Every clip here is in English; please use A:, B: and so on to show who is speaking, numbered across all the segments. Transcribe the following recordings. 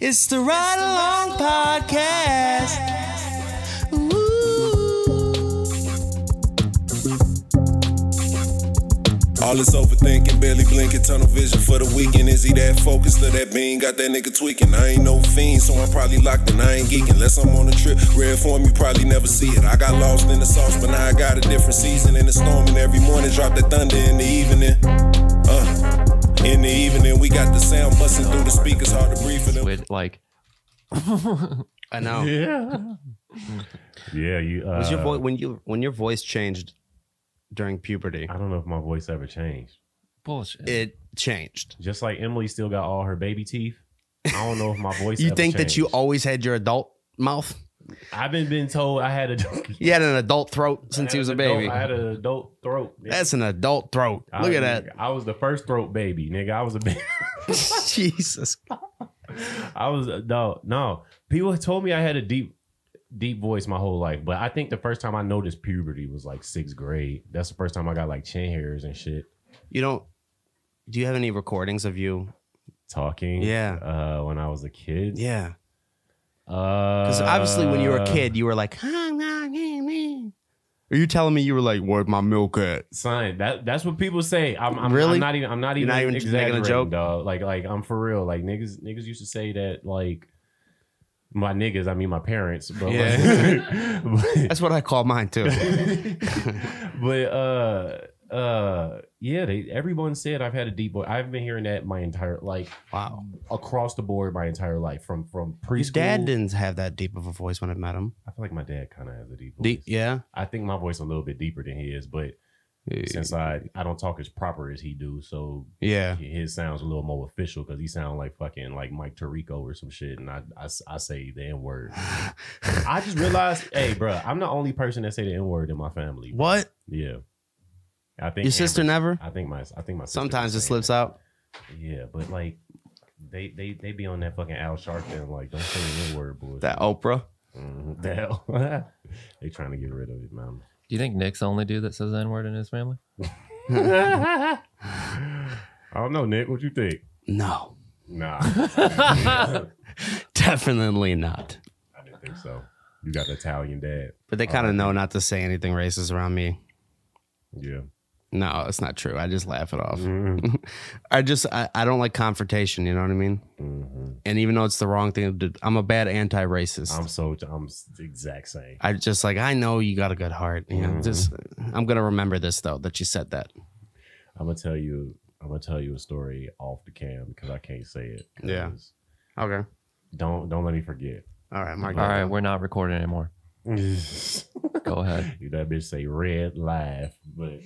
A: It's the Ride Along Podcast. Ooh.
B: All this overthinking, barely blinking, tunnel vision for the weekend. Is he that focused or that bean? Got that nigga tweaking. I ain't no fiend, so I'm probably locked and I ain't geeking. Unless I'm on a trip, red form, you probably never see it. I got lost in the sauce, but now I got a different season in the storm. And every morning, drop the thunder in the evening. Uh. In the evening, we got the sound busting through the speakers, hard to breathe for them.
C: With like,
D: I know.
E: Yeah. yeah. You. Uh,
D: Oh. Was your voice when you when your voice changed during puberty?
E: I don't know if my voice ever changed.
C: Bullshit.
D: It changed.
E: Just like Emily still got all her baby teeth. I don't know if my voice.
D: you
E: ever
D: think that you
E: changed.
D: always had your adult mouth?
E: I've been been told I had a.
D: You had an adult throat since
E: I
D: he was a
E: had an adult-
D: baby.
E: I had an adult throat. nigga.
D: That's an adult throat.
E: I-
D: Look at that.
E: I was the first throat baby, nigga. I was a baby.
D: Jesus.
E: I was no, no. People told me I had a deep, deep voice my whole life, but I think the first time I noticed puberty was like sixth grade. That's the first time I got like chin hairs and shit.
D: You don't. Do you have any recordings of you?
E: Talking,
D: Yeah.
E: Uh, when I was a kid,
D: Yeah.
E: Because
D: Because obviously, when you
E: Uh,
D: were a kid, you were like, "Huh, nah, nah, nah." Are you telling me you were like, where'd my milk at?
E: son, that that's what people say. I'm, I'm
D: Really?
E: I'm not even. I'm not
D: You're
E: even,
D: not even making a
E: exaggerating,
D: joke?
E: dog. Like, like I'm for real. Like niggas, niggas used to say that. Like my niggas, I mean my parents. But like-
D: Yeah.
E: but-
D: That's what I call mine too.
E: but uh uh yeah they everyone said i've had a deep voice i've been hearing that my entire like
D: wow.
E: across the board my entire life from from
D: Your
E: preschool
D: dad didn't have that deep of a voice when I met him.
E: i feel like my dad kind of has a deep voice
D: Deep, yeah.
E: i think my voice a little bit deeper than his but since i i don't talk as proper as he do so
D: Yeah.
E: his sounds a little more official because he sounds like fucking like mike tarico or some shit and i i, I say the n word i just realized hey bruh, i'm the only person that say the n word in my family
D: What?
E: Yeah, I think
D: Your sister
E: Amber's-
D: never?
E: I think my. I think my. sister
D: Sometimes it
E: was
D: slips
E: saying
D: out.
E: it. Yeah, but like, they they they be on that fucking Al Sharpton like don't say the N word bullshit.
D: That Oprah.
E: Mhm, the hell. they trying to get rid of it, man.
C: do you think Nick's the only dude that says N word in his family?
E: I don't know, Nick. What you think?
D: No,
E: Nah,
D: definitely not.
E: I didn't think so. You got the Italian dad.
D: But they
E: Oh,
D: kind of know not to say anything racist around me.
E: Yeah.
D: No, it's not true. I just laugh it off.
E: Mhm,
D: I just I, I don't like confrontation. You know what I mean?
E: mhm.
D: And even though it's the wrong thing to do, I'm a bad anti-racist.
E: I'm so. I'm s- the exact same.
D: I just like I know you got a good heart. You know,
E: Mhm.
D: just I'm gonna remember this though that you said that.
E: I'm gonna tell you. I'm gonna tell you a story off the cam because I can't say it. 'cause
D: Yeah. Okay.
E: Don't don't let me forget.
D: All right, Mark.
C: All right, we're not recording anymore.
E: you
C: Go ahead.
E: that bitch say red laugh, but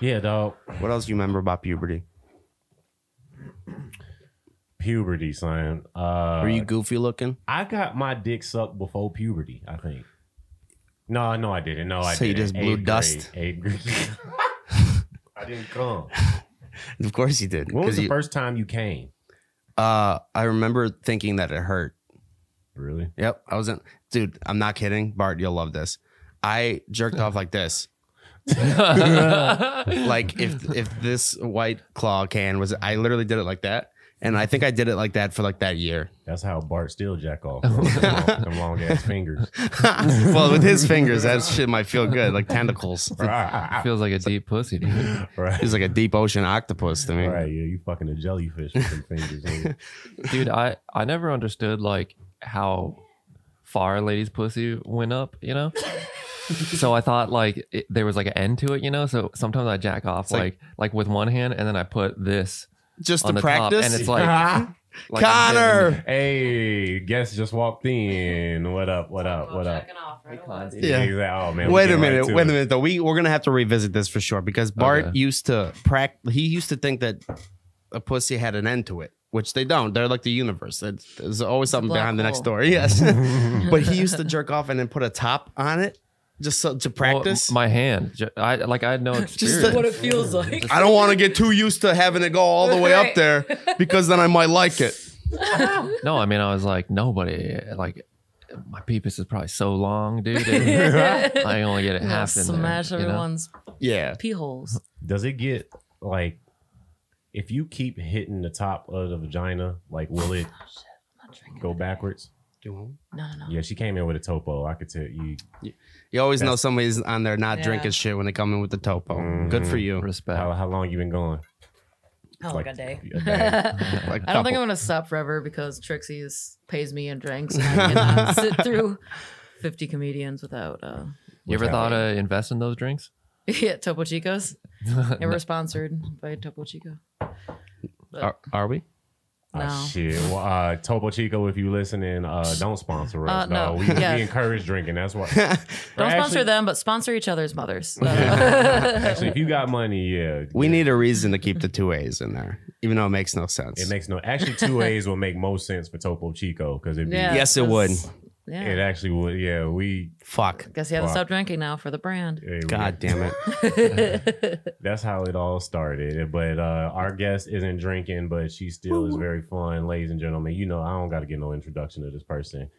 E: yeah, dog.
D: What else do you remember about puberty?
E: Puberty, son. Uh,
D: Were you goofy looking?
E: I got my dick sucked before puberty. I think. No, no, I didn't. No, I
D: So you
E: didn't.
D: just blew
E: Eighth
D: dust?
E: grade, eighth grade. I didn't come.
D: Of course you did.
E: When was
D: 'cause
E: the
D: you-
E: first time you came?
D: Uh, I remember thinking that it hurt.
E: Really?
D: Yep. I was in, dude, I'm not kidding. Bart, you'll love this. I jerked off like this. Like if if this white claw can was I literally did it like that. And I think I did it like that for like that year.
E: That's how Bart still jack off. bro. Them long ass fingers.
D: well, with his fingers, that shit might feel good, like tentacles.
C: Feels like a deep pussy. Dude.
E: right.
D: He's like a deep ocean octopus to me.
E: Right, yeah, you fucking a jellyfish with them fingers. nigga.
C: dude i i never understood like how far a lady's pussy went up you know so i thought like it, there was like an end to it you know so sometimes i jack off
D: like-
C: like, like with one hand and then i put this
D: Just
C: on
D: to
C: the top,
D: practice.
C: and it's like, like I'm
D: Connor.
E: Hey, guest just walked in. What up? What up? What up?
C: getting- Come on, dude.
D: Yeah.
E: He's like, oh man. we
D: wait a
E: getting right
D: minute,
E: to
D: wait
E: it.
D: a minute though. We we're gonna have to revisit this for sure because Bart
C: Okay.
D: used to practice. He used to think that a pussy had an end to it, which they don't. They're like the universe. That's- There's always something
C: black
D: behind the next
C: hole.
D: door. Yes, but he used to jerk off and then put a top on it just so to
C: Well,
D: practice.
C: m- my hand Ju- i like i had no
F: Just
C: experience
F: what it feels like.
D: I don't want to get too used to having to go all the way up
F: Right.
D: there because then I might like it.
C: no i mean i was like nobody like my peepus is probably so long dude i only get it
F: I'll
C: half in there
F: smash
C: you know?
F: everyone's
D: Yeah,
F: pee holes.
E: Does it get like if you keep hitting the top of the vagina, like will it
F: Oh, shit. I'm not drinking.
E: go backwards?
D: Do you want one?
F: No, no, no.
E: Yeah, she came in with a topo. I could tell you.
D: You always know
E: Yes.
D: somebody's on there not
F: Yeah.
D: drinking shit when they come in with the topo. Good
C: Mm.
D: for you.
C: Respect.
E: How, how long you been going?
F: Oh,
E: Like,
F: like, a day.
E: a day.
D: Like
F: I don't think
D: couple.
F: I'm gonna stop forever because Trixie is, pays me in drinks. And I cannot sit through 50 comedians without. Uh,
C: You ever
E: Without-
C: thought to invest in those drinks?
F: yeah, Topo Chico's. And
C: No.
F: we're sponsored by Topo Chico. But
D: Are, are we?
E: Oh,
F: no.
E: shit. Well, uh, Topo Chico, if you listening, uh, don't sponsor us.
F: Uh,
E: no,
F: no.
E: we,
F: Yeah.
E: we encourage drinking. That's why.
F: Don't
E: Actually-
F: sponsor them, but sponsor each other's mothers.
E: Actually, if you got money, yeah,
D: We need a reason to keep the two A's in there, even though it makes no sense.
E: It makes no. Actually, two A's will make most sense for Topo Chico because it
F: Yeah,
D: Yes, it would.
F: 'cause- Yeah.
E: it actually would. Yeah, we.
D: Fuck.
F: Guess you have to
E: Fuck.
F: stop drinking now for the brand.
E: eh, we-
D: God damn it.
E: That's how it all started. But uh, our guest isn't drinking, but she still is very fun, ladies and gentlemen. You know, I don't got to give no introduction to this person.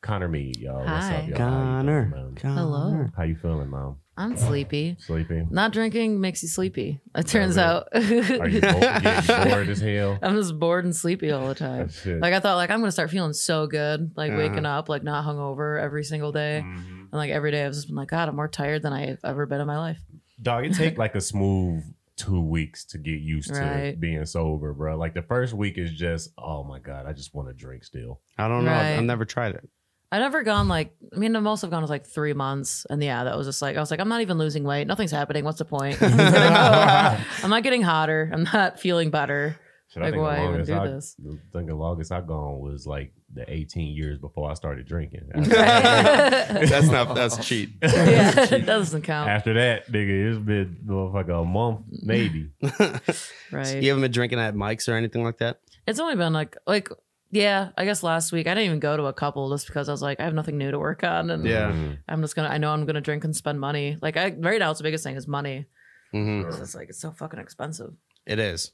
E: Connor Mead, y'all. What's
F: Hi.
E: up, y'all?
D: Connor. Connor.
F: Hello.
E: How you feeling, mom?
F: I'm sleepy.
E: Sleeping?
F: Not drinking makes you sleepy. It turns
E: really?
F: out.
E: Are you both getting bored as hell? Oh,
F: I'm just bored and sleepy all the time.
E: Shit.
F: Like I thought, like I'm gonna start feeling so good, like
D: Uh-huh.
F: waking up, like not hungover every single day,
E: Mhm.
F: and like every day I've just been like, God, I'm more tired than I've ever been in my life.
E: Dog, it take like a smooth two weeks to get used to
F: Right.
E: being sober, bro. Like the first week is just, oh my god, I just want to drink still.
D: I don't know.
F: Right.
D: I've never tried it.
F: I never gone like I mean the most I've gone was like three months, and yeah, that was just like I was like I'm not even losing weight, nothing's happening. What's the point? I'm not getting hotter. I'm not feeling better.
E: Should
F: Like,
E: I think
F: why
E: the
F: even
E: longest
F: do
E: I
F: this?
E: think the longest I gone was like the 18 years before I started drinking.
F: yeah,
D: That's not, that's cheat.
F: that doesn't count.
E: After that, nigga, it's been motherfucker a month, maybe.
F: Right?
D: You haven't been drinking at Mike's or anything like that?
F: It's only been like like yeah, I guess last week I didn't even go to a couple just because I was like I have nothing new to work on, and
E: Mm.
F: I'm just gonna I know I'm gonna drink and spend money. Like I right now, it's the biggest thing is money.
D: Mhm.
F: So it's like it's so fucking expensive.
D: It is.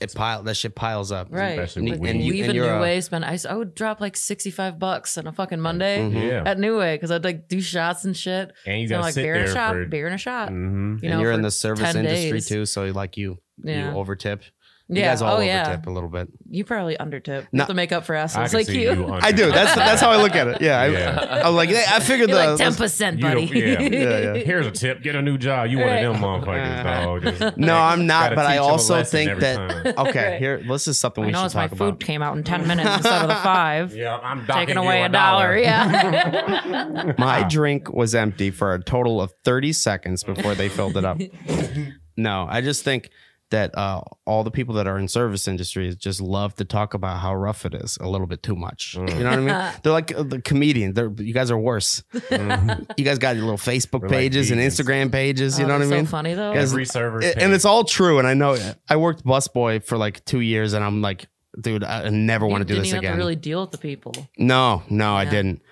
D: It pile that shit piles up.
F: Right.
E: Especially
D: And
E: with
F: And
E: weed.
D: you-
F: Weave
D: and
F: and
D: you're
F: New
D: a-
F: Way spend I, s- I would drop like 65 bucks on a fucking Monday
D: Mhm.
E: Mm-hmm. yeah.
F: at New Way because I'd like do shots and shit.
E: and you
F: You know,
E: gotta
F: like
E: sit
F: beer
E: there
F: and a shot,
E: for
F: beer and a shot.
E: Mhm.
F: You
D: Mm. and
F: know,
D: you're in
F: for
D: the service
F: 10
D: industry
F: days.
D: too, so like you,
F: Yeah.
D: you overtip. You
F: Yeah.
D: guys all
F: oh
D: overtip
F: yeah.
D: a little bit.
F: You probably undertip.
D: No.
F: You have to make up for
E: I
F: assholes
E: can
F: like
E: see
F: you.
E: you.
D: I do. That's that's how I look at it. Yeah. I,
E: Yeah.
D: I'm like, hey, I figured
F: You're
D: the
F: like 10%,
E: You
F: buddy.
E: don't- yeah.
D: Yeah, yeah.
E: Here's a tip: get a new job. You one of them motherfuckers,
D: Uh-huh.
E: dog. Just-
D: No, I'm not,
E: Gotta
D: but I
E: teach 'em a
D: also
E: lesson
D: think
E: every
D: that
E: time.
D: okay,
F: Right.
D: here this is something
F: I
D: we should
F: noticed my
D: talk
F: food
D: about.
F: came out in 10 minutes instead of the five.
E: Yeah, I'm docking
F: Taking
E: you
F: away a dollar. Yeah.
D: My drink was empty for a total of 30 seconds before they filled it up. no, I just think that uh, all the people that are in service industries just love to talk about how rough it is a little bit too much. You know what I mean?
F: Mm.
D: They're like uh, the comedians. They're you guys are worse.
E: Mm-hmm.
D: you guys got your little Facebook
E: We're like
D: pages and
E: vegans.
D: Instagram pages. You
F: Oh,
D: know what I
F: that's so
D: mean?
F: funny though.
D: Guys,
E: Every server,
D: A- and it's all true. And I know it. I worked busboy for like two years, and I'm like, dude, I I never want
F: You
D: to do
F: didn't
D: this
F: even have to
D: again.
F: really deal with the people.
D: No, no, I
F: Yeah.
D: didn't.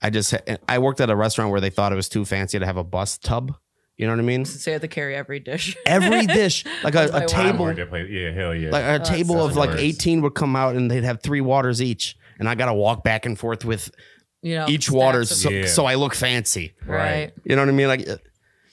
D: I just I worked at a restaurant where they thought it was too fancy to have a bus tub. You know what I mean?
F: So you have to carry every dish.
D: Every dish, like a,
F: my
D: a
F: wife.
D: table,
E: Worked at place- Yeah, hell yeah.
D: like a
F: Oh, that's
D: table
F: so
D: of like
E: nice.
D: eighteen would come out, and they'd have three waters each, and I got to walk back and forth with
F: You know,
D: each
F: stacks
D: water,
F: of-
D: so,
E: Yeah.
D: so I look fancy.
F: right.
D: You know what I mean? Like, uh,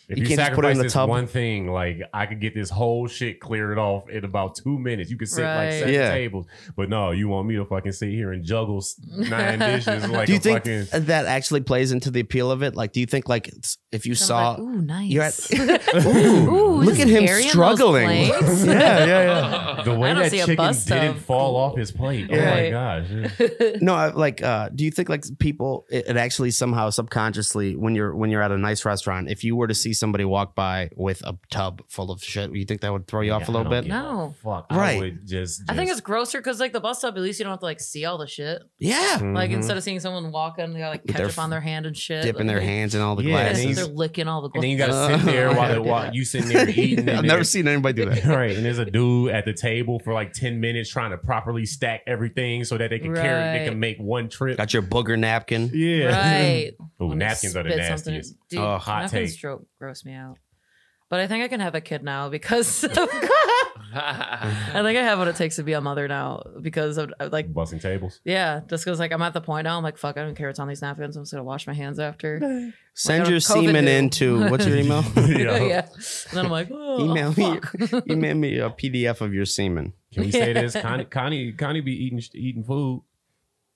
E: if
D: you
E: you,
D: can't just put it
E: sacrifice
D: in the
E: this
D: tub.
E: one thing, like I could get this whole shit cleared off in about two minutes. You could sit like
F: Right.
E: seven
D: Yeah.
E: tables, but no, you want me to fucking sit here and juggle s- nine dishes like
D: do you
E: a
D: think
E: fucking.
D: that actually plays into the appeal of it? Like, do you think like s- if you
F: So
D: saw?
F: I'm like, ooh, nice.
D: You're at,
F: Ooh,
D: look
F: just
D: at him
F: carrying those
D: struggling.
F: plates.
D: yeah, yeah,
E: The way
F: I don't
E: that
F: see a
E: chicken
F: bus
E: didn't
F: tub.
E: fall off his plate. Oh my
F: Right.
E: gosh.
D: yeah. No, I, like, uh, do you think like people? It, it actually somehow subconsciously, when you're when you're at a nice restaurant, if you were to see somebody walk by with a tub full of shit, you think that would throw you off a little bit?
F: yeah. No.
E: No. Fuck.
D: Right.
E: I would just,
F: I think it's
E: just-
F: grosser because like the bus stop, at least you don't have to like see all the shit.
D: Yeah,
F: Like
E: Mhm.
F: instead of seeing someone walking, they got like
D: Mm-hmm. With
F: ketchup
D: their
F: on their hand and shit,
D: dipping
F: like,
D: their
F: they-
D: hands Mm. in all the
E: Yeah, and
F: Yeah,
D: glasses.
F: they're licking all the.
E: And then you
F: gla-
E: gotta sit there while, they, while you sitting there eating.
D: I've
E: and
D: never
E: then-
D: seen anybody do that.
E: Right, and there's a dude at the table for like ten minutes trying to properly stack everything so that they can carry, they
F: Right.
E: can make one trip.
D: Got your booger napkin.
E: Yeah,
F: right.
E: Ooh,
F: When they
E: napkins are the
F: spit something-
E: nastiest.
F: Dude,
E: Oh, hot
F: napkins
E: take.
F: stroke gross me out. But I think I can have a kid now because of I think I have what it takes to be a mother now because of of, like
E: Busting tables.
F: yeah, just because like I'm at the point now. I'm like fuck, I don't care. It's on these napkins. I'm just gonna wash my hands after.
D: Send
F: God,
D: your
F: COVID
D: semen
F: who?
D: into what's your email?
F: yeah. And then I'm like, oh,
D: email me.
F: fuck.
D: Email me a PDF of your semen.
E: Can we say this? Connie, Connie, Connie be eating eating food.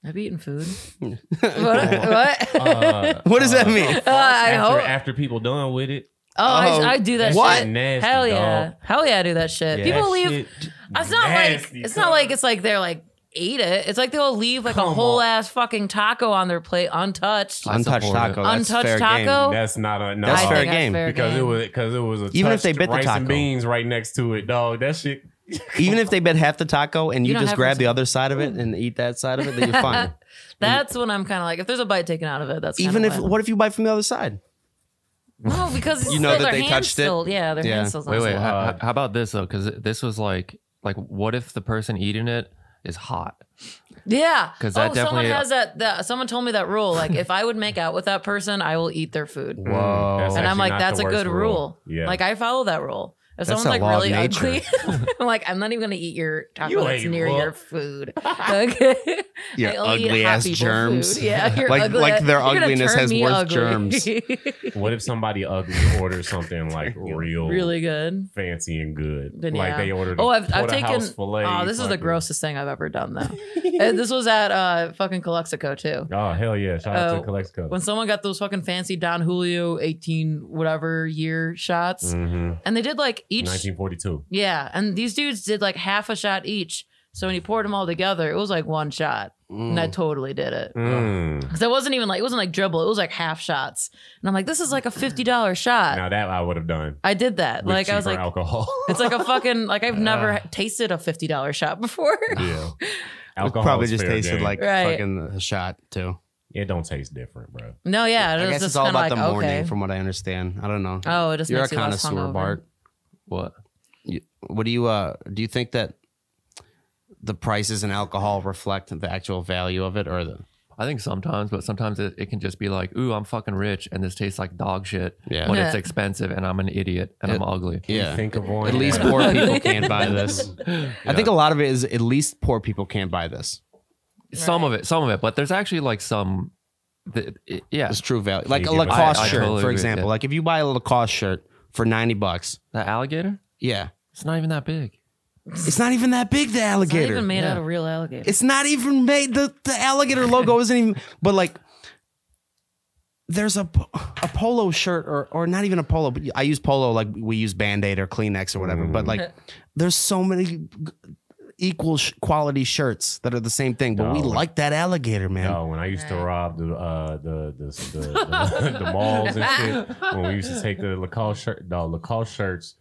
F: I've eaten food. what? what?
E: Uh,
D: What does that mean?
F: Uh, I
E: Oh, after,
F: hope.
E: after people done with it.
F: Oh,
D: Oh,
F: I, I do that
D: what?
F: shit.
E: Nasty,
F: Hell yeah.
E: dog.
F: Hell yeah, I do that shit.
E: that
F: People leave.
E: shit
F: It's not
E: nasty,
F: like it's not like it's like they're like ate it. It's like they'll leave like a
E: Come
F: whole
E: on.
F: ass fucking taco on their plate untouched.
C: I
D: Untouched
C: support it.
D: taco. Oh, That's
F: Untouched
D: fair game.
F: taco?
E: That's not a no.
D: That's
F: I
D: fair
F: think that's
D: game.
E: because it
F: game.
E: was because it was a
D: Even if
E: touched
D: they bit the
E: rice
D: taco.
E: and beans right next to it, dog. That shit.
D: Even if they bet half the taco and
F: You
D: you,
F: don't
D: just
F: have
D: grab
F: to-
D: the other side of it and eat that side of it, then you're fine.
F: That's when I'm kind of like, if there's a bite taken out of it, that's kinda
D: Even if
F: when-
D: what if you bite from the other side?
F: no, because
D: You know
F: their
D: that they
F: hand's
D: touched it?
F: still, Yeah, their
D: Yeah.
F: hand's still.
C: Wait, wait. h-
E: Uh,
C: h- how about this though? Because this was like, like, what if the person eating it is hot?
F: Yeah,
C: 'Cause that
F: oh, someone
C: definitely-
F: has that, that. Someone told me that rule. Like, if I would make out with that person, I will eat their food.
D: Mm. Whoa.
E: That's
F: and I'm
E: actually
F: like,
E: not
F: that's
E: the
F: a
E: worst
F: good rule.
E: rule. Yeah.
F: Like I follow that rule. If
D: That's
F: someone's
D: a
F: like
D: law of
F: really ugly,
D: nature.
F: I'm like, I'm not even gonna eat your taco
E: You
F: that's
E: ain't
F: near
E: raw.
F: your food. Okay.
D: Your
F: I only eat
D: ugly
F: hot
D: ass
F: people
D: germs.
F: food. Yeah, you're
D: Like-
F: ugly.
D: like their
F: You're gonna
D: ugliness
F: turn
D: has
F: me
D: worse
F: ugly.
D: germs.
E: What if somebody ugly orders something like real,
F: really good.
E: fancy and good?
F: Then
E: like
F: yeah.
E: they ordered.
F: Oh,
E: a
F: I've, I've taken.
E: porterhouse Filet,
F: Oh, this is the
E: fucking-
F: grossest thing I've ever done, though. And this was at uh, fucking Calexico too.
E: Oh hell yeah! Shout out to
F: Oh,
E: Calexico.
F: When someone got those fucking fancy Don Julio 18 whatever year shots,
D: Mm-hmm.
E: Mhm.
F: and they did like each
E: 1942.
F: Yeah, and these dudes did like half a shot each. So when you poured them all together, it was like one shot,
D: Mm.
F: and I totally did it.
E: Mm.
F: Cause it wasn't even like it wasn't like dribble; it was like half shots. And I'm like, this is like a fifty dollar shot.
E: Now that I would have done.
F: I did that.
E: With
F: Uh, Like I was
E: cheaper
F: like,
E: alcohol.
F: it's like a fucking like I've never ha- tasted a fifty dollar shot before.
E: yeah.
D: It
E: Alcohol
D: probably
E: is
D: just
E: fair
D: tasted
E: game.
D: like
F: Right.
D: fucking a shot too.
E: it don't taste different, bro.
F: No, yeah,
D: I
F: it was
D: guess
F: just
D: it's all
F: kinda
D: about the
F: like,
D: morning,
F: okay.
D: from what I understand. I don't know.
F: oh, it just
D: You're a
F: makes you less
D: connoisseur,
F: hungover.
D: Bart.
C: What?
D: You- What do you uh do you think that the prices in alcohol reflect the actual value of it or the
C: I think sometimes, but sometimes it, it can just be like, ooh, I'm fucking rich and this tastes like dog shit,
D: Yeah.
C: but
F: Yeah.
C: it's expensive and I'm an idiot and I'm ugly.
D: yeah.
E: Think of one.
D: At least
E: that-
D: poor people can't buy this. I think a lot of it is at least poor people can't buy this.
C: Some of it, some of it, but there's actually like some, that, it- yeah,
D: It's true value. Like a
E: give it-
D: Lacoste
C: I- I
D: shirt,
C: totally
D: for
C: agree,
D: example.
C: yeah.
D: Like if you buy a Lacoste shirt for 90 bucks,
C: the alligator.
D: yeah.
C: It's not even that big.
D: It's not even that big, the
F: It's not
D: alligator.
F: even made
C: Yeah.
F: out of real alligator.
D: It's not even made. The, the alligator logo isn't even. But like, there's a po- a polo shirt or or not even a polo. But I use polo like we use Band Aid or Kleenex or whatever. But
F: Mm.
D: like, there's so many g- equal sh- quality shirts that are the same thing. But we
E: No.
D: like that alligator, man.
E: No, when I used to rob the uh, the the the, the, the malls and shit, when we used to take the Lacoste shirt, the Lacoste shirts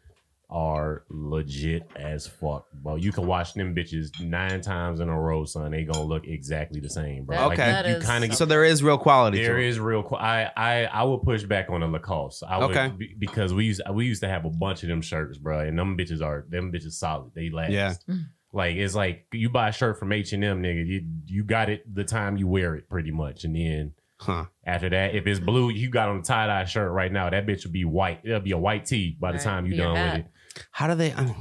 E: are legit as fuck, bro. You can wash them bitches nine times in a row, son. They gonna look exactly the same, bro.
F: That-
E: Like,
D: Okay.
F: that
E: you, you
F: is
E: kind of
D: So there is real quality.
E: There
D: to it.
E: is real. qu- I I I would push back on the Lacoste. I would,
D: Okay.
E: be- because we used we used to have a bunch of them shirts, bro, and them bitches are them bitches solid. They last.
D: Yeah.
F: Mm.
E: Like it's like you buy a shirt from H and M, nigga. You you got it the time you wear it, pretty much, and then
D: Huh.
E: after that, if it's blue, you got on a tie dye shirt right now. That bitch will be white. It'll be a white tee by the
F: Right,
E: time you
F: be your
E: done
F: hat.
E: with it.
D: How do they? I, mean,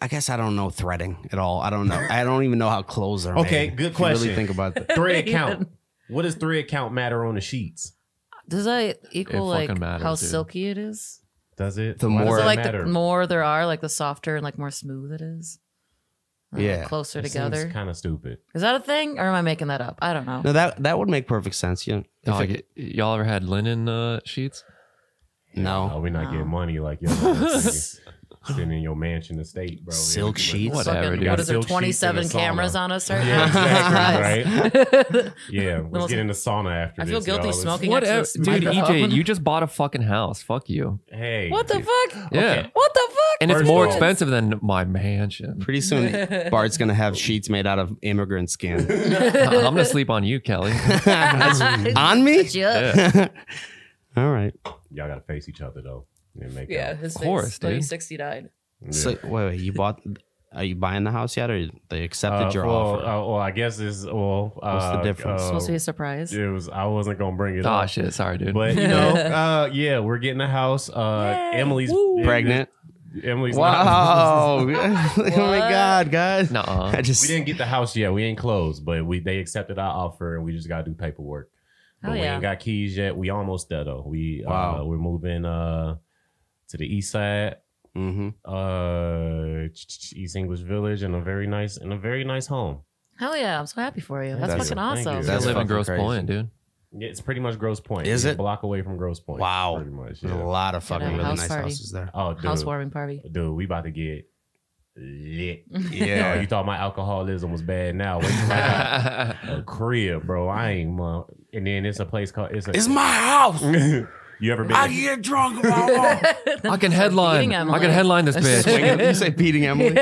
D: I guess I don't know threading at all. I don't know. I don't even know how clothes are.
E: Okay,
D: made,
E: good
D: if you
E: question.
D: Really think about that.
E: Thread count. What does thread count matter on the sheets?
F: Does that equal
C: fucking
F: like
C: matters,
F: how
C: dude.
F: silky it is?
E: Does it?
D: The
E: Why does
D: more-
F: So
E: it
F: like
E: matter?
F: the more there are, like the softer and like more smooth it is. Uh,
D: Yeah.
F: closer together.
E: Kind of stupid.
F: is that a thing, or am I making that up? I don't know.
D: No, that that would make perfect sense. Yeah.
E: Oh,
D: If
C: Dog,
D: it-
C: y- y'all ever had linen uh, sheets?
D: no.
E: Oh, we not
F: No.
E: getting money like yo, sitting in your mansion estate, bro.
D: Silk
E: Like,
D: sheets?
F: Fucking-
C: Whatever, dude.
F: what is there?
E: Silk sheets in a
F: Twenty seven
E: sauna.
F: cameras on us right
E: Yeah, exactly,
F: now. Christ.
E: Yeah, let's
F: Almost-
E: get in the sauna after
F: I
E: this.
F: feel guilty
E: y'all. It's-
F: smoking
C: What,
F: next to
C: dude?
F: this microphone.
C: EJ, you just bought a fucking house. Fuck you.
E: Hey,
F: What the
E: dude.
F: fuck?
C: Yeah,
F: What the fuck?
C: and it's
E: First
C: more
E: of all-
C: expensive than my mansion.
D: Pretty soon, Bart's gonna have sheets made out of immigrant skin
C: I'm gonna sleep on you, Kelly.
D: on me.
F: yeah.
D: All right.
E: Y'all gotta face each other though. And make
F: Yeah,
E: out.
F: his
C: Of course,
F: face, like,
C: dude.
F: 60 died.
E: Yeah.
D: So wait, wait. You bought? Are you buying the house yet, or they accepted
E: Uh,
D: your
E: well,
D: offer?
E: uh, well, I guess it's well. Uh,
D: What's the difference?
E: uh,
F: Supposed to be a surprise.
E: it was. I wasn't gonna bring it
C: oh
E: up,
C: shit, sorry, dude.
E: but you know, uh, yeah, we're getting a house. Uh, Emily's
D: Pregnant.
E: Emily's not.
D: Wow. oh my God, guys.
C: Nuh-uh.
D: I just
E: we didn't get the house yet. We ain't closed, but we they accepted our offer and we just gotta do paperwork. But
F: Oh,
E: we
F: yeah.
E: ain't got keys yet. We almost there though. We
D: Wow.
E: uh, we're moving uh to the east side,
D: Mhm.
E: uh East English Village in a very nice in a very nice home.
F: Hell yeah, I'm so happy for you. That's,
D: That's-
F: fucking
E: thank you.
F: awesome.
C: I
D: That's
C: live in
D: fucking
C: Gross
D: crazy.
C: Point, dude.
E: Yeah, It's pretty much Gross Point.
D: Is
E: It's a
D: it?
E: block away from Gross Point?
D: Wow.
E: pretty much.
D: There's a
E: Yeah.
D: lot of fucking
F: Yeah,
D: really
F: house
D: nice
F: party.
D: houses there.
E: Oh, dude,
F: Housewarming party.
E: dude, we about to get lit.
D: Yeah.
E: Oh, you thought my alcoholism was bad now? Wait till I got a crib, bro. I ain't. mu- and then it's a place called. It's, a,
G: It's my house.
E: You ever been?
G: I get drunk if I want.
C: I can headline.
F: beating Emily.
C: I can headline this bitch.
D: swinging. You say beating Emily?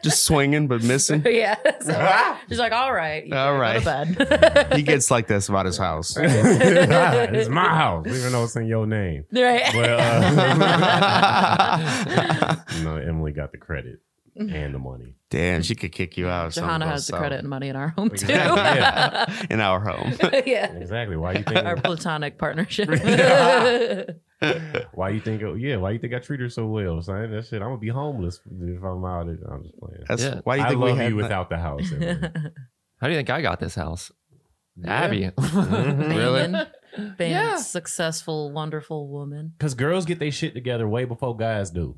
D: Just swinging but missing.
F: yeah. So she's like, all right. you
D: All
F: go to bed.
D: He gets like this about his house.
E: it's my house, even though it's in your name.
F: right.
E: But uh,
D: Damn,
E: no, Emily got the credit and the money.
D: she could kick you out. if something
F: Johanna
D: goes
F: has the
D: south.
F: credit and money in our home too.
E: Yeah.
D: in our home.
F: yeah.
E: Exactly. Why you
F: Our
E: think?
F: platonic partnership.
E: Why you think? Yeah. Why you think I treat her so well, son? That shit. I'm gonna be homeless if I'm out. Of, I'm just playing.
D: That's
C: Yeah.
D: why do you
E: I
D: think we
E: love
D: had
E: you without the house. Emily.
C: How do you think I got this house?
E: Yeah.
C: Abby.
F: Banging, banging, successful, wonderful woman.
E: Because girls get their shit together way before guys do.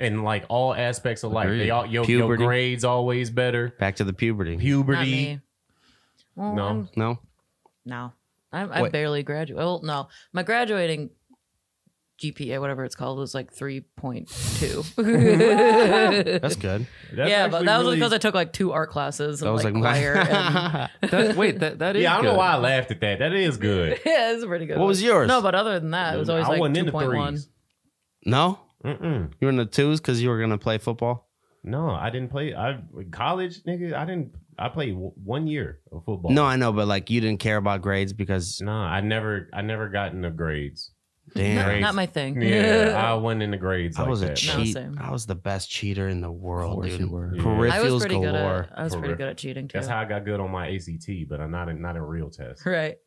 E: In like all aspects of life.
C: Agreed.
E: They all your, your
D: Puberty.
E: grades always better.
D: back to the puberty.
F: Not
E: Puberty.
F: me. Well,
E: No.
F: I'm-
D: No,
F: no. I, I
D: What?
F: barely graduated. Well, no, my graduating GPA, whatever it's called, was like three point two.
D: that's good.
E: That's
F: Yeah, but
E: actually
F: that was
E: really-
F: because I took like two art classes and
D: That was
F: like,
D: like,
F: choir. and,
C: That- wait, that, that is.
E: Yeah, I don't know
C: good.
E: why I laughed at that. That is good.
F: yeah, it's pretty good.
D: What was yours?
F: No, but other than that, it was always
E: I
F: like
E: wasn't
F: two
E: in the
F: point one.
E: threes.
D: no.
E: Mm-mm.
D: You were in the twos because you were gonna play football.
E: No, I didn't play. I college, nigga. I didn't. I played w- one year of football.
D: No, I know, but like you didn't care about grades because
E: nah. I never. I never got into grades.
D: damn,
F: Not my thing.
E: Yeah, I wasn't in the grades.
D: I
E: like
D: was a
E: that.
F: No,
D: cheat.
F: same.
D: I was the best cheater in the world,
C: course
D: dude.
C: you were.
E: Yeah.
D: Peripherals
F: I was pretty
D: galore.
F: good at I was
E: For
F: pretty
E: real.
F: good at cheating too.
E: That's how I got good on my ACT, but I'm not in, not a real test.
F: right.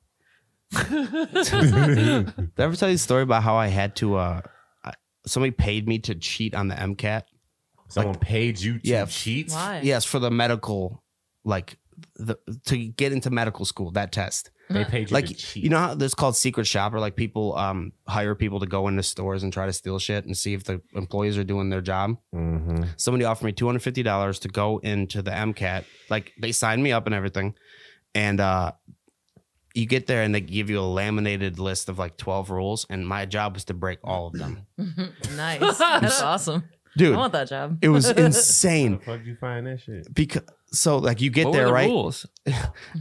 D: Did I ever tell you the story about how I had to? uh I- Somebody paid me to cheat on the MCAT.
E: Someone paid you to
D: Yeah.
E: cheat.
F: Why?
D: Yes, for the medical, like the to get into medical school. That test.
E: They paid you
D: like
E: to cheat.
D: you know how this called secret shopper like people um hire people to go into stores and try to steal shit and see if the employees are doing their job
E: Mhm.
D: somebody offered me $250 to go into the mcat like they signed me up and everything and uh you get there and they give you a laminated list of like 12 rules and my job was to break all of them
F: nice. That's awesome. I
D: dude
F: want that job.
D: it was
E: How
D: insane
E: the fuck you find that shit?
D: because so like you get
C: What were
D: there
C: the
D: right
C: rules?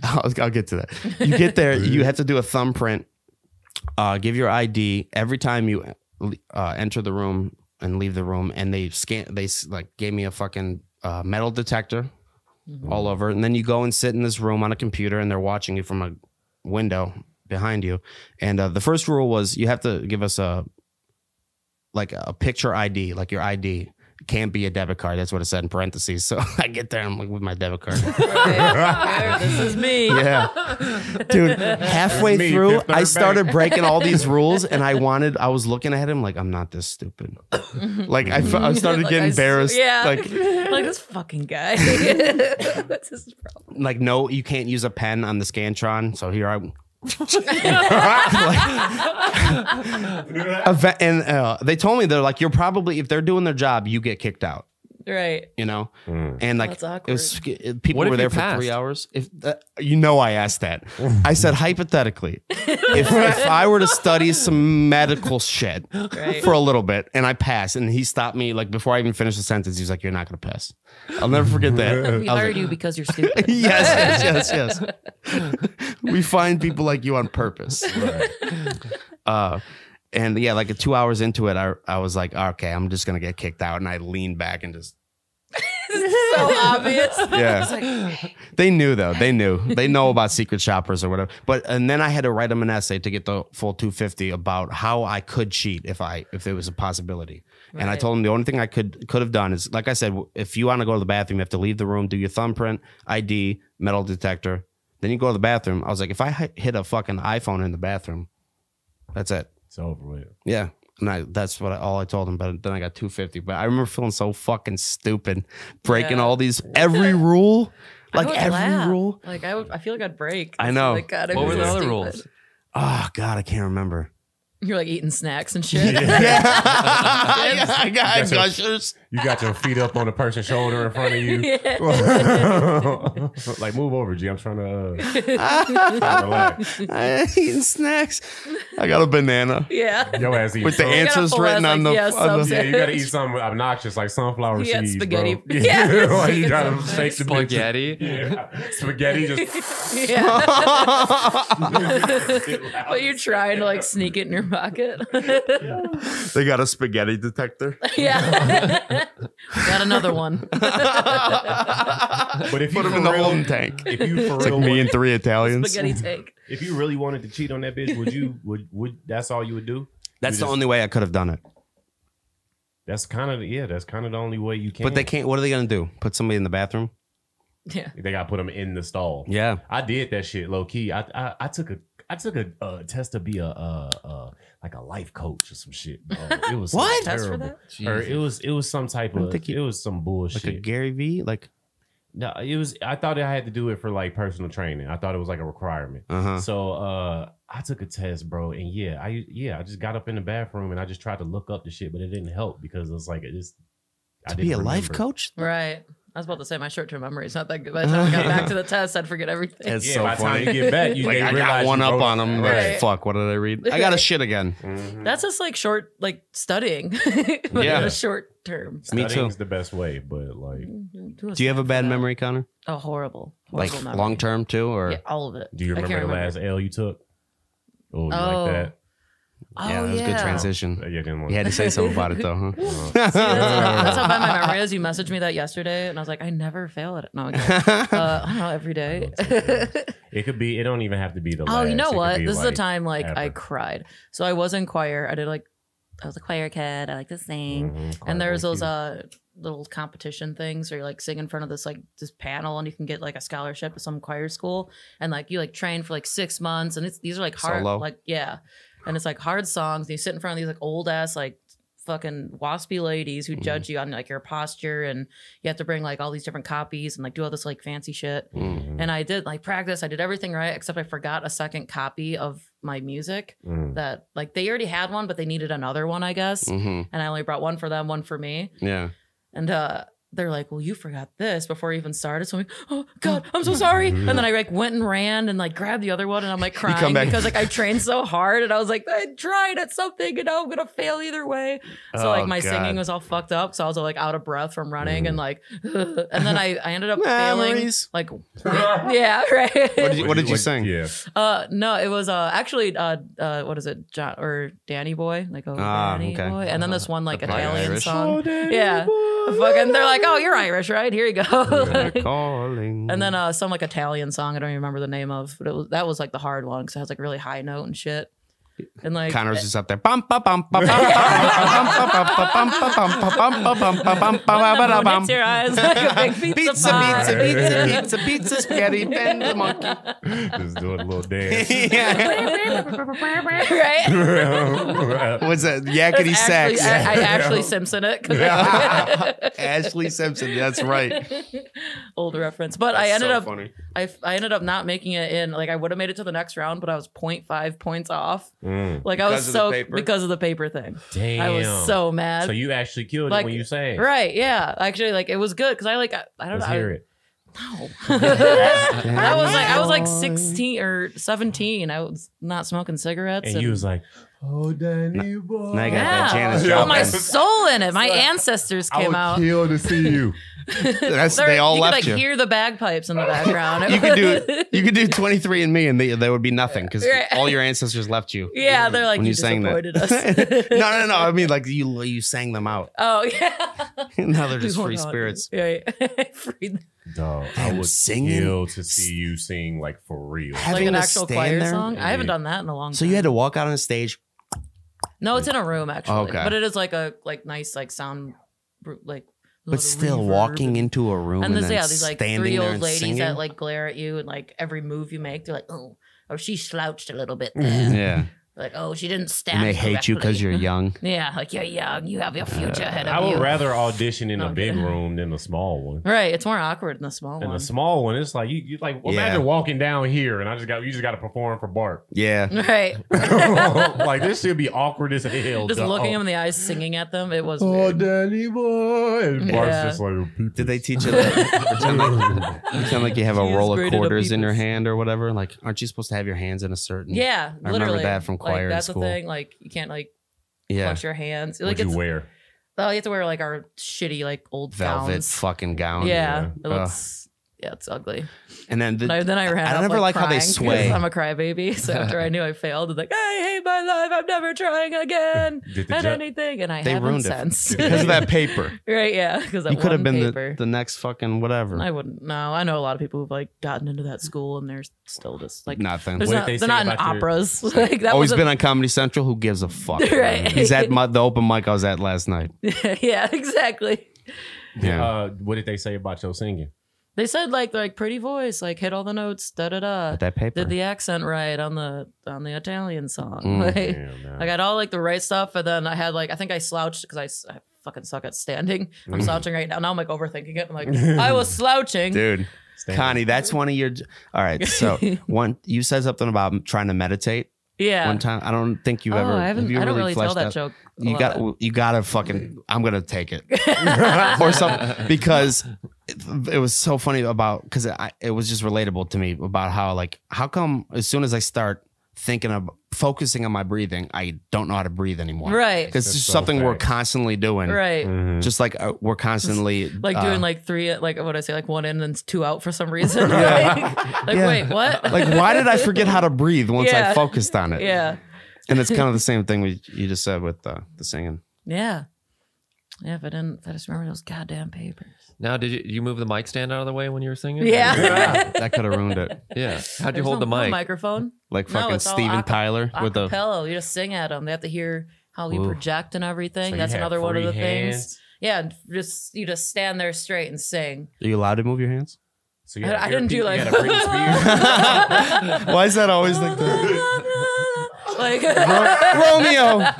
D: I'll, I'll get to that. You get there, you have to do a thumbprint, uh, give your ID every time you uh, enter the room and leave the room, and they scan. They s- like gave me a fucking uh, metal detector all over, and then you go and sit in this room on a computer, and they're watching you from a window behind you. And uh, the first rule was you have to give us a like a picture ID, like your ID. Can't be a debit card. That's what it said in parentheses. So I get there, I'm like with my debit card.
F: Right. this is me.
D: Yeah. Dude, halfway
E: me,
D: through,
E: fifth
D: I
E: third
D: started breaking all these rules and I wanted, I was looking at him like, I'm not this stupid. like, I, fe- I started getting
F: Like, Mm-hmm. I s-
D: embarrassed.
F: Yeah.
D: Like,
F: Like, this fucking guy. What's his problem?
D: like, no, you can't use a pen on the Scantron. So here I. Eve- and uh, they told me they're like you're probably if they're doing their job you get kicked out
F: Right.
D: you know and like
F: That's
D: it was sc- it- people
C: Mm. What if
D: were there
C: you
D: for three
C: passed?
D: hours if that, you know i asked that i said hypothetically if, if i were to study some medical shit
F: Right.
D: for a little bit and i pass and he stopped me like before i even finished the sentence he's like you're not going to pass i'll never forget that Uh, I was
F: We
D: like,
F: hired you because you're stupid.
D: yes yes yes yes we find people like you on purpose uh, and yeah, like two hours into it, I, I was like, okay, I'm just gonna get kicked out, and I leaned back and just
F: so obvious.
D: yeah. they knew though. They knew. They know about secret shoppers or whatever. But and then I had to write them an essay to get the full 250 about how I could cheat if I if it was a possibility. And I
F: Right.
D: told them the only thing I could could have done is like I said, if you want to go to the bathroom, you have to leave the room, do your thumbprint, ID, metal detector. Then you go to the bathroom. I was like, if I hi- hit a fucking iPhone in the bathroom, that's it.
E: It's over with.
D: Yeah. And I, that's what I, all I told him. But then I got 250. But I remember feeling so fucking stupid, breaking
F: Yeah.
D: all these every rule,
F: I
D: like
F: would
D: every
F: laugh.
D: rule.
F: Like I would, I feel like I'd break.
D: I
F: It's
D: know.
F: Like, God, I'd
C: What
F: be
C: were
F: so
C: the other
F: stupid.
C: rules?
D: Oh God, I can't remember.
F: You're like eating snacks and shit.
D: Yeah, I got
E: That's your-
D: gushers.
E: You got your feet up on a person's shoulder in front of you.
F: Yeah.
E: like move over, G. I'm trying to uh, relax.
D: I ain't eating snacks. I got a banana
F: yeah.
E: Yo ass eat
D: with the
E: so-
F: ant-
D: answers
F: full
D: written
F: ass,
D: on the.
F: like, yes,
D: on the
E: Yeah, you gotta eat something obnoxious like sunflower
F: Yeah,
E: seeds,
F: spaghetti.
E: bro.
F: Yeah.
E: Like, you gotta shake the bitch.
C: Spaghetti.
E: Yeah. Spaghetti just
F: yeah. But you're trying to like sneak it in your pocket.
D: they got a spaghetti detector.
F: yeah. Got another one.
E: But if you
D: Put them
E: for
D: in the
E: real-
D: holding tank.
E: if you for
D: It's like me
E: real wanted-
D: and three Italians.
F: Spaghetti take.
E: if you really wanted to cheat on that bitch, would you would would that's all you would do?
D: That's
E: You
D: the
E: just-
D: only way I could have done it.
E: That's kind of yeah. That's kind of the only way you can.
D: But they can't. What are they gonna do? Put somebody in the bathroom?
F: Yeah.
E: they got to put them in the stall.
D: Yeah.
E: I did that shit low key. I I, I took a I took a uh, test to be a uh, uh like a life coach or some shit. bro. It was
D: What?
E: Terrible.
F: Test for that?
E: Or it
C: Jesus.
E: was it was some type
D: I don't
E: of
D: think you-
E: it was some
D: Like
E: bullshit.
D: a Gary V. Like
E: no, it was. I thought I had to do it for like personal training. I thought it was like a requirement.
D: uh huh.
E: So uh I took a test, bro, and yeah, I yeah, I just got up in the bathroom and I just tried to look up the shit, but it didn't help because it was like it just I
D: To be a
E: didn't
D: life
E: remember.
D: coach?
F: Right. I was about to say my short term memory is not that good. By the time I got back to the test, I'd forget everything.
D: It's
E: Yeah,
D: so
E: by the time
D: funny.
E: you get back, you
D: Like
E: they
D: I
E: realize
D: got one
E: you
D: up
E: wrote-
D: on Mm-hmm. them. Like,
F: Right.
D: Fuck. What did I read? I got a shit again.
E: Mhm.
F: That's just like short, like studying. but
D: Yeah.
F: in a short term.
D: Me too. Mm-hmm.
E: Studying's the best way, but like,
D: Do you have a bad memory, Connor?
F: Oh, horrible. horrible
D: Like
F: memory.
D: long term too, or
F: Yeah, all of it.
E: do you
F: I can't
E: remember the last L you took? Oh, you
F: Oh.
E: like that?
F: Oh,
D: yeah, that was a good
E: Uh,
D: transition.
E: Yeah, didn't want
D: You had to say something about it though,
F: That's
D: huh?
F: how bad my memory is. You messaged me that yesterday, and I was like, I never fail at it. No, I'm kidding. uh, I don't know, every day.
E: It could be. It don't even have to be the.
F: oh,
E: last.
F: you know
E: It could
F: what?
E: be,
F: This is
E: like,
F: the time like I
E: ever.
F: cried. So I was in choir. I did like I was a choir kid. I like to sing,
E: Mhm,
F: and there's
E: quite
F: those uh little competition things where you like sing in front of this like this panel, and you can get like a scholarship to some choir school, and like you like train for like six months, and it's these are like hard
D: Solo.
F: like yeah, and it's like hard songs. And you sit in front of these like old ass like fucking waspy ladies who judge you on like your posture and you have to bring like all these different copies and like do all this like fancy shit
D: Mm-hmm.
E: Mhm,
F: and I did like practice. I did everything right, except I forgot a second copy of my music
E: mhm.
F: that like they already had one, but they needed another one, I guess.
D: hmm
F: And I only brought one for them, one for me.
D: Yeah.
F: And uh they're like, "Well, you forgot this before you even started." So I'm like, "Oh God, I'm so sorry." And then I like went and ran and like grabbed the other one, and I'm like
D: come
F: crying
D: back-
F: because like I trained so hard, and I was like, "I tried at something, and now I'm gonna fail either way." So
D: Oh,
F: like my
D: God. Mm.
F: singing was all fucked up, so I was like out of breath from running, and like, and then I I ended up failing.
D: Memories.
F: Like, yeah, right.
D: What did you, what did you
E: Like,
D: sing?
E: Yeah.
F: Uh, no, it was uh actually uh, uh what is it, John or Danny Boy, like oh
D: Ah,
F: Danny
D: okay.
F: Boy, and then this one like
D: Probably
F: Italian
D: Irish.
F: song, yeah, fucking. They're like, oh, you're Irish, right? Here you go.
D: Calling.
F: and then uh some like Italian song I don't even remember the name of, but it was that was like the hard one because it has like really high note and shit, and like
D: Connor's just up there. Bum, ba, bum, ba, bum, ba, bum, ba, bum, ba, bum, ba, bum, ba, bum, ba, bum, ba, bum, ba, da,
F: Number one
D: bum.
F: hits your eyes like a big pizza,
D: Pizza,
F: pie.
D: pizza, pizza, pizza, pizza, spaghetti, bend the monkey.
E: Just doing a little dance.
F: right?
D: What's that?
F: That's
D: Yakety
F: actually-
D: sax.
F: I, I actually Simpson it 'cause
D: Ashley Simpson. That's right.
F: old reference. But I
D: That's
F: ended
D: so
F: up
D: funny.
F: I, f- I ended up not making it in. Like I would have made it to the next round, but I was 0.5 points off.
E: Mm.
F: Like I
D: Because of
F: was
D: the
F: so
D: paper?
F: because of the paper thing.
E: Damn.
F: I was so mad.
E: So you actually killed
F: Like,
E: it when you sang.
F: right? Yeah. Actually, like it was good because I like I, I don't
E: Let's
F: know.
E: hear it.
F: I, I was like I was like 16 or 17. I was not smoking cigarettes.
E: And you was like, "Oh, Danny boy."
D: now you got
F: yeah,
D: that Janis
F: I put my
D: Joplin.
F: soul in it. My ancestors came out.
E: kill to see you.
D: That's,
F: There-
D: they all
F: you
D: left
F: could, like,
D: you.
F: Hear the bagpipes in the background.
D: you could do you could do 23 and me and they, there would be nothing because
F: Right.
D: all your ancestors left you.
F: yeah, they're like
D: When
F: you,
D: you sang that.
F: disappointed us.
D: no, no, no. I mean like you you sang them out.
F: Oh yeah.
D: now they're just
F: We
D: free
F: won't know.
D: spirits.
F: Yeah, yeah. free
E: Dog, I
D: Damn,
E: was
D: singing.
E: kill to see you sing like for real.
F: like an
D: to
F: actual
D: stand
F: choir
D: there-
F: song. I haven't done that in a long time.
D: So you had to walk out on stage.
F: No, it's in a room actually.
D: Oh, Okay.
F: But it is like a like nice like sound br- like a lot
D: But
F: of
D: still
F: reverb
D: walking
F: and-
D: into a room and,
F: and there's
D: then
F: yeah, these like
D: standing
F: three
D: there
F: old
D: and
F: ladies
D: singing.
F: that like glare at you and like every move you make, they're like, oh, oh, she slouched a little bit there.
D: yeah,
F: Like, oh, she didn't stab.
D: Mm-hmm. And they hate you because you're Uh,
F: correctly.
D: young.
F: Yeah, like you're young. You have your future ahead of
E: I would
F: you.
E: rather audition in a
F: Okay.
E: big room than a small one.
F: right, it's more awkward than the small
E: And
F: one.
E: a small one, it's like you, you like well,
D: Yeah.
E: imagine walking down here, and I just got you just got to perform for Bart.
D: Yeah.
F: right,
E: like this should be awkward as hell.
F: just
E: dog.
F: looking him in the eyes, singing at them. It was.
E: Oh,
F: weird.
E: Danny boy! And Bart's
F: Yeah.
E: just like,
D: Did they teach you that? pretend, like, pretend like you have a
F: She is
D: roll of
F: graded a
D: quarters in your
F: people's-
D: hand or whatever. Like, aren't you supposed to have your hands in a certain?
F: Yeah,
D: I
F: literally.
D: remember that from choir in
F: Like, that's
D: school.
F: the thing. Like you can't like
D: Yeah.
F: flex your hands. Like
E: "What'd you
F: it's
E: wear?"
F: oh, you have to wear like our shitty like old
D: Velvet
F: gowns.
D: fucking gown.
F: yeah, it
D: Ugh.
F: looks. Yeah, it's ugly.
D: And then the,
F: And I, then I ran.
D: I
F: up,
D: never like how they
F: crying 'cause
D: sway.
F: I'm a crybaby, so after I knew I failed, I'm like, I hate my life. I'm never trying again
E: Did the
F: at
E: ju-
F: anything, and I
D: They
F: haven't
D: ruined it.
F: since.
D: because of that paper.
F: right? Yeah, because
D: You could have been the,
F: paper.
D: the next fucking whatever.
F: I wouldn't. No, I know a lot of people who've like gotten into that school, and they're still just like
D: Nothing.
F: There's
E: What did
F: not,
E: they
F: they are
E: say
F: not in
E: about your-
F: operas. like that
D: Always
F: wasn't-
D: been on Comedy Central. Who gives a fuck?
F: Right.
D: He's at my, the open mic I was at last night.
F: yeah, exactly.
D: Yeah.
E: Uh, what did they say about your singing?
F: They said like like pretty voice, like hit all the notes, da da da.
D: With that paper.
F: Uh, Did the accent right on the on the Italian song.
D: Mm.
F: Like,
E: Damn, man.
F: I got all like the right stuff, and then I had like I think I slouched because I s- I, fucking suck at standing.
D: Mm.
F: I'm slouching right now. Now I'm like overthinking it. I'm like I was slouching.
D: Dude.
E: Stand
D: Connie, that's one of your. All right, so one you said something about trying to meditate
F: yeah.
D: one time. I don't think you've
F: oh,
D: ever.
F: I haven't.
D: have you
F: I don't really tell
D: fleshed
F: that
D: out-
F: joke. a
D: You
F: lot.
D: got. You gotta fucking. I'm gonna take it or something because it, it was so funny about because it, I- it was just relatable to me about how like how come as soon as I start thinking of focusing on my breathing, I don't know how to breathe anymore.
F: right,
D: Because it's
E: That's so
D: something we're
E: facts.
D: constantly doing.
F: right.
E: Mhm.
D: Just like uh, we're constantly
F: Like
D: uh,
F: doing like three, like what I say, like one in and then two out for some reason. Like, like,
D: Yeah.
F: wait, what?
D: like why did I forget how to breathe once I
F: Yeah.
D: focused on it?
F: yeah,
D: And it's kind of the same thing we, you just said with uh, the singing.
F: yeah, yeah. If I didn't, if I just remember those goddamn papers.
C: Now, did you you move the mic stand out of the way when you were singing?
F: Yeah.
D: That could have ruined it.
C: yeah. How'd you
F: There's
C: hold
F: no-
C: the
F: no
C: mic?
F: microphone.
D: Like
F: No,
D: fucking
F: it's all
D: Steven
F: acap-
D: Tyler with the
F: Acapello. You just sing at them. They have to hear how you
D: Ooh.
F: project and everything.
E: So you
F: That's
E: had
F: another one of
E: free
F: the things.
E: hands.
F: Yeah, and just you just stand there straight and sing.
D: Are you allowed to move your hands?
E: So you
F: I-
E: had a
F: I didn't
E: earpiece-
F: do
E: you
F: like-
E: had a Britney Spears.
D: Why is that always like that?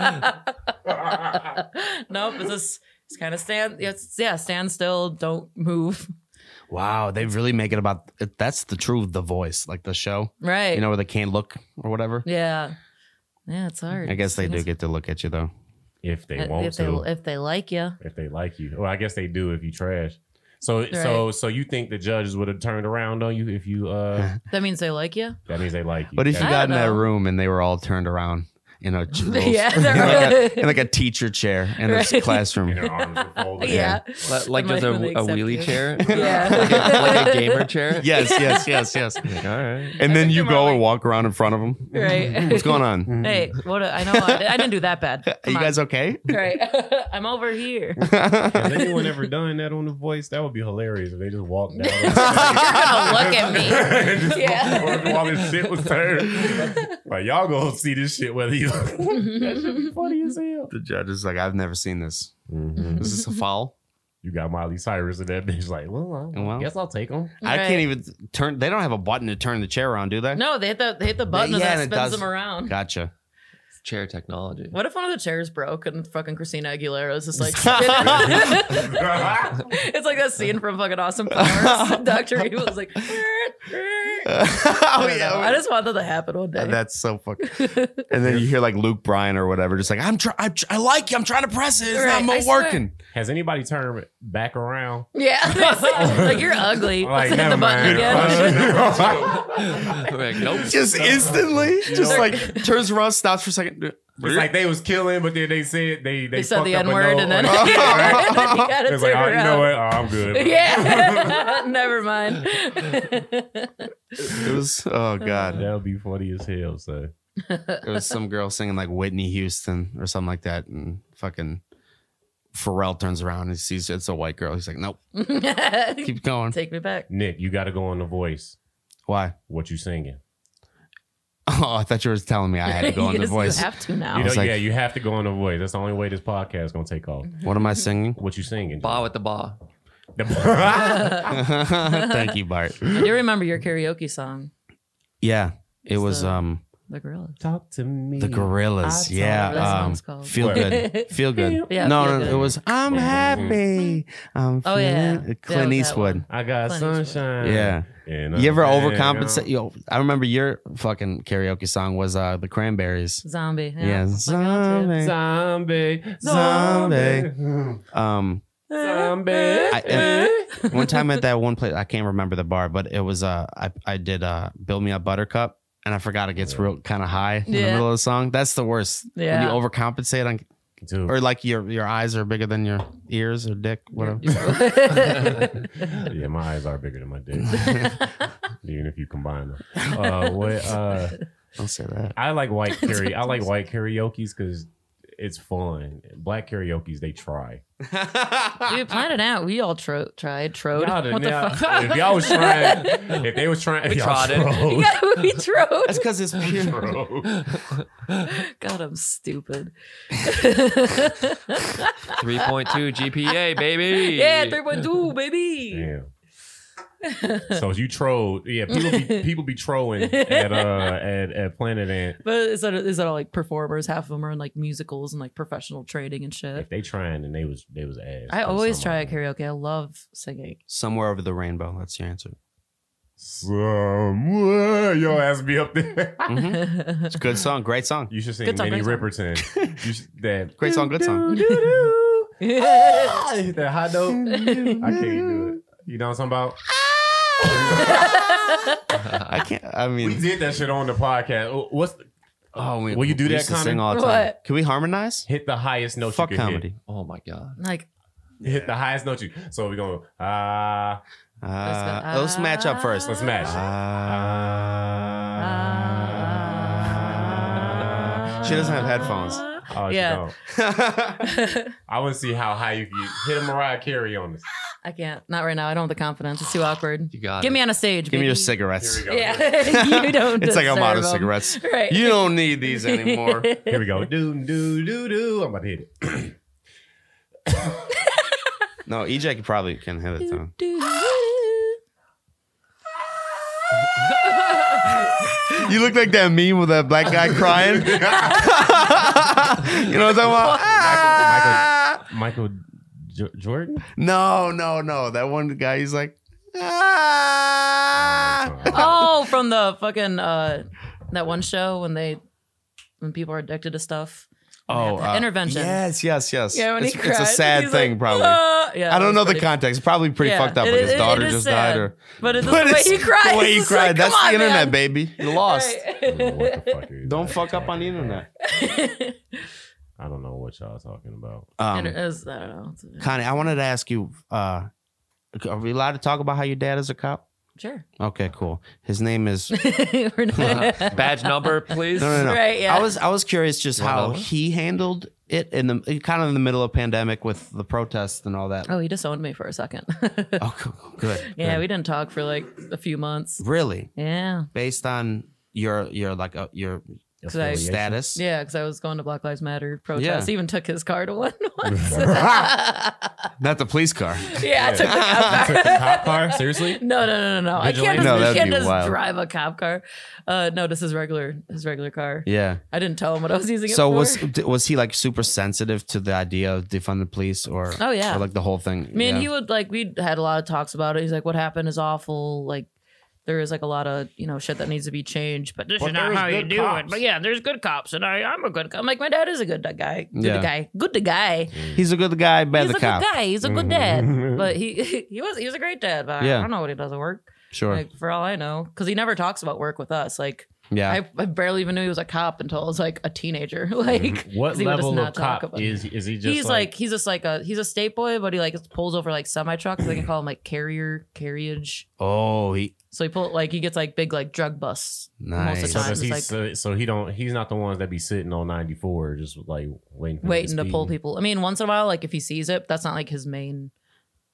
F: like
D: Romeo.
F: nope, it's just it's kind of stand. It's yeah, stand still, don't move.
D: Wow, they really make it about that's the true The Voice, like the show,
F: Right.
D: you know, where they can't look or whatever.
F: Yeah. Yeah, it's hard.
D: I guess they do
F: It's-
D: get to look at you though.
E: if they
F: if
E: want
F: if
E: to,
F: they if they like you.
E: if they like you. Well, I guess they do if you trash. So so so you think the judges would have turned around on you if you uh
F: That means they like you.
E: that means they like you.
D: But if you
F: I
D: got in
F: don't
D: that
F: know.
D: room and they were all turned around in a
F: Yeah,
D: in,
F: they're
D: like
F: right.
D: a, in like a teacher chair in a
F: Right.
D: classroom.
E: And their arms were folded.
F: Yeah.
C: Like, like
F: Am I-
C: just a,
F: will they
C: a
F: accept
C: wheelie
F: you?
C: chair, like, a,
F: Yeah.
C: like a gamer chair.
D: Yes, yes, yes, yes.
C: Like, all right.
D: And then
F: think
D: you
F: they're
D: go
F: more
D: and
F: like-
D: walk around in front of them.
F: Right.
D: What's going on?
F: Hey, what? A, I know I, I didn't do that bad.
D: Are
F: Come
D: you
F: on.
D: guys okay?
F: right. I'm over here.
E: Has anyone ever done that on the voice? That would be hilarious if they just walked down.
F: Look at me.
E: just
F: Yeah.
E: walked forward while this shit was turned. Like y'all gonna see this shit whether you. that should be funny as hell.
D: The judge is like, I've never seen this.
F: Mm-hmm.
D: Is this a foul?
E: You got Miley Cyrus in that bitch. Like, well, I
D: Well.
E: guess I'll take them.
D: I can't
F: Right.
D: even turn. They don't have a button to turn the chair around, do they?
F: No, they hit the they hit the button
D: Yeah, and it
F: and that spins
D: does-
F: them around.
D: Gotcha.
C: Chair technology.
F: What if one of the chairs broke and fucking Christina Aguilera is just like spinning? it's like that scene from fucking Awesome Powers. Doctor Evil is like, I,
D: oh
F: don't know. I just want that to happen one day.
D: That's so fucking. and then you hear like Luke Bryan or whatever, just like I'm trying. I, tr- I like you. I'm trying to press it. It's
F: Right,
D: not
F: I
D: mo-
F: swear.
D: working.
E: Has anybody turned back around?
F: yeah, like you're ugly. Let's hit the button again.
C: Like, nope.
D: Just instantly, just
F: know-
D: like turns around, stops for a second.
E: It's like they was killing, but then they said they they,
F: They said the
E: fucked up
F: N
E: a
F: word
E: no.
F: and then you
E: Like,
F: gotta
E: it's like,
F: turn
E: oh, you know
F: around.
E: what? Oh, I'm good.
F: Yeah, never mind.
D: It was oh god,
F: Uh.
E: That would be funny as hell. So
D: it was some girl singing like Whitney Houston or something like that, and fucking Pharrell turns around and sees it's a white girl. He's like, nope, keep going.
F: Take me back.
E: Nick, you got to go on the voice.
D: Why?
E: What you singing?
D: Oh, I thought you were telling me I had to go on
F: you
D: the
F: just-
D: voice.
F: You have to now.
E: You know,
D: was like-
E: yeah, you have to go on the voice. That's the only way this podcast gonna take off.
D: What am I singing?
E: What you singing?
C: Ba with the ba.
E: The-
D: Thank you, Bart.
F: I do remember your karaoke song.
D: Yeah, it was
F: So-
D: um
F: The Gorillas.
E: Talk to me.
D: The Gorillas,
F: That's all- that
D: yeah.
F: song's
D: um,
F: called.
D: feel
E: What?
D: good, feel good.
F: Yeah,
D: no,
F: Feel
D: no,
F: Good.
D: it was I'm happy. I'm
F: Oh, yeah.
D: feeling-"
F: That was
D: Clint
F: that
D: Eastwood.
F: one.
E: I got
F: Clint Eastwood.
E: sunshine.
D: Yeah.
E: And
D: You ever
E: I'm hanging
D: overcompensate?
E: out.
D: Yo, I remember your fucking karaoke song was uh the Cranberries.
F: Zombie. Yeah.
D: Yeah,
F: That's my
D: zombie.
F: go-to.
E: Zombie.
D: Zombie.
E: Zombie.
D: Um,
E: Zombie.
D: I, and one time at that one place, I can't remember the bar, but it was uh, I I did uh, build me a buttercup, and I forgot it gets real kind of high in the
F: Yeah.
D: middle of the song. That's the worst. when you
F: Yeah.
D: overcompensate on,
E: Dude,
D: or like your your eyes are bigger than your ears or dick, whatever.
E: yeah, my eyes are bigger than my dick. Even if you combine them. Uh, what, uh,
D: Don't say that.
E: I like white karaoke. I like white karaoke's because it's fun. Black karaoke's they try.
F: Dude, plan it out. We all tro- tried. Trode.
E: Y'all done-
F: what the
E: y'all-
F: fuck?
E: If y'all was trying, if they was trying, if y'all
C: tried it.
E: trod,
F: Yeah, we trode.
D: That's because it's pure.
E: bro.
F: God, I'm stupid.
C: 3.2 GPA, baby.
F: Yeah, 3.2, baby.
E: Damn. So you trolled, yeah. People be people be trolling at uh at, at Planet Ant.
F: But is that, is that all like performers? Half of them are in like musicals and like professional training and shit.
E: If they trying and they was they was ass.
F: I always try at
E: karaoke.
F: karaoke. I love singing.
D: Somewhere over the rainbow. That's your answer.
E: Somewhere your ass be up there.
D: Mhm. It's a good song. Great song.
E: You should sing
F: Good song,
E: Minnie
F: great
E: Riperton. You should, that
D: Great song. Good song.
E: that high note. I can't do it. You know what I'm talking
D: I can't. I
E: about? We
D: mean,
E: did that shit on the podcast. Oh, What's the-
D: oh, we,
E: Will you do
D: we
E: that,
D: used to
E: Connor?
D: Sing all the time.
F: What?
D: Can we harmonize?
E: hit the highest note?
D: Fuck
E: you can hit.
D: comedy.
C: Oh my god.
F: like,
E: Hit. the highest note you. So we're going ah
D: Uh, let's match up first.
E: Let's match.
D: Uh, she doesn't have headphones.
E: Oh,
F: Yeah.
E: yeah.
D: Uh,
E: I want to see how high you can get. hit a Mariah Carey on this.
F: I can't. Not right now. I don't have the confidence. It's too awkward.
C: You got
F: Get
C: it.
F: me on a stage.
D: Give me your
F: baby.
D: cigarettes.
E: Here we go.
F: Yeah, you don't.
D: It's like I'm out of
F: deserve 'em.
D: cigarettes.
F: Right.
D: You don't need these anymore.
E: Here we go. Do do do do. I'm about to hit it.
D: No, EJ could probably can hit it though. You look like that meme with that black guy crying. you know what I'm talking about? Ah!
E: Michael J- Jordan.
D: No, no, no. That one guy, he's like, ah.
F: oh, from the fucking uh, that one show when they when people are addicted to stuff.
D: Oh,
F: Yeah, intervention.
D: Yes, yes, yes.
F: Yeah, when
D: it's,
F: he
D: it's
F: cried,
D: a sad
F: he's
D: thing,
F: like,
D: probably.
F: "Ah." Yeah,
D: I
F: it
D: don't
F: was
D: know the
F: pretty-
D: context. Probably pretty
F: yeah,
D: fucked up.
F: it-
D: But his
F: it- it
D: daughter
F: is
D: just
F: sad.
D: died, or
F: But it's
D: But
F: the way
D: it's
F: he cried.
D: The way he
F: It's just
D: cried.
F: like,
D: That's
F: "Come
D: the
F: on,
D: internet,
F: man."
D: baby. You lost.
E: I don't know what the fuck it is.
D: Don't fuck up on the internet.
E: I don't know what y'all talking about.
F: And
D: Um,
F: it was- I don't know. It's-
D: Connie, I wanted to ask you: uh, Are we allowed to talk about how your dad is a cop?
F: Sure.
D: Okay, cool. His name is. No,
F: We're not-
C: Badge number, please.
D: no, no.
F: Right, yeah.
D: I was I was curious just how
C: Wow.
D: he handled it in the kind of in the middle of pandemic with the protests and all that.
F: oh, he disowned me for a second.
D: Oh, cool, cool, good.
F: yeah,
D: good.
F: we didn't talk for like a few months.
D: really
F: Yeah.
D: based on your your like uh, your
F: I-
E: Affiliation.
D: status.
F: Yeah, because I was going to Black Lives Matter protests.
D: Yeah.
F: Even took his car to one once.
D: Not the police car.
F: yeah, I took the cop car.
E: Cop car? Seriously?
F: No, no, no, no, no. I can't
E: Vigilante?
F: just,
D: No, that'd
F: I can't
D: be
F: just
D: wild.
F: drive a cop car. Uh, no, this is regular. His regular car.
D: Yeah.
F: I didn't tell him what I was using it
D: So
F: for.
D: was d- was he like super sensitive to the idea of defund the police or
F: Oh, yeah.
D: or like the whole thing?
F: I mean,
D: yeah.
F: he would like we had a lot of talks about it. He's like, "What happened is awful. Like, there is like a lot of you know shit that needs to be changed, but this
E: But
F: is not
E: there's
F: how you
E: good
F: do
E: cops.
F: it. But yeah, there's good cops, and I I'm a good cop. I'm like my dad is a good guy, good
D: Yeah.
F: guy, good guy.
D: he's a good guy, bad
F: He's a
D: the cop.
F: good guy. He's a good dad. but he he was he was a great dad. But
D: Yeah.
F: I don't know what he does at work.
D: Sure.
F: Like for all I know, because he never talks about work with us. Like
D: yeah.
F: I, I barely even knew he was a cop until I was like a teenager. like
E: What
F: 'cause he would just
E: level of
F: not talk
E: cop
F: about-
E: is is he just
F: he's like, he's just like a he's a state boy, but he like pulls over like semi trucks. They can call him like carrier carriage.
D: oh, he
F: So he pull like he gets like big like drug busts most of
D: Nice.
F: the
E: so,
F: time.
E: does
F: It's
E: he,
F: like
E: so, so he don't he's not the ones that be sitting on 94 just like waiting for
F: waiting to pull
E: speed.
F: people. I mean, once in a while, like if he sees it, that's not like his main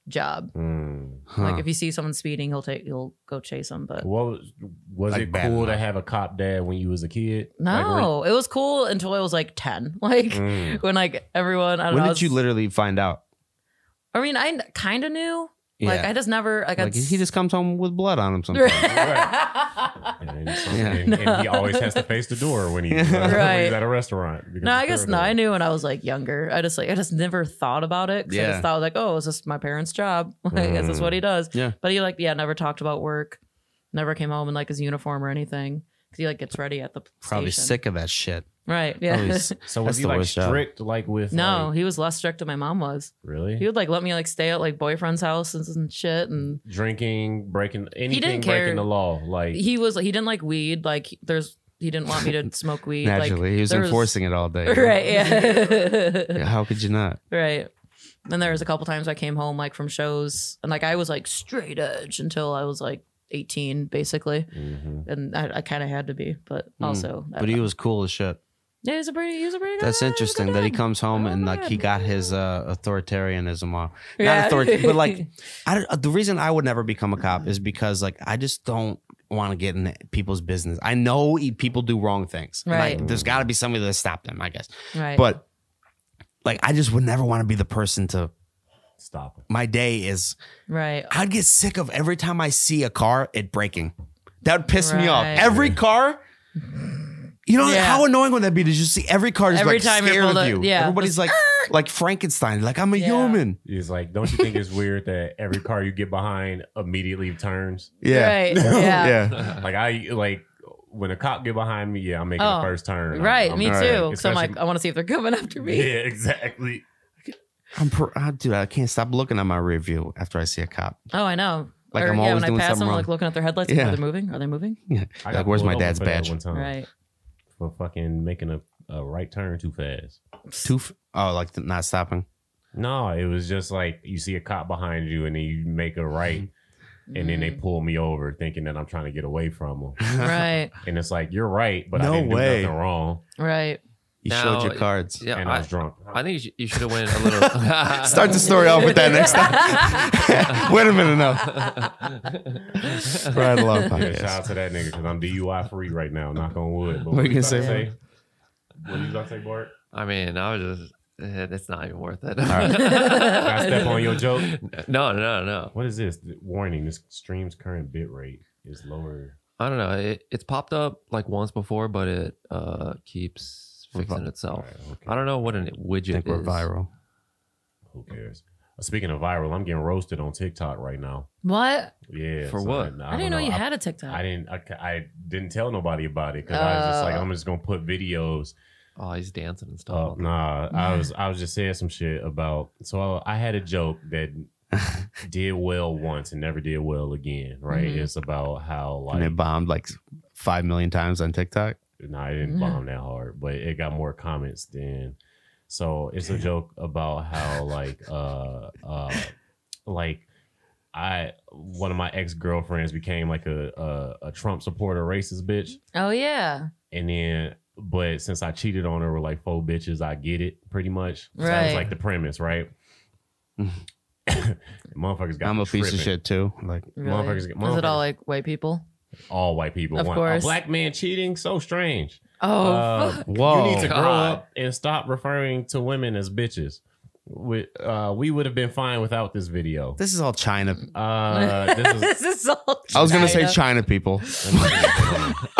F: job.
E: Mm.
D: huh.
F: Like if you see someone speeding, he'll take he'll go chase him. But
E: What was, was
D: Like
E: it
D: bad
E: cool to
D: luck.
E: have a cop dad when you was a kid? Like, were-
F: no, it was cool until I was like ten. Like
E: Mm.
F: when like everyone. I don't
D: when
F: know, I
D: did
F: was-
D: you literally find out?
F: I mean, I kind of knew. Like
D: Yeah.
F: I just never like,
D: Like
F: I
D: he just comes home with blood on him sometimes.
E: Right. And, so-
D: Yeah.
E: and- and he always has to face the door when, he, when
F: Right.
E: he's at a restaurant. because
F: No,
E: the
F: I guess
E: door
F: no.
E: door.
F: I knew when I was like younger. I just like I just never thought about it. 'cause I
D: Yeah. Mm.
F: just thought like, oh, is this my parents' job? Like, is this what he does?
D: Yeah.
F: But he like yeah, never talked about work. Never came home in like his uniform or anything. Cause he like gets ready at the
D: Probably
F: station.
D: sick of that shit.
F: Right.
D: Probably
F: Yeah.
D: s-
E: So
D: That's
E: was he
D: the
E: like
D: worst job.
E: strict, like with
F: no,
E: like,
F: he was less strict than my mom was.
E: really
F: He would like let me like stay at like boyfriend's houses and shit and
E: drinking, breaking anything,
F: care.
E: breaking the law. Like
F: he was he didn't like weed. Like there's he didn't want me to smoke weed.
D: Naturally,
F: like,
D: he was
F: there
D: enforcing it all day.
F: Right, yeah.
D: Yeah, How could you not?
F: Right. And there was a couple times I came home like from shows and like I was like straight edge until I was like 18 basically.
E: Mhm.
F: And I, I kind of had to be, but
D: Mm.
F: also,
D: But he was cool as shit.
F: Uh, yeah, he was a pretty, he was a pretty.
D: That's
F: good-
D: interesting
F: good
D: that he
F: dad.
D: comes home
F: Oh
D: and
F: my
D: like he
F: God.
D: got his uh, authoritarianism off. Not
F: Yeah.
D: authority, but like I don't- uh, the reason I would never become a cop is because like I just don't want to get in people's business. I know e- people do wrong things. And, like,
F: Right.
D: there's got to be somebody to stop them, I guess.
F: right.
D: But like I just would never want to be the person to
E: stop. Him.
D: my day is
F: right.
D: I'd get sick of every time I see a car it breaking. That would piss me off.
F: Right.
D: Every car. You know
F: Yeah.
D: how annoying would that be to just see every car just
F: Every
D: like
F: time you're
D: scared
F: pulled
D: of
F: up-
D: you?
F: yeah.
D: Everybody's
F: Just,
D: like like Frankenstein. Like I'm a
F: Yeah.
D: human.
E: He's like, don't you think it's weird that every car you get behind immediately turns?
D: Yeah.
F: Right. Yeah.
D: Yeah.
E: Like I like when a cop get behind me, yeah, I'm making
F: Oh.
E: the first turn. I'm-
F: Right.
E: I'm
F: me too.
E: not-
F: Because I'm like,
E: especially-
F: I want to see if they're coming after me.
E: yeah, exactly.
D: I'm per- I, dude, I can't stop looking at my review after I see a cop.
F: Oh, I know.
D: Like,
F: or,
D: I'm
F: yeah,
D: always
F: when I
D: doing
F: pass
D: something
F: them, I'm
D: wrong.
F: like looking at their headlights.
D: Yeah. Oh.
F: Like, are they moving? Are they moving?
E: I
D: Like,
E: got
D: where's my
E: pulled over
D: dad's
E: for that
D: badge?
E: One time
F: Right.
E: For fucking making a, a right turn too fast.
D: Tooth. Oh, like th- not stopping.
E: No, it was just like you see a cop behind you and then you make a right.
D: Mm-hmm.
E: And then they
F: Mm.
E: pull me over thinking that I'm trying to get away from them.
F: right.
E: And it's like, you're right, but
D: No
E: I didn't
D: way.
E: do nothing wrong.
F: Right.
D: You
C: Now-
D: showed your cards.
C: Yeah,
E: and I, was
C: I,
E: drunk.
C: I think you should, you should have went a little.
D: Start the story off with that next time. Wait a minute now. Right along
E: Yeah, shout
D: podcast.
E: out to that nigga because I'm DUI free right now. Knock on wood. But
D: What
E: what
D: you
E: you
D: gonna
E: about to
D: say?
E: say? What you about to say, Bart?
C: I mean, I was just. eh, It's not even worth it.
E: Can I step on your joke?
C: no, no, no.
E: What is this? Warning: This stream's current bit rate is lower.
C: I don't know. It, it's popped up like once before, but it uh, keeps fixing
E: All
C: itself.
E: right, okay.
C: Oh, I don't know what a
D: I
C: widget
D: think we're
C: is.
D: viral.
E: Who cares? Uh, Speaking of viral, I'm getting roasted on TikTok right now.
F: What?
E: Yeah.
C: For what?
E: I,
F: I, didn't know,
E: don't
F: you
E: I-
F: had a TikTok.
E: I didn't. I, ca- I didn't tell nobody about it because I was just like,
F: Oh.
E: I'm just gonna put videos
C: Oh, he's dancing and stuff.
E: Oh
C: on
E: nah, I was I was just saying some shit about. So I, I had a joke that did well once and never did well again. Right?
F: Mhm.
E: It's about how
D: And
E: like
D: it bombed like five million times on TikTok.
E: nah, I didn't bomb that hard, but it got more comments than. So it's a joke about how like uh uh like I one of my ex girlfriends became like a, a a Trump supporter racist bitch.
F: oh yeah.
E: And then, but since I cheated on her with like four bitches, I get it pretty much. So That was
F: Right.
E: like the premise, right? motherfuckers got
D: I'm
E: me
D: a piece of
E: tripping.
D: shit too. Like
F: Really?
E: Motherfuckers
F: Is
E: get-
F: it all
E: motherfuckers-
F: like white people?
E: All white people.
F: Of
E: want
F: course.
E: A black man cheating, so strange.
F: Oh,
E: Uh,
F: fuck.
D: whoa.
E: you need to grow
C: God.
E: up and stop referring to women as bitches. We, uh, we would have been fine without this video.
D: this is all China.
E: Uh, this is
F: this is all.
D: I was gonna say
F: China.
D: China people,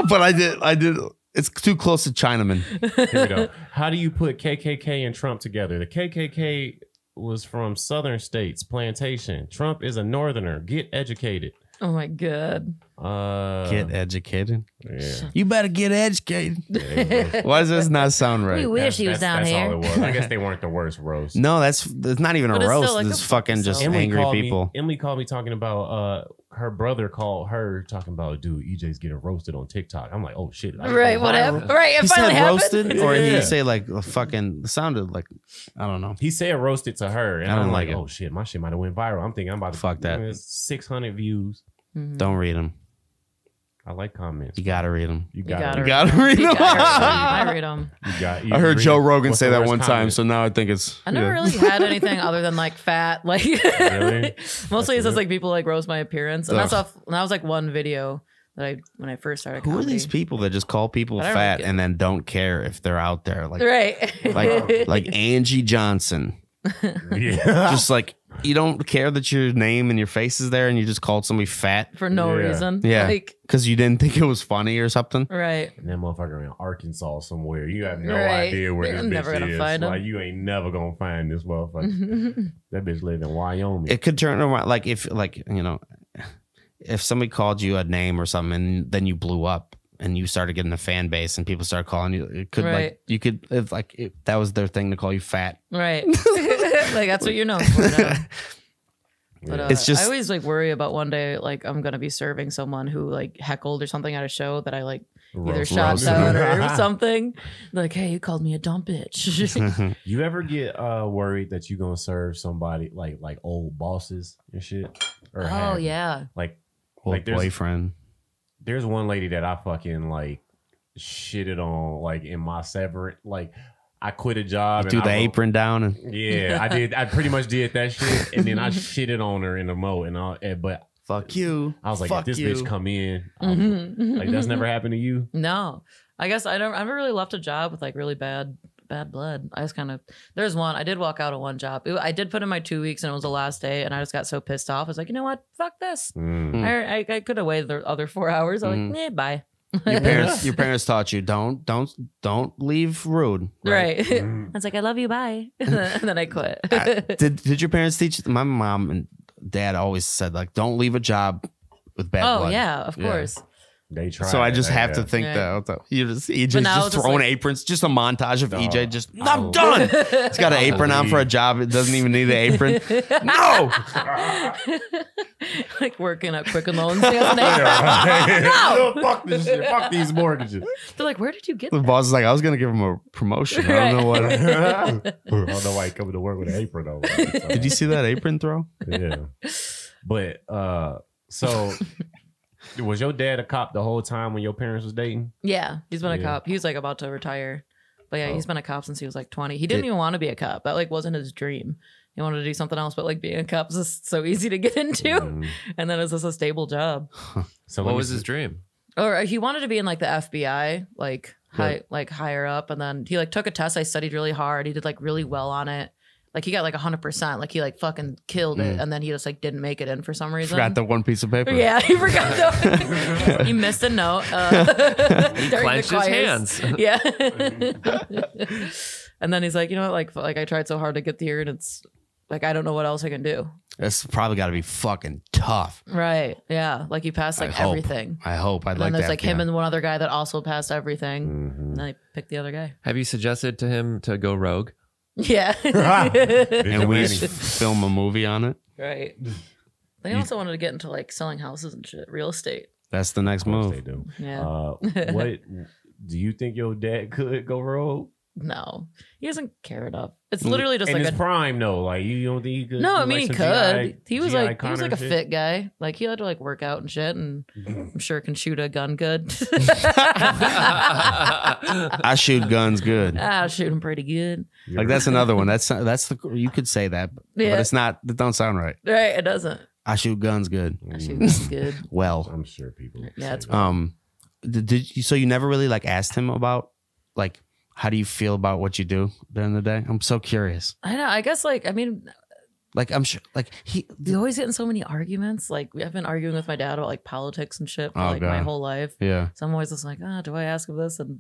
D: but I did. I did. It's too close to Chinaman.
E: Here we go. How do you put KKK and Trump together? The KKK was from Southern states, plantation. Trump is a Northerner. Get educated.
F: Oh my god.
E: Uh,
D: Get educated.
E: yeah.
D: You better get educated.
E: Yeah,
D: Why does this not sound right?
E: that's- that's- that's all it was. I guess they weren't the worst roast.
D: No, that's that's not even
F: But
D: a
F: it's still
D: roast.
F: like
D: It's
F: a-
D: fucking just
F: so-
D: angry
E: called
D: people.
E: Me, Emily called me talking about uh, her brother called her talking about dude EJ's getting roasted on TikTok. I'm like, oh shit, I just
F: Right.
E: went
F: What
E: viral.
F: happened? Right. It
D: he
F: finally
D: said
F: happened.
D: roasted, or did
E: Yeah.
D: he say like a fucking sounded like I don't know.
E: He said roasted to her, and
D: I don't
E: I'm
D: like
E: like,
D: it.
E: oh shit, my shit might have went viral. I'm thinking I'm about to
D: Fuck that.
E: Six hundred views.
F: Mhm.
D: Don't read them.
E: I like comments.
D: You gotta read them.
E: You
F: You
E: got,
F: gotta
E: it.
D: You gotta read
F: You
D: them.
F: gotta read 'em. I read them.
E: You got- you
D: I heard
E: read
D: Joe
E: it.
D: Rogan
E: What's
D: say
E: the
D: that
E: worst
D: one time,
E: comment?
D: so now I think it's.
F: I never
D: yeah.
F: really had anything other than like fat. Like
E: Really?
F: mostly it's
E: That's
F: just like people like roast my appearance, and that's off. And that was like one video that I when I first started.
D: Who are
F: comedy.
D: these people that just call people
F: I don't
D: fat
F: get-
D: and then don't care if they're out there? Like,
F: Right.
D: like, like Angie Johnson.
E: Yeah.
D: Just like you don't care that your name and your face is there, and you just called somebody fat
F: for no
E: Yeah.
F: reason.
D: Yeah.
F: Like,
D: because you didn't think it was funny or something.
F: right.
E: And that motherfucker in Arkansas somewhere. You have no
F: Right.
E: idea where this
F: I'm
E: bitch
F: never gonna
E: is.
F: find him.
E: like you ain't never gonna find this motherfucker.
F: right.
E: that bitch lived in Wyoming.
D: It could turn around like if like you know, if somebody called you a name or something, and then you blew up and you started getting a fan base and people started calling you. It could
F: Right.
D: like you could if like if that was their thing to call you fat.
F: like that's what you're known for. now. But uh,
E: Yeah.
D: It's just-
F: I always like worry about one day like I'm gonna be serving someone who like heckled or something at a show that I like either
E: Roast-
F: shot
E: roast.
F: down or something. Like, hey, you called me a dumb bitch.
E: You ever get uh worried that you gonna serve somebody like like old bosses and shit? Or
F: oh
E: have-
F: yeah.
E: Like
D: Old
E: Like, there's-
D: boyfriend.
E: there's one lady that I fucking like shitted on like in my separate like I quit a
D: You
E: job and
D: threw
E: I
D: the
E: wrote-
D: apron down and
E: Yeah, I did. I pretty much did that shit, and then I shitted on her in the mo. And I, and- but
D: fuck you.
E: I was like,
D: fuck
E: if this
D: you.
E: bitch come in, I'm-
F: Mhm.
E: Um, like that's never happened to you.
F: No, I guess I don't. I never really left a job with like really bad, bad blood. I just kind of there's one. I did walk out of one job. It- I did put in my two weeks, and it was the last day, and I just got so pissed off. I was like, you know what? Fuck this.
E: Mm.
F: I, I, I could have waited the other four hours.
E: Hmm.
F: I'm like, eh, bye.
D: Your parents, your parents taught you don't, don't, don't leave rude.
F: Right.
D: Mm.
F: I was like, I love you. Bye. and then I quit.
D: I- did did your parents teach? My mom and dad always said like, don't leave a job with bad
F: oh
D: blood.
F: yeah, of
D: Yeah.
F: course.
E: They try.
D: So I just have to think
F: Yeah.
D: that that you just EJ's
F: But now
D: just
F: it's just
D: throwing
F: like-
D: aprons, just a montage of
E: No.
D: EJ just I'm
E: I'll-
D: done. It's got an
C: I'll
D: apron on for a
E: leave.
D: job. It doesn't even need an apron. no,
F: like working at Quicken Loans. the other day.
E: no! fuck this shit. Fuck these mortgages.
F: They're like, where did you get
D: the
F: that?
D: boss is like, I was gonna give him a promotion. I don't know what.
E: I don't know why I come to work with an apron on.
D: Did you see that apron throw?
E: yeah. But uh, so was your dad a cop the whole time when your parents was dating?
F: Yeah, he's been a
E: Yeah.
F: cop. He was like about to retire, but yeah,
E: Oh.
F: he's been a cop since he was like twenty. He didn't
D: Did-
F: even want to be a cop. That like wasn't his dream. He wanted to do something else, but like being a cop is just so easy to get into,
E: Mm.
F: and then it's just a stable job.
E: So let
C: What
E: me
C: was
E: see.
C: his dream?
F: Or uh, he wanted to be in like the FBI, like high,
E: Yeah.
F: like higher up, and then he like took a test. I studied really hard. He did like really well on it. Like he got like hundred percent. Like he like fucking killed it, and then he just like didn't make it in for some reason.
D: Mm. Forgot the one piece of paper.
F: Yeah, he forgot. The- he missed a note. Uh,
C: He
F: during the
C: clenched his
F: choirs.
C: hands.
F: Yeah. and then he's like, you know what? Like, like I tried so hard to get here, and it's like I don't know what else I can do.
D: That's probably got to be fucking tough.
F: Right. Yeah. Like he passed
D: I
F: like
D: hope.
F: everything.
D: I hope. I'd
F: And
D: like
F: then there's
D: that
F: like
D: for
F: him and one other guy that also passed everything.
E: Mhm.
F: And then I picked the other guy.
C: Have you suggested to him to go rogue?
F: Yeah.
D: and we
E: Vigilante.
D: just film a movie on it.
F: right. They also wanted to get into like selling houses and shit, real estate.
D: That's the next
E: Of course they
D: move.
E: do.
F: Yeah.
E: Uh, what do you think your dad could go rogue?
F: no, he doesn't care enough. It's literally just
E: In
F: like
E: his
F: a
E: prime, though, like you don't think he could?
F: No,
E: do,
F: I mean he
E: like,
F: could.
E: some GI
F: he was
E: GI
F: like he was
E: Connor
F: like a
E: shit? Mm-hmm.
F: fit guy. Like he had to like work out and shit, and I'm sure can shoot a gun good.
D: I shoot guns good.
F: I Ah, shoot him pretty good.
D: Like that's another one. That's that's the you could say that, but
F: Yeah.
D: it's not. It don't sound right.
F: Right? It doesn't.
E: Mm.
D: I shoot guns good.
F: I shoot him good.
D: Well,
E: I'm sure people. would
F: Yeah,
E: say
F: it's-
E: that.
D: um, did, did you? So you never really like asked him about like how do you feel about what you do during the day? I'm so curious.
F: I know. I guess like I mean,
D: Like I'm sure. Like he.
F: we always get in so many arguments. Like I've been arguing with my dad about like politics and shit for
D: Oh,
F: like my
D: God.
F: whole life.
D: Yeah.
F: So I'm always just like, ah, do I ask him this and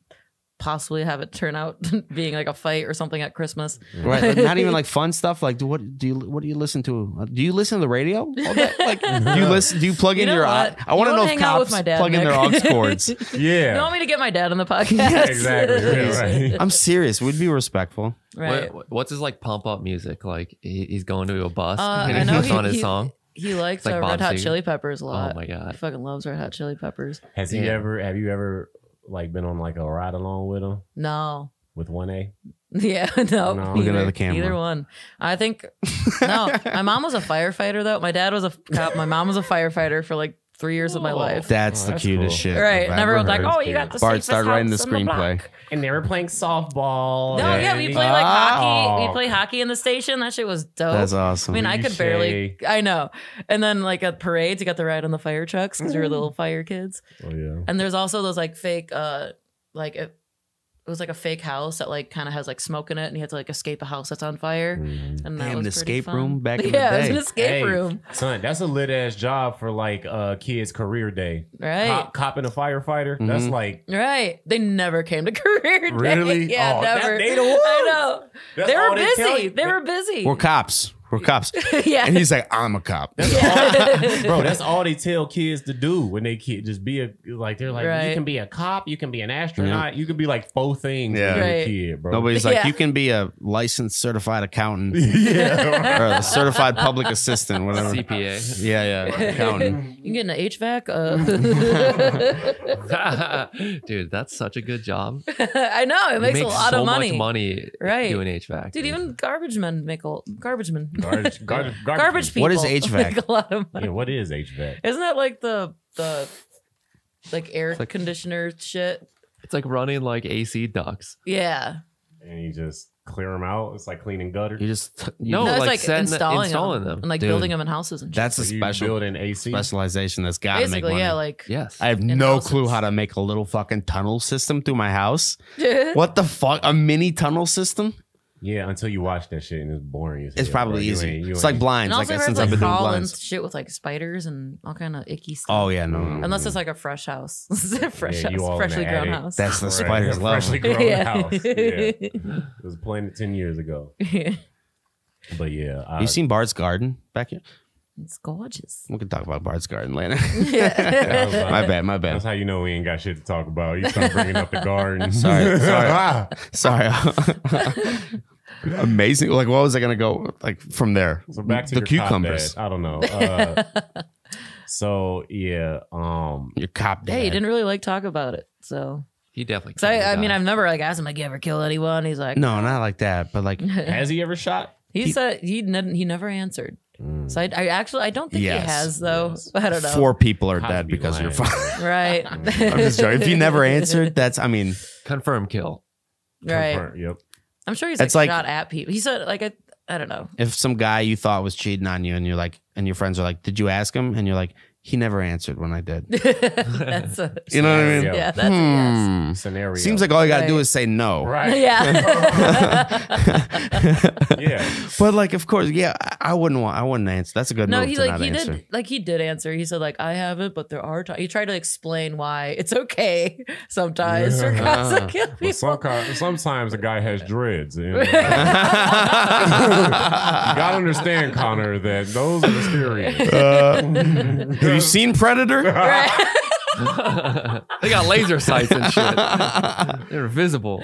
F: possibly have it turn out being like a fight or something at Christmas?
D: Right. But not even like fun stuff. Like do what do you what do you listen to? Uh, Do you listen to the radio? All that? Like do you listen? Do you plug
F: You
D: in
F: know
D: your?
F: what?
D: I want
F: You
D: to
F: wanna
D: know if
F: hang out with
D: cops
F: my dad,
D: plug in their aux
F: Nick.
D: cords.
E: yeah,
F: You want me to get my dad on the podcast?
E: exactly. Yeah, right.
D: I'm serious. We'd be respectful.
F: right.
C: What, what's his like pump up music? Like he, he's going to a bus
F: Uh,
C: and
F: I
C: he
F: know
C: puts
F: he-
C: on his
F: he-
C: song.
F: He likes
C: It's like
F: uh,
C: Bob
F: Red Hot
C: Seger.
F: Chili Peppers a lot.
C: Oh my god.
F: He fucking loves Red Hot Chili Peppers.
E: Has he
C: Yeah.
E: ever? Have you ever like been on like a ride along with him
F: No.
E: with one A?
F: Yeah,
E: No.
F: no.
D: Looking
F: either-
D: at the camera.
F: Either one. I think no. My mom was a firefighter though. My dad was a cop. My mom was a firefighter for like three years of my life.
D: That's
E: Oh,
D: the
E: that's
D: cutest
E: cool.
D: shit.
F: Right.
D: I've
F: And everyone's
D: ever
F: like,
E: heard.
F: Oh, you got the
D: Bart,
F: safest
D: start writing the
F: house on
D: screenplay.
F: block."
E: And they were playing softball.
F: No,
E: and-
F: yeah, we played like hockey.
E: Oh.
F: We played hockey in the station. That shit was dope.
D: That's
F: I
D: awesome.
F: mean, I could barely.
E: Touche.
F: I know. And then, like at parades, you got the ride on the fire trucks because we were little fire kids.
E: Oh yeah.
F: And there's also those like fake, uh, like if, it was like a fake house that like kind of has like smoke in it, and you had to like escape a house that's on fire. And that
D: Damn,
F: was
D: the
F: pretty
D: escape
F: fun.
D: room back in the
F: yeah, it was an
D: day.
F: escape
E: Hey,
F: room,
E: son. That's a lit ass job for like uh kids' career day.
F: right?
E: Cop, cop and a firefighter.
D: Mm-hmm.
E: That's like
F: Right. They never came to career day.
E: Really?
F: Yeah,
E: Oh, that-
F: never.
E: they the ones.
F: I know.
E: That's
F: they were
E: all they tell
F: busy.
E: you.
F: They were busy.
D: We're cops. We're cops.
F: yeah.
D: And he's like, I'm a cop.
E: bro. That's all they tell kids to do when they kid just be a like. They're like,
F: Right.
E: you can be a cop, you can be an astronaut, you can be like four things.
D: Yeah.
E: Yeah,
F: Right.
E: kid, bro.
D: Nobody's like,
F: Yeah.
D: you can be a licensed certified accountant
E: yeah,
D: or a certified public assistant, whatever.
C: CPA.
D: Yeah, yeah, accountant.
F: you can get an HVAC. Uh,
C: Dude, that's such a good job.
F: I know. It
C: You
F: makes a
C: make
F: lot
C: so
F: of money.
C: Much money
F: Right.
C: doing HVAC.
F: Dude, even garbage men make a garbage men.
E: garbage, garbage, garbage.
F: garbage people.
D: What is HVAC?
F: Make a lot of money.
E: Yeah, what is HVAC?
F: Isn't that like the the like air
C: like-
F: conditioner shit?
C: it's like running like AC ducts.
F: Yeah.
E: And you just clear them out. It's like cleaning gutters.
D: You just you-
C: No,
F: no, it's
C: like
F: like,
C: setting-
F: installing,
C: installing
F: them,
C: them.
F: and like
D: Dude.
F: building them in houses and shit.
D: that's a
E: So you
D: special
E: build an AC.
D: specialization that's gotta make
F: basically
D: money.
F: yeah, like
C: Yes.
D: I have
F: in
D: no
F: houses.
D: clue how to make a little fucking tunnel system through my house. What the fuck? A mini tunnel system?
E: Yeah, until you watch that shit and it's boring. As
D: It's
E: hell, bro.
D: probably
E: You
D: easy.
E: ain't- you
D: It's like
E: ain't-
F: And
D: blinds. Like
F: also, like,
D: since
F: like
D: I've been doing
F: crawl and
D: blinds.
F: shit with like spiders and all kind of icky stuff.
D: Oh yeah, no, no, no.
F: Unless it's like a fresh house, fresh
E: Yeah, you all
F: house,
E: in
F: freshly
E: the
F: grown
E: attic.
F: house.
D: that's the
E: Right.
D: spider's love.
E: Freshly grown house. Yeah. It was planted ten years ago. But yeah, I,
D: you seen Bart's Garden back here?
F: it's gorgeous.
D: We can talk about Bart's Garden later.
E: that was like-
D: my bad, my
E: That's
D: bad.
E: how you know we ain't got shit to talk about. You start bringing up the garden.
D: Sorry, sorry, sorry. Amazing. Like, what was I gonna go like from there?
E: So back to
D: the
E: your cop
D: cucumbers.
E: dad. I don't know. Uh, so yeah, um,
D: Your cop dad.
F: Hey, you didn't really like talk about it, so.
C: he definitely.
F: So
C: killed the
F: I, I mean,
C: guy.
F: I've never like asked him like, "You ever kill anyone?" He's like,
D: No, not like that. But like,
E: has he ever shot?
F: He, said he didn't, he never answered.
E: mm.
F: So I, I actually I don't think
D: Yes.
F: he has though. I don't know.
D: four people are
E: How to
D: dead
E: be
D: because of your
E: lying.
D: phone.
F: Right.
D: I'm just joking. If you never answered, that's. I mean,
C: confirm kill.
F: right.
E: Confirm- Yep.
D: Mm-hmm.
F: I'm sure he's
D: It's
F: like,
D: like-
F: shot at people. He said like I I don't know.
D: if some guy you thought was cheating on you, and you're like, and your friends are like, "Did you ask him?" And you're like, "He never answered when I did."
F: that's a,
D: You know what I mean?
E: Yeah.
F: yeah. That's a
D: Hmm.
E: Scenario.
D: Seems like all you gotta do
F: Right.
D: is say no.
E: right.
F: yes. Yeah.
E: Yeah.
D: But like, of course, yeah, I- I wouldn't want. I wouldn't answer. That's a good
F: No,
D: move
F: he
D: to
F: like
D: not
F: he
D: answer.
F: did like he did answer. He said like I haven't, but there are times. He tried to explain why it's okay sometimes for cops to kill
E: Well, some
F: people.
E: ki- sometimes a guy has dreads. And, uh, you gotta understand, Connor, that those are mysterious.
D: Have you seen Predator?
F: Right.
C: they got laser sights and shit. They're visible.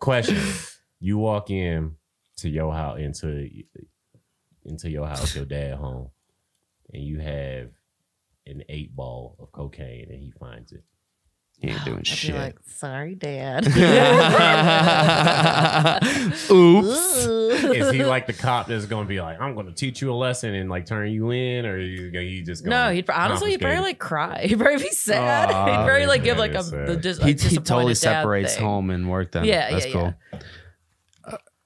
E: Question: You walk in to your house into into your house, your dad home, and you have an eight ball of cocaine, and he finds it.
D: He ain't doing
F: I'd be
D: shit.
F: like, sorry, Dad.
D: Oops.
E: Is he like the cop that's gonna be like, "I'm gonna teach you a lesson and like turn you in," or you he just gonna
F: No, he'd honestly
E: confiscate
F: he'd probably
E: it?
F: like cry. He'd probably be sad.
E: Aw,
F: he'd probably like
E: man,
F: give like a,
E: that is sad.
F: the dis-
D: He,
F: a
D: he totally
F: disappointed dad
D: separates
F: thing.
D: home and work. Then
F: Yeah,
D: that's
F: yeah,
D: cool.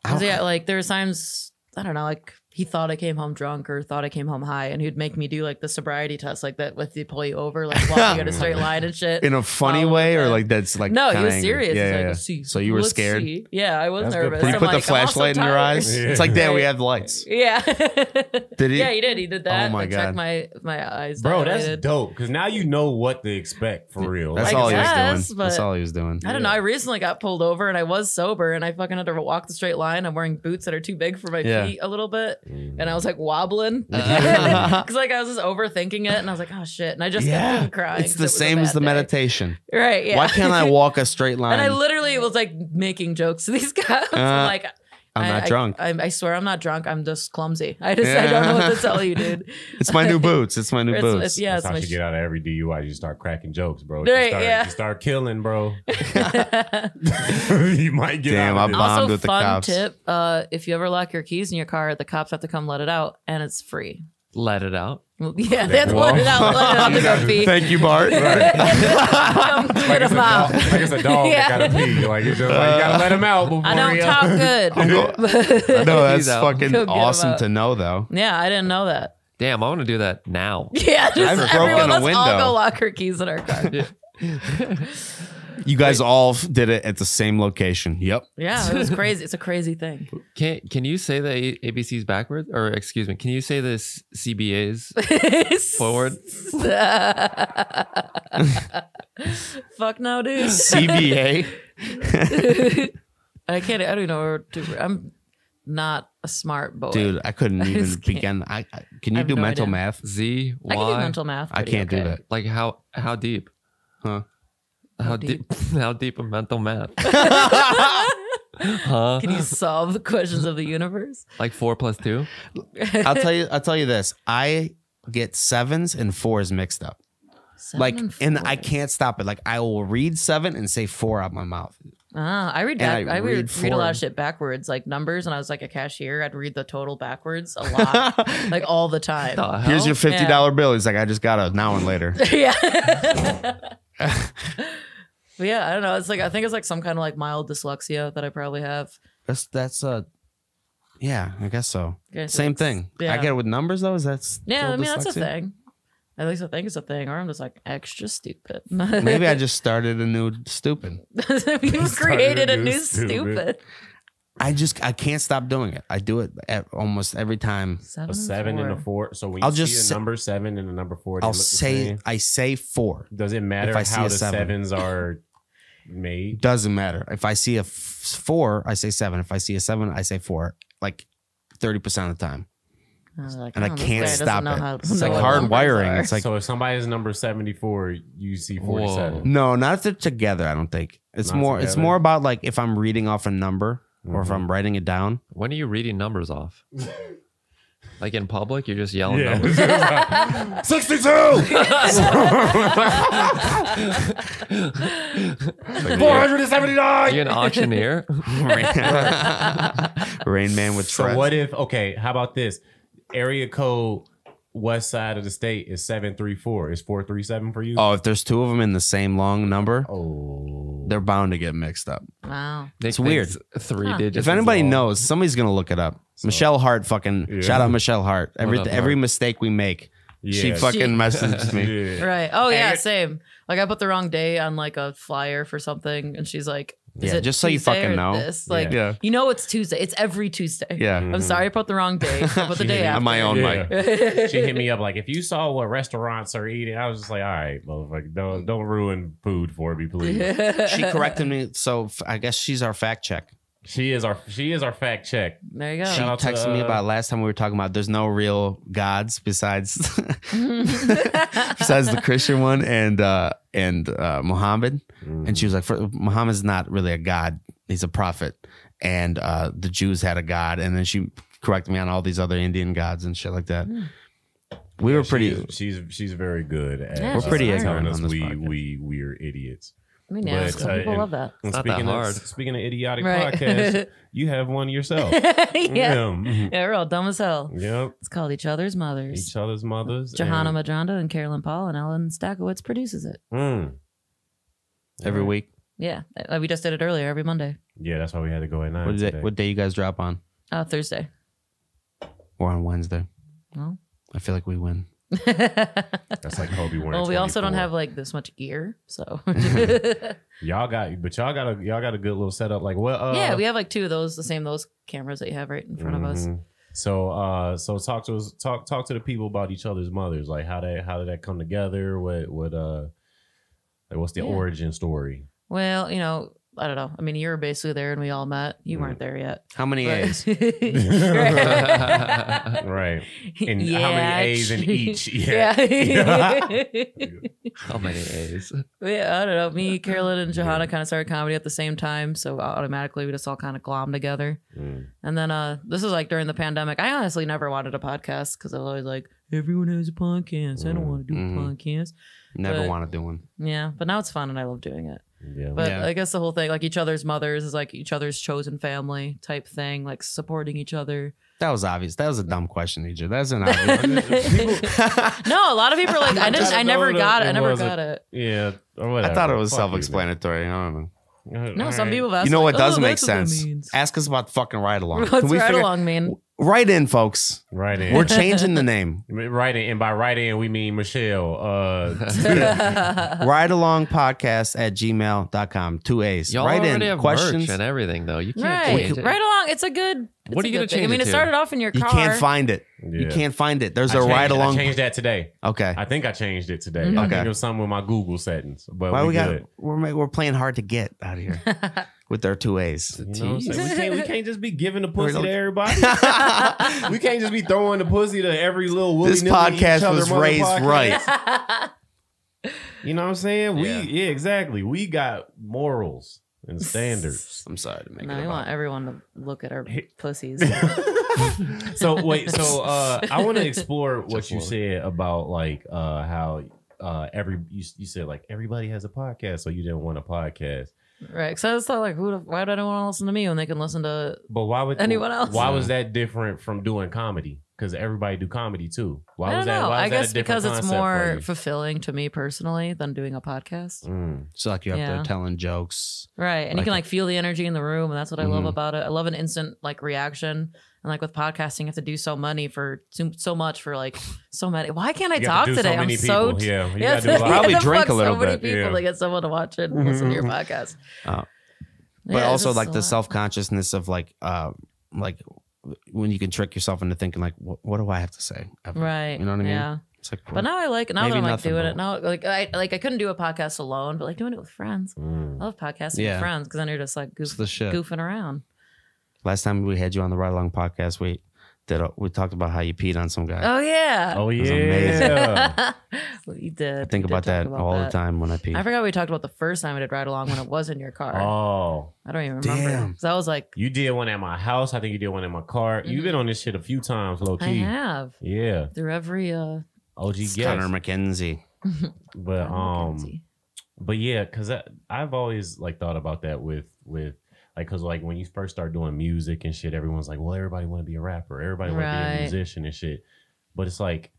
F: 'Cause, yeah, like there was times I don't know, like he thought I came home drunk or thought I came home high, and he'd make me do like the sobriety test, like that with the pull you over, like walking in a straight line and shit.
D: In a funny
F: Follow
D: way, or
F: that.
D: like that's like
F: no, he
D: kinda
F: was
D: angry?
F: serious.
D: Yeah,
F: He's
D: yeah,
F: like,
D: yeah.
F: "See,
D: So you were
F: let's
D: scared.
F: see." Yeah, I was
E: That's good
F: nervous.
D: Did
E: prep. You
D: he
F: I'm
D: put
F: like, "I'm
D: the flashlight
F: also
D: in your
F: tired."
D: eyes?
E: Yeah.
D: It's like, damn, we
F: Right.
D: have lights.
F: Yeah.
D: Did he?
F: yeah, he did. He did that.
D: Oh my
F: like, checked
D: God.
F: my my eyes.
E: Bro, that's
F: dilated.
E: dope because now you know what to expect for real.
D: That's
F: I
D: all he was
F: guess,
D: doing. That's
F: but-
D: all he was doing.
F: I don't know. I recently got pulled over and I was sober and I fucking had to walk the straight line. I'm wearing boots that are too big for my
D: Yeah.
F: feet a little bit. And I was like wobbling. Because like I was just overthinking it and I was like, oh shit. And I just kept
D: Yeah,
F: on crying.
D: it's
F: 'cause it
D: the
F: was a
D: same as
F: bad
D: the
F: day.
D: meditation.
F: Right. Yeah.
D: Why can't I walk a straight line?
F: and I literally was like making jokes to these guys.
D: Uh,
F: I'm like,
D: I'm
F: I-
D: not
F: I-
D: drunk.
F: I, I swear I'm not drunk. I'm just clumsy. I just, I don't know what to tell you, dude.
D: it's my new boots. It's my new
F: It's-
D: boots.
F: it's- yeah,
E: That's
F: it's
E: how
F: my
E: you get out of every DUI. You start cracking jokes, bro. If
F: Right,
E: you, start,
F: yeah.
E: you start killing, bro. you might get
D: Damn, I
E: out of it.
D: bombed
F: also,
D: with the
F: fun
D: cops.
F: tip: uh, if you ever lock your keys in your car, the cops have to come let it out, and it's free.
C: Let it out.
F: Well, Yeah, they have to let it out. Let it out. They're gonna pee.
D: Thank you, Bart.
F: Come
E: Like
F: get
E: it's, a
F: 'em
E: dog,
F: out.
E: like it's a dog
F: Yeah.
E: that gotta pee. Like it's just like you gotta let him out before
F: I don't
E: he uh,
F: talk good.
D: no, that's
C: He's out.
D: fucking
F: Go get him
D: awesome
F: out.
D: to know, though.
F: yeah, I didn't know that.
C: Damn, I want to do that now.
F: Yeah, just
D: I've broken
F: everyone,
D: a
F: let's all
D: window.
F: go lock our keys in our car.
D: You guys all f- did it at the same location. Yep.
F: Yeah, it was crazy. It's a crazy thing.
C: Can can you say the A- ABCs backwards? Or excuse me, can you say this CBAs forward?
F: Fuck no, dude.
D: CBA.
F: I can't. I don't even know where to. I'm not a smart boy.
D: Dude, I couldn't even
F: just can't.
D: begin. I, I can you
F: I have
D: do
F: no
D: mental
F: idea.
D: math?
C: Z
F: I can do
C: Y.
F: mental math.
D: I
F: pretty
D: can't do
F: okay.
D: that.
C: Like how how deep?
D: Huh?
C: How deep?
F: deep?
C: How deep a mental math? huh?
F: Can you solve the questions of the universe?
C: Like four plus two?
D: I'll tell you. I'll tell you this. I get sevens and fours mixed up.
F: Seven
D: like, and,
F: four.
D: I can't stop it. Like, I will read seven and say four out my mouth.
F: Ah, I read back,
D: And I
F: I, read,
D: read
F: read a lot of
D: forward.
F: shit backwards, like numbers. And I was like a cashier. I'd read the total backwards a lot, like all the time.
C: The hell?
D: Here's your fifty dollar bill. He's like, I just got a now and later.
F: yeah. but yeah, I don't know. It's like I think it's like some kind of like mild dyslexia that I probably have.
D: That's that's uh yeah, I guess so.
F: Guess
D: Same
F: it's-
D: thing. I
F: yeah.
D: get it with numbers though. Is that
F: Yeah,
D: still
F: I mean that's a
D: dyslexia?
F: thing. At least I think it's a thing, or I'm just like extra stupid.
D: Maybe I just started a new stupid.
F: we've created a new
E: stupid.
F: stupid.
D: I just I can't stop doing it. I do it at almost every time.
F: Seven,
E: A seven and a
F: four.
E: four. So when
D: I'll
E: you
D: just
E: see
D: say-
E: a number seven and a number four, they
D: I'll
E: look the
D: say
E: same.
D: I say four.
E: Does it matter
D: if I see
E: how
D: a
E: the
D: seven.
E: sevens are made?
D: Doesn't matter. If I see a f- four, I say seven. If I see a seven, I say four. Like thirty percent of the time,
F: I was like,
D: and I
F: "Oh, this
D: can't
F: guy doesn't
D: stop
F: know how
D: it.
F: to
D: It's like
F: know what
D: hard
F: numbers
D: wiring.
F: are."
D: It's like
E: so if somebody is number seventy four, you see forty seven.
D: No, not if they're together. I don't think it's
E: Not
D: more. It's
E: together?
D: more about like if I'm reading off a number or if
E: Mhm.
D: I'm writing it down.
C: When are you reading numbers off? like in public, you're just yelling numbers.
E: Yeah.
C: Are you an auctioneer?
D: Rain Man with
E: so
D: Tread.
E: what if? Okay, how about this? Area code west side of the state is seven three four. Is four three seven for you?
D: Oh, if there's two of them in the same long number,
E: Oh.
D: they're bound to get mixed up.
F: Wow.
C: Nick
D: It's weird.
C: thinks Three digits.
D: if anybody
C: is all.
D: knows, somebody's gonna look it up. Michelle Hart, fucking
E: Yeah.
D: shout out Michelle Hart. Every
C: up,
D: every
C: Hart?
D: mistake we make, she
E: Yeah.
D: fucking
F: She-
D: messaged me.
E: Yeah.
F: Right. Oh yeah, same. Like I put the wrong day on like a flyer for something, and she's like, Is
D: Yeah,
F: it
D: just so you
F: Tuesday
D: fucking
F: or
D: know."
F: This? Like,
D: Yeah.
F: you know, it's Tuesday. It's every Tuesday.
D: Yeah,
F: I'm sorry, I put the wrong day. I put the day after.
D: on my own
E: Yeah.
D: mic.
E: she hit me up like, if you saw what restaurants are eating, I was just like, all right, motherfucker, don't don't ruin food for me, please.
D: She corrected me, so f- I guess she's our fact check.
E: she is our she is our fact check.
F: There you go.
D: She
E: Shout out to,
D: texted me
E: uh,
D: about last time we were talking about there's no real gods besides besides the Christian one and uh and uh Muhammad. And
E: Mm.
D: she was like, for, Muhammad's not really a god; he's a prophet. And uh the Jews had a god, and then she corrected me on all these other Indian gods and shit like that.
F: Hmm.
D: We were pretty.
E: She's she's very good at
F: Yeah, We're she's
D: pretty
E: telling
D: ignorant
E: us
D: on this
E: we
D: podcast.
E: we we're idiots.
F: I mean, yeah,
E: But,
F: some
E: uh,
F: people
E: and-
F: love that.
C: not
E: And
C: that
E: speaking
C: hard.
E: Of, speaking of idiotic
F: Right.
E: podcasts, you have one yourself.
F: yeah.
D: Mm-hmm.
E: Yeah.
F: Yeah, we're all dumb as hell.
E: Yep.
F: It's called Each Other's Mothers.
E: Each other's mothers. and-
F: Johanna Madranda and Carolyn Paul and Ellen Stackowitz produces it.
E: Mm.
D: Every week,
F: Yeah. Uh, We just did it earlier every Monday.
E: Yeah, that's why we had to go at nine.
D: what day,
E: today.
D: what day you guys drop on?
F: Uh, Thursday.
D: Or on Wednesday?
F: Well.
D: I feel like we win.
E: That's like Kobe wearing.
F: well, we also don't
E: 24.
F: have like this much gear. So
E: Y'all got, but y'all got a y'all got a good little setup. Like what? Uh,
F: yeah, we have like two of those, the same those cameras that you have right in front of us.
E: Mhm. So, uh, so talk to us, talk talk to the people about each other's mothers. Like how that how did that come together? What what uh, like what's the
F: Yeah.
E: origin story?
F: Well, you know, I don't know. I mean, you were basically there and we all met. You weren't there yet.
D: How many
F: but-
E: Mm.
D: A's?
F: Right.
E: Right. And how many A's in each?
F: Yeah.
C: how many A's?
F: yeah, I don't know. Me, Carolyn, and Johanna kind of started comedy at the same time, so automatically we just all kind of glommed together.
E: Mm.
F: And then uh this is like during the pandemic. I honestly never wanted a podcast because I was always like, everyone has a podcast. I don't want to do
D: Mhm.
F: a podcast.
D: Never
F: But-
D: want to do one.
F: Yeah, but now it's fun and I love doing it.
E: Yeah.
F: But
D: Yeah.
F: I guess the whole thing, like each other's mothers, is like each other's chosen family type thing, like supporting each other.
D: That was obvious. That was a dumb question, EJ. That's an obvious.
F: No, a lot of people are like, I didn't, I never got it. I never
E: Was it-
F: got it.
E: yeah. Or
D: I
E: whatever.
D: thought it was
E: Fuck you,
D: self-explanatory. I don't know.
E: man.
F: No,
E: All
F: some
E: right.
F: people have asked.
D: you know
F: like,
D: what does
F: "Oh,
D: make
F: that's what that
D: sense?
F: means."
D: Ask us about fucking ride along.
F: What's ride along mean?
D: W- Right in, folks.
E: Right in.
D: We're changing the name.
E: right in. And by right in, we mean Michelle. Uh,
D: Ride along podcast at gmail.com. Two A's.
C: Y'all
D: right
C: already
D: in.
C: have
D: Questions.
C: merch and everything, though. You can't
F: Right,
C: change it.
F: right along. It's a good.
C: What are you
F: it's a
C: gonna
F: good thing.
C: change
F: I mean,
C: it
F: it
C: to?
F: started off in your
D: you
F: car.
D: can't find it. You
E: Yeah.
D: can't find it. There's
E: I
D: a
E: changed-
D: ride
E: I
D: along.
E: changed that today.
D: Okay.
E: I think I changed it today. I
D: Okay.
E: think it was something with my Google settings. But
D: Why
E: we,
D: we got
E: good.
D: we're ma- we're playing hard to get out here with their two A's.
E: You know what I'm saying? we, can't, we can't just be giving the pussy
D: don't-
E: to everybody. we can't just be throwing the pussy to every little willy
D: This podcast was raised right.
E: You know what I'm saying? We
D: Yeah.
E: yeah. exactly. We got morals and standards.
D: I'm sorry to make
F: No,
D: it.
F: we
D: about-
F: want everyone to look at our pussies.
E: so wait, so uh, I want to explore what you said about like uh, how uh, every you, you said like everybody has a podcast, so you didn't want a podcast.
F: right. So I just thought, like, who the, why would anyone want to listen to me when they can listen to.
E: But why would
F: Anyone else?
E: Why was that different from doing comedy? Because everybody do comedy too. Why
F: I don't
E: was that?
F: know.
E: Why was
F: I
E: that a
F: guess
E: different
F: because it's
E: concept for
F: more
E: you?
F: fulfilling to me personally than doing a podcast.
E: Mm.
D: It's like you're up
F: Yeah.
D: there telling jokes.
F: Right. And
D: Like
F: you can
D: a-
F: like feel the energy in the room. And that's what I love
E: Mm-hmm.
D: Mhm.
F: about it. I love an instant like reaction. And like with podcasting, you have to do so many for so, so much for like so many. Why can't I
E: You have
F: talk
E: to do so
F: today? I'm
E: many
F: so
E: people.
F: t-
E: Yeah, you
F: Yes,
E: gotta do a lot.
D: Probably
F: Why the
D: drink a
F: fuck
D: little
F: so many
D: bit,
F: People
E: yeah. Mm-hmm. Oh.
F: to get someone to watch it and listen to your podcast.
D: Uh,
F: Yeah,
D: But
F: it's
D: also
F: just
D: like
F: a
D: the
F: lot.
D: self consciousness of like uh like when you can trick yourself into thinking like what, what do I have to say? Ever?
F: Right.
D: You know what I mean?
F: Yeah.
D: It's like
F: But now I like now
D: Maybe
F: that I'm like
D: nothing,
F: doing it
D: but-
F: now like I like I couldn't do a podcast alone, but like doing it with friends.
E: Mm.
F: I love podcasting
D: Yeah.
F: with friends because then you're just like
D: it's
F: goof,
D: the shit.
F: goofing around.
D: Last time we had you on the Ride Along podcast, we did a, we talked about how you peed on some guy.
F: Oh yeah.
E: Oh
D: was
E: yeah.
F: we did.
D: I think
F: we did
D: about
F: talk
D: that all the
F: that.
D: time when I pee.
F: I forgot we talked about the first time I did ride along when it was in your car.
E: oh,
F: I don't even remember.
D: Damn.
F: So I was like,
E: you did one at my house. I think you did one at my car. You've been on this shit a few times, low
F: Mm-hmm. I
E: key.
F: have
E: Yeah,
F: through every uh
E: OG
D: It's Connor
E: guest.
D: McKenzie.
E: But
F: Ronald
E: um,
F: Mackenzie.
E: but yeah, because I've always like thought about that with with like because like when you first start doing music and shit, everyone's like, well, everybody want to be a rapper, everybody want to be
F: Right.
E: a musician and shit. But it's like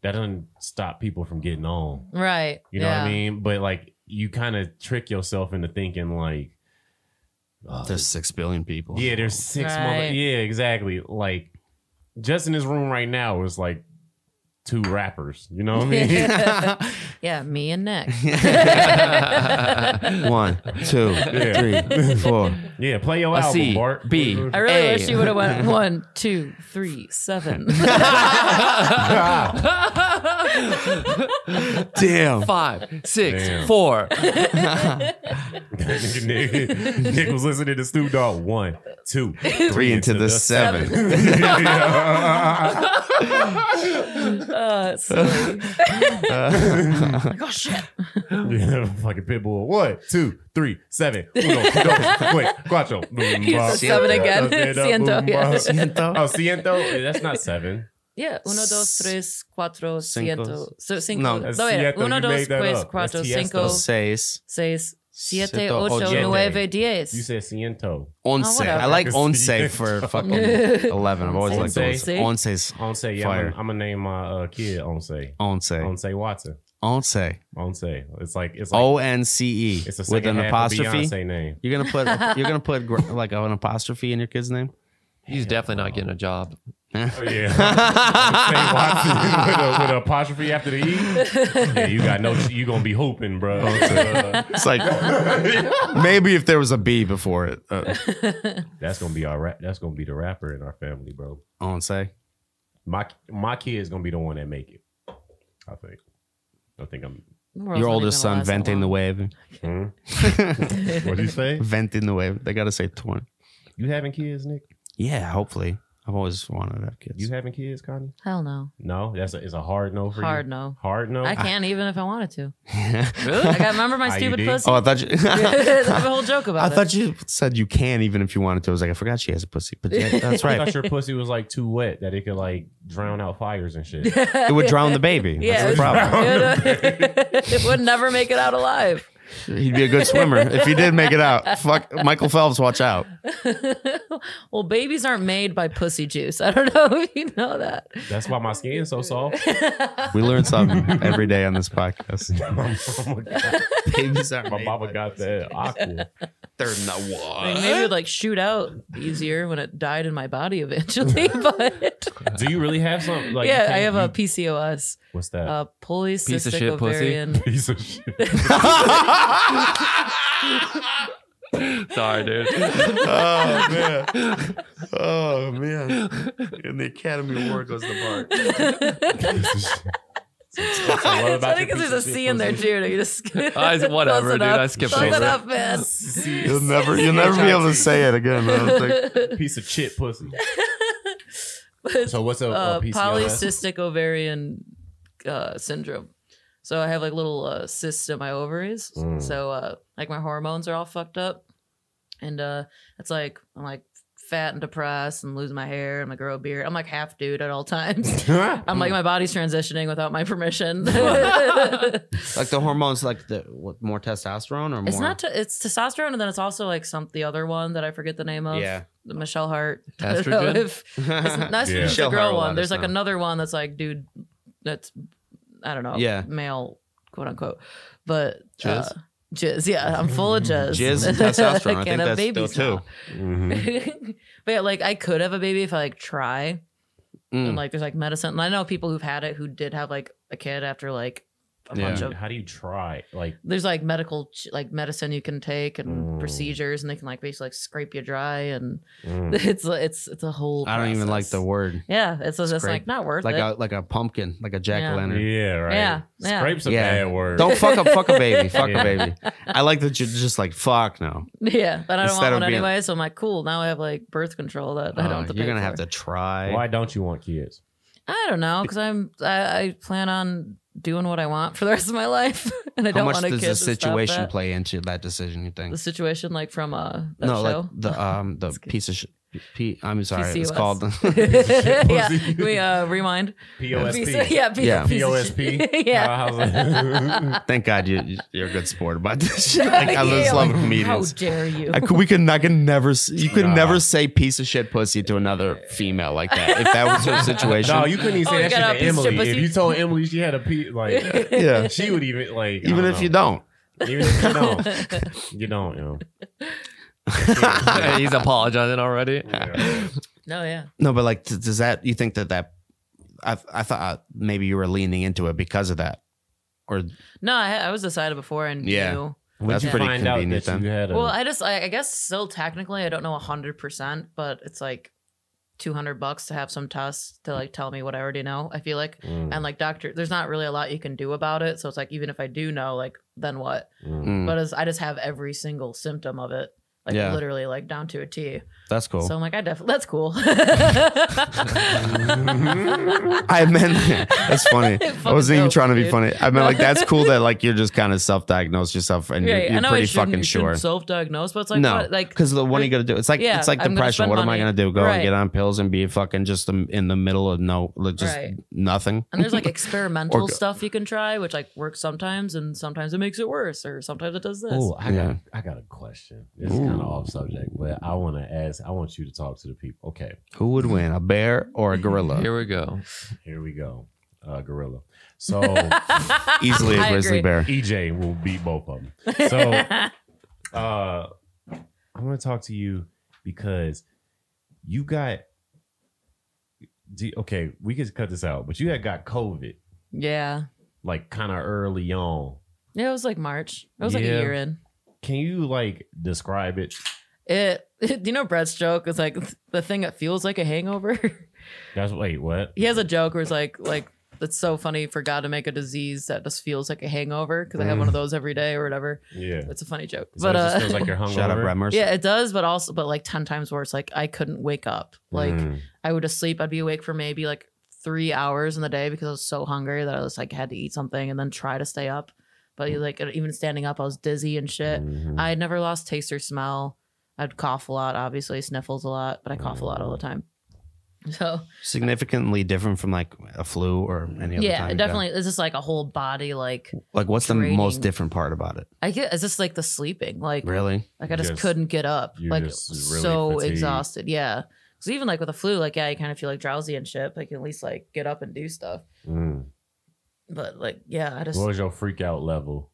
E: that doesn't stop people from getting on.
F: right.
E: You know
F: yeah.
E: what I mean? But like you kind of trick yourself into thinking like uh,
D: There's six billion people.
E: yeah, there's six
F: Right.
E: mother- yeah, exactly. Like just in this room right now is like two rappers. You know what I mean?
F: Yeah, me and Nick.
D: One, two, three, four.
E: yeah, play your
C: A
E: album,
C: C,
E: Bart.
C: B.
F: I really
C: Hey.
F: wish you would have went one, two, three, seven,
D: Damn.
C: Five, six,
E: Damn.
C: four.
E: Nick, Nick was listening to Snoop Dogg. One, two, three,
D: Three into the seven.
F: Uh, silly. like, oh shit.
E: yeah, fucking Pitbull. One, two, three, seven. Uno, dos, wait, cuatro.
F: He said seven again. Siento, yeah.
E: Ciento. Oh, ciento. That's not seven.
F: Yeah, uno, dos, tres, cuatro,
D: Cinco.
F: ciento. So, cinco.
D: No,
F: No,
E: that's
F: era.
E: Sieto,
F: Uno,
E: you
F: dos,
E: made that
F: tres,
E: up.
F: cuatro,
E: That's Tiesto.
F: cinco,
D: Seis,
F: seis, siete,
D: Siete,
F: ocho,
E: ocho.
F: nueve,
E: You
F: diez.
E: said ciento.
D: once.
F: Oh, whatever.
D: I like once
E: Yeah.
D: for fucking eleven. I've always liked once.
E: Once.
D: Once,
E: Once, yeah.
D: Fire.
E: I'm gonna name my uh, kid Once.
D: once,
E: Once Watson.
D: once,
E: Once. It's like it's like
D: O N C E
E: it's a
D: with
E: second
D: an
E: half of
D: apostrophe.
E: Beyonce name.
D: You're gonna put you're gonna put gr- like an apostrophe in your kid's name.
C: He's definitely not getting a job.
E: Oh, yeah. Say Watson with, a, with an apostrophe after the E. Yeah, you got no. You gonna be hooping, bro. Uh,
D: It's like maybe if there was a B before it. Uh,
E: that's gonna be our. Rap, that's gonna be the rapper in our family, bro.
D: once.
E: My my kid is gonna be the one that make it. I think. I think I'm. hmm?
D: Your oldest son venting the wave.
E: What do you say?
D: Venting the wave. They gotta say twenty.
E: You having kids, Nick?
D: Yeah, hopefully. I've always wanted to have kids.
E: You having kids, Connie?
F: Hell no.
E: No, that's a, it's a hard no for
F: Hard
E: you.
F: no.
E: Hard no.
F: I can't even if I wanted to.
C: Really?
F: I got remember my stupid
E: IUD?
F: pussy.
D: oh, I thought you.
F: There's a whole joke about
D: I
F: it.
D: thought you said you can even if you wanted to. I was like, I forgot she has a pussy, but yeah, that's
E: I
D: right.
E: thought your pussy was like too wet that it could like drown out fires and shit.
D: it would drown the baby.
F: Yeah,
D: That's the problem.
F: it, it would never make it out alive.
D: He'd be a good swimmer if he did make it out. Fuck Michael Phelps, watch out.
F: Well, babies aren't made by pussy juice. I don't know if you know that.
E: That's why my skin's so soft.
D: We learn something every day on this podcast.
E: Oh my God.
D: Babies are
E: My mama got that aqua.
D: They're not
F: I mean, maybe it would like shoot out easier when it died in my body eventually. But
E: Do you really have some? Like, you
F: yeah,
E: can't-
F: I have a
E: you-
F: PCOS,
E: What's that?
F: uh, polycystic
C: Piece of shit pussy.
F: ovarian.
E: Piece of shit.
C: Sorry, dude.
D: Oh man. Oh man. And the Academy Award goes to Mark.
E: Piece of shit.
F: it's
E: about
F: funny
E: your
F: because
E: piece of
F: there's a
E: shit
F: C in there
E: pussy?
F: too. and You just
C: I-
F: Close
C: whatever,
F: it
C: dude,
F: up.
C: I skipped
F: Close it
C: over it.
F: up, man.
D: You'll never you'll never be able to say it again. I don't think.
E: Piece of shit pussy.
F: But,
E: So what's a,
F: uh,
E: a PCOS?
F: polycystic ovarian uh, syndrome. So I have like little uh, cysts in my ovaries.
E: Mm.
F: So uh, like my hormones are all fucked up, and uh, it's like I'm like fat and depressed and lose my hair and my grow a beard. I'm like half dude at all times. I'm like my body's transitioning without my permission. it's
D: Like the hormones, like the what, more testosterone or more.
F: not. T- it's testosterone, and then it's also like some the other one that I forget the name of.
D: yeah.
F: the Michelle Hart. I don't know
C: Estrogen?
F: if- That's that's
E: Yeah.
F: just the
D: She'll hurt a
F: girl
D: lot
F: one.
D: of
F: There's like
D: stuff.
F: another one that's like, dude, that's I don't know,
D: Yeah.
F: male, quote unquote, but
C: Jizz?
F: uh, jizz, yeah, I'm full of jizz,
D: Jizz and testosterone. I think
F: can't have
D: that's still
F: babies
D: two. Mm-hmm.
E: Mhm.
F: now. but yeah, like I could have a baby if I like try,
D: Mm.
F: and like there's like medicine, and I know people who've had it who did have like a kid after like a
D: Yeah.
F: bunch of.
E: How do you try? Like,
F: There's like medical, ch- like medicine you can take and
E: Mm.
F: procedures, and they can like basically like scrape you dry, and
E: mm.
F: it's it's it's a whole.
D: I don't even like
F: process.
D: the word.
F: Yeah, it's just
D: Scrape.
F: like not worth
D: Like
F: it.
D: a like a pumpkin, like a jack o' lantern.
E: yeah, right.
F: Yeah, yeah.
E: Scrapes a
D: Yeah.
E: bad word.
D: Don't fuck a fuck a baby. Fuck
E: Yeah.
D: a baby. I like that you're just like fuck no.
F: yeah, but I don't
D: Instead of
F: want one
D: being-
F: anyway. So I'm like, cool. Now I have like birth control that I
D: Uh,
F: don't. Have to
D: you're
F: pay
D: gonna have
F: for.
D: to try.
E: Why don't you want kids?
F: I don't know because I'm. I, I plan on doing what I want for the rest of my life, and I
D: How
F: don't
D: much
F: want a
D: does
F: kid.
D: the
F: to stop
D: situation
F: that.
D: play into that decision? You
F: The
D: think?
F: situation, like from uh, that
D: No, like
F: show.
D: the um the
F: good.
D: piece of shit. P- I'm sorry, it's
F: PCOS.
D: called.
F: yeah, can we uh, rewind. Piece of-
E: POSP.
F: yeah, piece,
D: Yeah.
F: piece of shit.
E: POSP.
F: yeah.
D: Thank God you you- you're a good sport about this. shit. Like, I
F: Yeah,
D: just love
F: like,
D: comedians.
F: How dare you?
D: I could, we could I could never s- you could
E: Nah.
D: never say piece of shit pussy to another female like that if that was her situation.
E: No, you couldn't even
F: Oh,
E: say
F: you
E: that shit
F: got a
E: to
F: piece of shit
E: Emily. If
F: pussy.
E: you told Emily she had a pee, like
D: yeah,
E: she would even like I
D: even
E: don't
D: if you
E: know.
D: don't.
E: even if you don't, you don't know.
C: He's apologizing already.
F: no, yeah.
D: No, but like, th- does that you think that that I I thought maybe you were leaning into it because of that, or
F: No, I, I was decided before, and
D: Yeah.
F: knew.
D: that's
F: you
D: pretty
E: Find out
D: convenient
E: that
D: then.
E: you had a
F: Well, I just, I, I guess, still technically, I don't know hundred percent, but it's like two hundred bucks to have some tests to like tell me what I already know. I feel like,
D: Hmm.
E: Mm,
F: and like doctor, there's not really a lot you can do about it. So it's like, even if I do know, like, then what?
E: mm.
D: Mm,
F: But it's, I just have every single symptom of it, like
D: Yeah.
F: literally, like down to a T.
D: that's cool.
F: So I'm like, I definitely, that's cool.
D: I meant that's funny. I
F: fucking
D: wasn't even
F: dope,
D: trying to be
F: dude.
D: funny. I meant like that's cool that like you're just kind of self-diagnosed yourself and
F: Yeah,
D: you're,
F: yeah,
D: you're
F: I know I
D: pretty
F: shouldn't-
D: fucking
F: you shouldn't
D: sure.
F: Self-diagnosed, but it's like,
D: no,
F: what, like
D: because the what are you gonna do? It's like
F: Yeah,
D: it's like
F: I'm gonna
D: depression.
F: spend
D: What am I
F: money.
D: gonna do? Go and
F: Right.
D: get on pills and be fucking just in in the middle of no, like, just
F: Right.
D: nothing.
F: And there's like experimental
D: go-
F: stuff you can try, which like works sometimes, and sometimes it makes it worse, or sometimes it does this.
E: Oh, I
D: Yeah.
E: got I got a question. This is kind of off subject, but I want to ask. I want you to talk to the people. Okay,
D: Who would win, a bear or a gorilla?
C: Here we go.
E: here we go. Uh, gorilla. So
D: Easily a
F: I
D: grizzly
F: agree.
D: bear.
E: EJ will beat both of them. So uh, I want to talk to you because you got. do- Okay, we could cut this out, but you had got COVID
F: yeah,
E: like kind of early on.
F: yeah, it was like March. It was like
E: Yeah.
F: a year in.
E: Can you like describe it?
F: It, do you know Brett's joke? It's like the thing that feels like a hangover.
E: That's wait, what?
F: he has a joke where it's like, like it's so funny for God to make a disease that just feels like a hangover because I have one of those every day or whatever.
E: Yeah,
F: It's a funfunny joke,
E: Mm. so
F: but
E: it just
F: uh,
E: feels like you're hungover.
D: Shout out Brad Mercer.
F: yeah, it does. But also, but like ten times worse. Like I couldn't wake up. Like
E: Mm.
F: I would just sleep. I'd be awake for maybe like three hours in the day because I was so hungry that I was like had to eat something and then try to stay up. But like even standing up, I was dizzy and shit.
D: Mm-hmm.
E: Mhm.
F: uh, I had never lost taste or smell. I'd cough a lot, obviously sniffles a lot, but I cough a lot all the time. So
D: Significantly different from like a flu or any other
F: yeah,
D: time.
F: it
D: you got.
F: definitely it's just like a whole body like
D: Like, what's the
F: draining.
D: most different part about it?
F: I get it's just like the sleeping like
D: Really?
F: like I just,
E: Just-
F: couldn't get up
E: you're
F: like
E: just really
F: so
E: fatigued.
F: exhausted yeah because even like with a flu like yeah you kind of feel like drowsy and shit but you can at least like get up and do stuff
D: Mm-hmm.
E: Mm.
F: but like yeah I just
E: What was your freak out level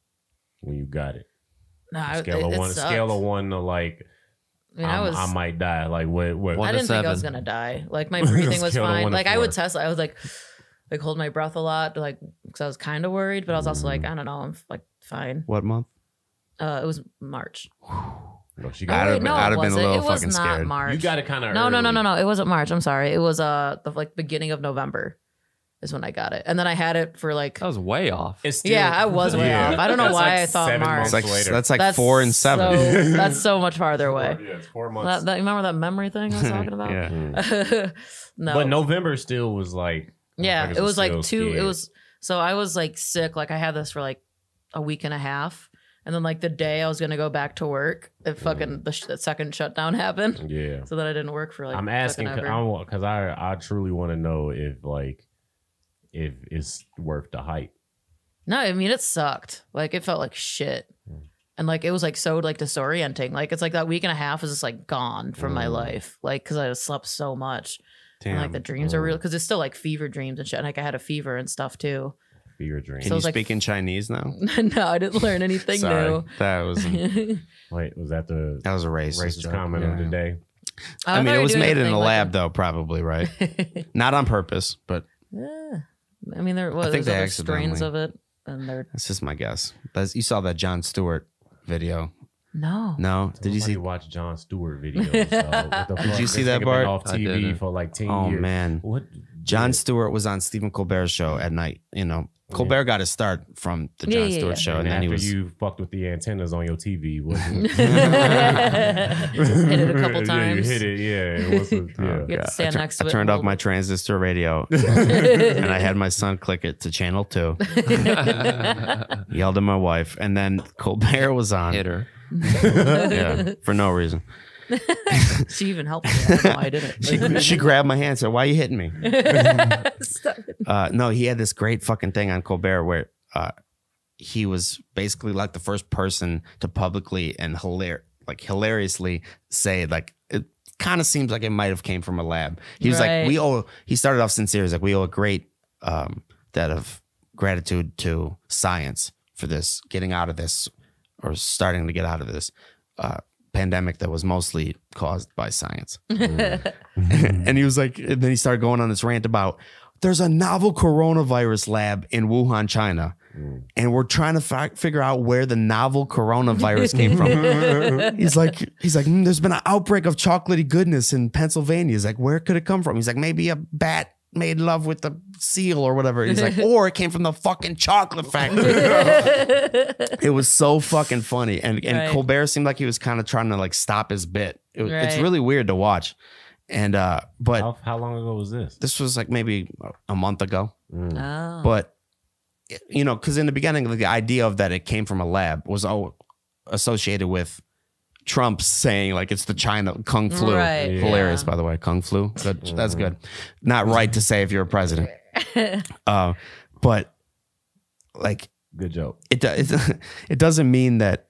E: when you got it?
F: Nah,
E: scale
F: it,
E: of
F: it
E: one,
F: sucked.
E: scale of one to like
F: I mean,
E: I'm-
F: I
E: I,
F: was. i
E: might die. Like what? What?
C: One- to
F: didn't think I was
C: seven.
F: gonna die. Like my
E: Just
F: breathing was
E: scale of one
F: fine.
E: to
F: Like I would
E: four.
F: test. I was like, like hold my breath a lot, like because I was kind of worried, but I was also like, I don't know, I'm f- like fine.
D: What month?
F: Uh, it was March.
E: No, she
F: Oh,
E: got
D: I'd
F: wait,
D: have been-
F: no,
D: I'd
F: it
D: have been a
F: wasn't.
D: little
F: It was
D: fucking
F: not
D: scared.
F: March.
E: You got it kind of.
F: No, no, no, no, no. It wasn't March. I'm sorry. It was uh the like beginning of November is when I got it. And then I had it for like
C: That was way off.
E: It's still,
F: Yeah, I was way
E: Yeah.
F: off. I don't know
E: That's
F: why
E: like
F: I thought
E: seven
F: March.
E: months
D: It's like
E: later. Oh,
D: that's like four and seven.
F: so- that's so much farther away.
E: Yeah, it's four
F: That,
E: months.
F: that- remember that memory thing I was talking about?
D: yeah.
F: no.
E: But November still was like.
F: Yeah,
E: motherfuckers
F: it
E: were
F: was like
E: still
F: two. It
E: scared.
F: was so I was like sick. Like I had this for like a week and a half, and then like the day I was gonna go back to work, it fucking the, sh- the second shutdown happened.
E: Yeah.
F: So then I didn't work for like.
E: I'm
F: fucking
E: asking
F: ever.
E: because I I truly want to know if like if it's worth the hype.
F: No, I mean it sucked. Like it felt like shit.
E: Hmm.
F: And like it was like so like disorienting. Like it's like that week and a half was just like gone from my
E: Mm.
F: life. Like because I slept so much. And,
D: Damn.
F: like the dreams are real because it's still like fever dreams and shit. And, like I had a fever and stuff too.
E: Fear dream.
D: Can
F: so
D: you
F: it's like-
D: speak in Chinese now?
F: no, I didn't learn anything
D: Sorry,
F: new.
D: that was
E: Hmm. Wait, was that the
D: that was a racist,
E: racist
D: joke.
E: comment
D: Yeah.
E: of the day?
D: I mean, it was made in a lab, though, probably right. Not on purpose, but
F: Yeah. I mean, there was,
D: think
F: there's
D: they
F: other strains
D: accidentally-
F: of it, and there
D: that's just my guess. That's, you saw that John Stewart video?
F: no.
D: No, did you see?
E: watch John Stewart videos? dog. What the
D: Did
E: fuck?
D: you see
E: This
D: that,
E: nigga been
D: Bart?
E: Off
C: I didn't.
E: TV for like ten
D: Oh
E: years.
D: man,
E: what
D: John Stewart was on Stephen Colbert's show at night. You know, Colbert got his start from the
F: Yeah,
D: John
F: yeah,
D: Stewart
F: yeah.
D: show, and,
E: And,
D: then
E: after
D: he was.
E: you fucked with the antennas on your TV, what?
F: Hit it a couple
E: Yeah, you
F: times. Uh,
E: hit it. Yeah, it was a- yeah.
F: You have to stand
D: I, tur-
F: next to
D: I
F: it
D: turned
F: and
D: off
F: hold
D: my
F: it.
D: transistor radio, and I had my son click it to channel two. yelled at my wife, and then Colbert was on.
C: Hitter.
D: Yeah, for no reason.
F: She even helped me. I don't know why I didn't.
D: She, she grabbed my hand and said, Why are you hitting me?
F: Stop it.
D: Uh, no, he had this great fucking thing on Colbert where uh, he was basically like the first person to publicly and hilar- like hilariously say, like, it kind of seems like it might have came from a lab. He was
F: Right.
D: like, We owe, he started off sincere. He's like, We owe a great um, debt of gratitude to science for this, getting out of this or starting to get out of this. Uh, pandemic that was mostly caused by science. and he was like, and then he started going on this rant about there's a novel coronavirus lab in Wuhan, China,
E: Mm.
D: and we're trying to fi- figure out where the novel coronavirus came from. he's like, he's like, "Mm, there's been an outbreak of chocolatey goodness in Pennsylvania. He's like, where could it come from? He's like, maybe a bat. Made love with the seal or whatever. He's like, or it came from the fucking chocolate factory. it was so fucking funny, and and
F: Right.
D: Colbert seemed like he was kind of trying to like stop his bit. It, It's
F: Right.
D: really weird to watch, and uh, but
E: How, how long ago was this?
D: this was like maybe a month ago
E: Mm.
F: Oh.
D: but you know because in the beginning the idea of that it came from a lab was all associated with trump saying like it's the china kung flu
F: Oh. Right,
D: hilarious
F: yeah.
D: by the way kung flu good that's good not right to say if you're a president uh, but like
E: Good joke.
D: it, do- it it doesn't mean that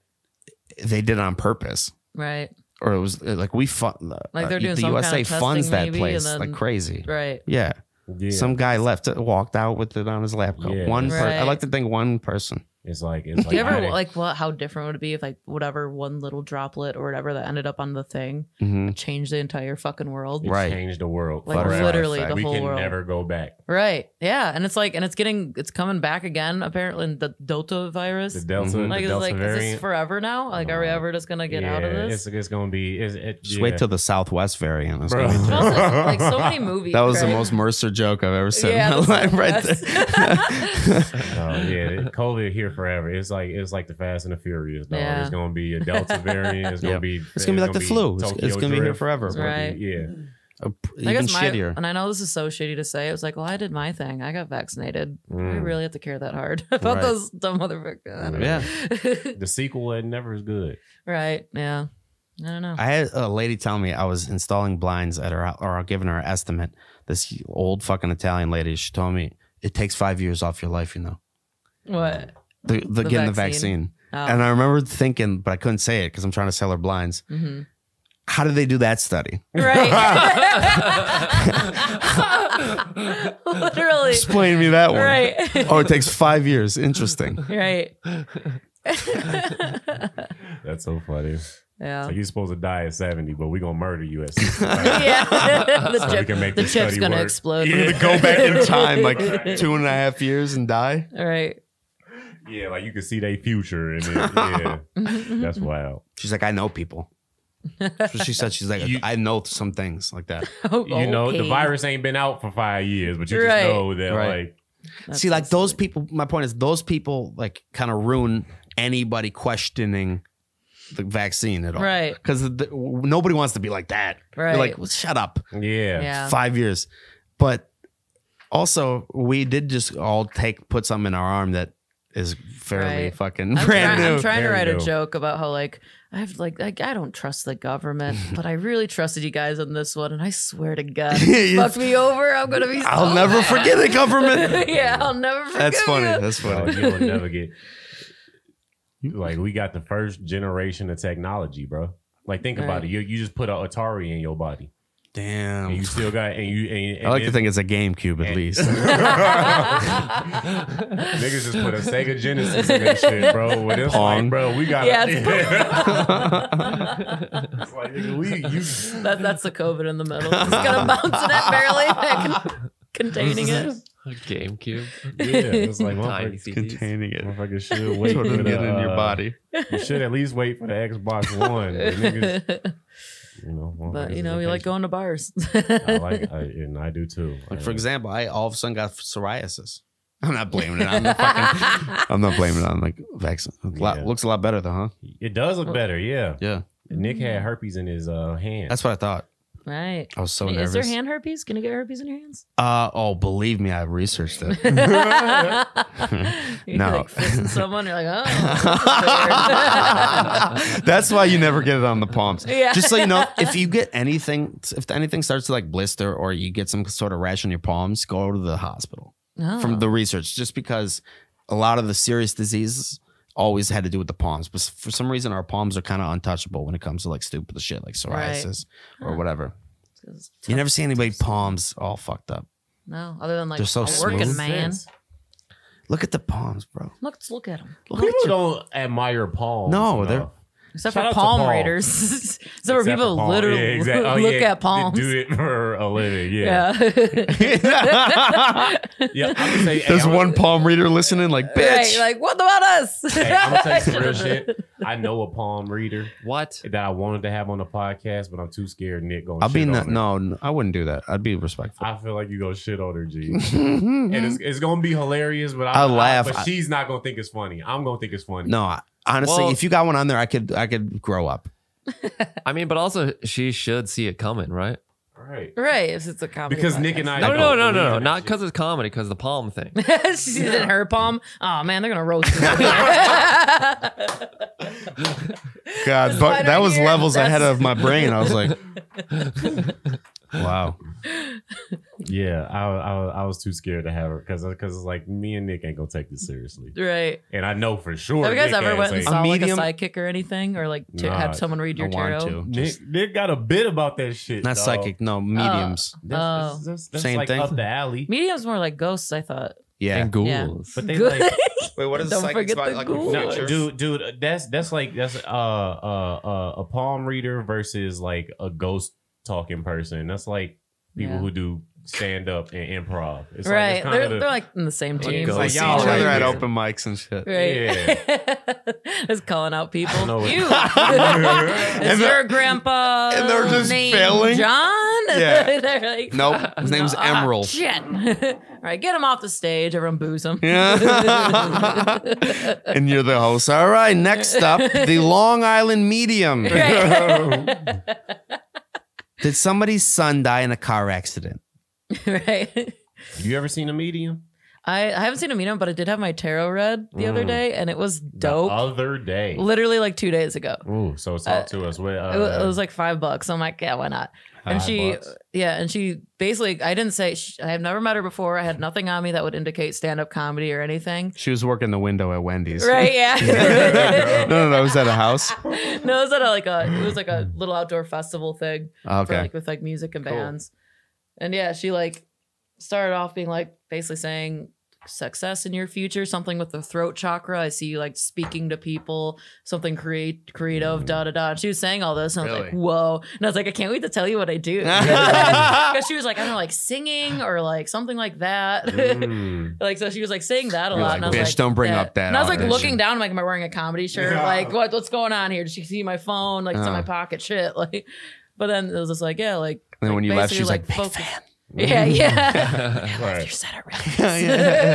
D: they did it on purpose
F: right,
D: or it was like we fund
F: Like they're doing
D: the
F: some kind
D: usa
F: of testing
D: funds that
F: maybe,
D: place
F: and then-
D: like crazy
F: right.
D: yeah
E: Yeah.
D: some guy left, it, walked out with it on his lap coat.
E: Yeah.
D: One, per- I
F: Right.
D: like to think one person.
E: it's like it's like,
F: Do you ever
E: I-
F: like what? How different would it be if like whatever one little droplet or whatever that ended up on the thing
D: Mhm.
F: changed the entire fucking world?
E: it
D: Right.
E: changed the world.
F: Like
E: forever.
F: literally the
E: we
F: whole
E: can
F: world.
E: never go back.
F: Right. Yeah. And it's like, and it's getting, it's coming back again. Apparently, in the Delta virus.
E: The Delta,
D: Mhm.
E: the
F: like, it's
E: Delta
F: like,
E: variant.
F: is this forever now? Like, are we
E: No.
F: ever just gonna get
E: yeah,
F: out of this?
E: It's, it's gonna be. It's, it,
D: Just
E: yeah.
D: wait till the Southwest variant. is
E: Bro.
D: gonna be
F: But
D: there.
F: also, like so many movies.
D: That was the
F: right?
D: most Mercer joke I've ever said in
F: Yeah,
D: my
F: that's
D: life,
F: the
D: right
F: best.
D: there.
E: No, yeah, COVID here forever. It's like it's like the Fast and the Furious. Dog.
F: Yeah.
E: It's gonna be a Delta variant. It's gonna
D: Yep.
E: be.
D: it's gonna be like the flu. It's,
E: Tokyo
D: it's gonna be here
E: Drift.
D: forever.
E: It's gonna be-
F: Right.
E: Yeah.
D: Uh, p-
F: I
D: Even
F: guess my-
D: shittier.
F: and I know this is so shitty to say. It was like, well, I did my thing. I got vaccinated. I
E: Mm.
F: really have to care that hard about
D: Right.
F: those dumb motherfuckers.
D: yeah,
E: The sequel was never as good.
F: right. Yeah. I don't know.
D: I had a lady tell me I was installing blinds at her, or giving her an estimate. This old fucking Italian lady, she told me it takes five years off your life. You know,
F: what?
D: the, the,
F: The
D: getting the vaccine.
F: vaccine. Oh.
D: And I remember thinking, but I couldn't say it because I'm trying to sell her blinds.
F: Mhm.
D: How did they do that study?
F: Right. Literally.
D: Explain to me that one.
F: Right.
D: Oh, it takes five years. Interesting.
F: Right.
E: That's so funny.
F: Yeah.
E: So you're supposed to die at 70, but we're gonna murder you at 65.
F: yeah. the
E: So we
F: chip,
E: can make
F: the
E: this
F: chip's
E: study
F: gonna
E: work.
F: explode.
D: You're gonna go back in time like two and a half years and die.
F: All right.
E: yeah, like you can see their future and it, yeah. That's wild.
D: She's like, I know people. That's what she said. She's like, I know some things like that.
F: Oh,
E: You know, the
F: okay.
E: virus ain't been out for five years, but you
F: Right.
E: just know that
D: Right.
E: like
F: That's
D: See, like
F: so
D: those
F: silly.
D: people. My point is, those people like kind of ruin anybody questioning the vaccine at all,
F: Right.
D: Because nobody wants to be like that. You're like,
F: Right.
D: well, shut up.
E: yeah.
F: Yeah.
D: Five years, but also we did just all take put something in our arm that is fairly
F: Right.
D: fucking
F: I'm,
D: brand
F: try-
D: new.
F: I'm trying to
E: Brand
F: write a
E: new.
F: joke about how like I've like, like I don't trust the government, but I really trusted you guys on this one, and I swear to God,
D: You-
F: you fucked me over. I'm gonna be. So
D: I'll never
F: mad.
D: forget the government.
F: yeah, I'll never forget.
D: That's funny.
F: You.
D: That's
E: Well,
D: funny.
E: you'll Oh, never get like we got the first generation of technology, bro. Like think about
F: Right.
E: it. You you just put an Atari in your body. And
D: Damn.
E: you still got and you and, and
D: I like to
E: it-
D: think it's a GameCube at
E: and-
D: least.
E: Niggas just put a Sega Genesis in this shit, bro. With this
D: Pong.
E: like, bro, we got
F: Yeah,
E: It's like, nigga, we you
F: That, that's the COVID in the middle. It's gonna bounce in that barely con- containing it.
C: GameCube.
E: yeah, it's like
C: Tiny
E: motherfuckers,
C: CDs.
D: Containing it.
E: motherfuckers should wait
D: That's
E: for
D: what
E: the,
D: I'm getting in your
E: uh,
D: body.
E: You should at least wait for the Xbox One. The niggas, you know,
F: but
E: motherfuckers
F: you
E: is
F: know, we like
E: impatient.
F: going to bars.
E: I like, I, and I do too. Uh,
D: Like
E: I-
D: for example, I all of a sudden got psoriasis. I'm not blaming it on the fucking. I'm not blaming it on like vaccine. A lot-
E: Yeah.
D: Looks a lot better though, huh?
E: It does look better, yeah.
D: Yeah,
E: Nick had herpes in his uh, hand.
D: Mm-hmm. that's what I thought.
F: right.
D: I was so
F: Is
D: nervous.
F: there hand herpes? Can you get herpes in your hands?
D: Uh oh, believe me, I researched it.
F: You're
D: No.
F: like fixing someone, you're like, oh.
D: that's why you never get it on the palms.
F: Yeah.
D: Just so you know, if you get anything, if anything starts to like blister or you get some sort of rash on your palms, go to the hospital.
F: No.
D: from the research, just because a lot of the serious diseases always had to do with the palms. But for some reason, our palms are kind of untouchable when it comes to like stupid shit like
F: Right.
D: psoriasis or whatever. You never see anybody palms all fucked up.
F: No, other than like
D: They're so
F: a working
D: smooth.
F: man.
D: Look at the palms, bro.
F: Look, let's look at him.
D: Look
E: People
D: at your.
E: don't admire palms.
D: No,
E: enough.
D: they're-
F: Except
E: Shout out to
F: for palm
E: Paul.
F: raiders. Except, for
E: Except
F: people
E: palm-
F: literally
E: yeah, exact- oh,
F: look
E: yeah,
F: at palms.
E: They do it for a living, yeah.
F: yeah.
E: Yeah, I can say, hey,
D: There's
E: I'm-
D: one palm reader listening, like bitch.
F: Right, like what about us?
E: Hey, I'm gonna tell you some real shit. I know a palm reader
C: What?
E: that I wanted to have on the podcast, but I'm too scared. Nick going.
D: I'll be
E: on
D: not,
E: her.
D: no, no, I wouldn't do that. I'd be respectful.
E: I feel like you go shit on her, G. and it's, it's gonna be hilarious, but I,
D: I'll laugh.
E: but she's not gonna think it's funny. I'm gonna think it's funny.
D: No, I, honestly,
C: Well-
D: if you got one on there, I could, I could grow up.
C: I mean, but also she should see it coming, right?
E: All right.
F: right, if it's a comedy.
E: Because Nick and I
C: No,
E: don't
C: no, no, no,
E: believe
C: no,
E: in
C: not
E: shit.
C: because it's comedy, because the palm thing.
F: podcast. she's in her palm. Oh man, they're gonna roast me. That's
D: God,
F: That's why
D: but
F: they're
D: that was
F: here.
D: levels ahead
F: That's-
D: of my brain. I was like, wow.
E: Yeah, I, I I was too scared to have her because because it's like me and Nick ain't gonna take this seriously,
F: right.
E: and I know for sure.
F: Have you guys
E: Nick
F: ever
E: ain't
F: went and
E: saying-
F: saw
D: medium-
F: like a psychic or anything, or like to
E: Nah,
F: have someone read your
D: I want
F: tarot? Uh,
D: to.
E: Nick, Nick got a bit about that shit.
D: Not
E: dog.
D: psychic, no, mediums.
E: That's,
F: Oh.
E: that's, that's, that's
D: Same
E: like
D: thing.
E: up the alley.
F: Medium's more like ghosts, I thought.
D: yeah.
C: And ghouls.
E: But they
F: Good.
E: like
D: Wait, what
F: is Don't psychics forget about, the like, in the
E: No,
F: Pictures.
E: dude, dude, that's that's like that's uh, uh uh a palm reader versus like a ghost talking person. That's like people
F: Yeah.
E: who do stand up and improv. It's Like,
F: right.
E: it's
F: they're,
E: kinda the-
F: they're like in the same
C: Like
F: team.
C: ghosts.
E: Like,
D: see
E: y'all
D: each
E: right
D: other at
E: there.
D: open mics and shit.
F: Right. Just calling out people.
E: know it.
F: You. Is
D: And they're-
F: your grandpa
D: and they're just
F: named
D: failing?
F: John?
D: Yeah.
F: they're like,
D: Nope, his name's
F: "Ah,
D: Emerald.
F: Shit. All right, get him off the stage. Everyone boos him.
D: Yeah. and you're the host. All right, next up, the Long Island Medium.
F: Right.
D: Did somebody's son die in a car accident?
F: right.
E: you ever seen a medium?
F: I, I haven't seen a medium, but I did have my tarot read the
D: Mm.
F: other day, and it was dope.
E: The other day.
F: Literally like two days ago.
E: Ooh, so talk to us. Where,
F: it, was,
E: uh,
F: it was like five bucks. I'm like, yeah, why not? And
E: Five
F: she,
E: bucks.
F: yeah, and she basically, I didn't say she, I have never met her before. I had nothing on me that would indicate stand up comedy or anything.
D: She was working the window at Wendy's.
F: Right? Yeah.
D: no, no, no. Was that a house?
F: no, it was at a, like a, it was like a little outdoor festival thing. for,
D: Oh, Okay.
F: like with like music and bands. And yeah, she like started off being like basically saying success in your future, something with the throat chakra. I see you like speaking to people, something create creative, da da da. And she was saying all this, and I was like,
D: Really?
F: whoa. And I was like, I can't wait to tell you what I do. Because she was like, I don't know, like singing or like something like that.
D: Mm.
E: Mm.
F: like so she was like saying that a
D: You're
F: lot.
D: like,
F: and I was
D: "Bitch,
F: like,
D: don't bring up that
F: And I was like
D: audition."
F: looking down, I'm like, am I wearing a comedy shirt? Like, what what's going on here? Did she see my phone? Like it's
D: Uh.
F: in my pocket, shit. Like but then it was just like, yeah, like
D: And then when you left,
F: basically,
D: she's like, "Big
F: focus- Yeah, yeah.
E: Right.
F: you said it really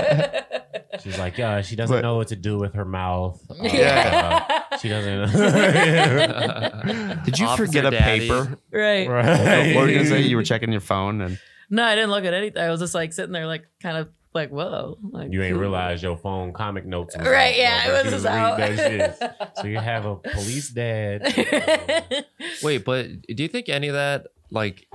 E: She's like, yeah, she doesn't
D: But-
E: know what to do with her mouth. Uh,
D: Yeah.
E: uh, she doesn't.
D: Did you
C: Officer
D: forget a
C: Daddy.
D: paper?
F: Right.
E: right.
D: what were you gonna say? You were checking your phone and
F: No, I didn't look at anything. I was just like sitting there, like kind of like, whoa. Like,
E: You ain't
F: who-
E: realize your phone comic notes. was
F: Right,
E: out,
F: yeah,
E: bro.
F: it was
E: You
F: just
E: read
F: out.
E: that shit. So you have a police dad.
C: Wait, but do you think any of that like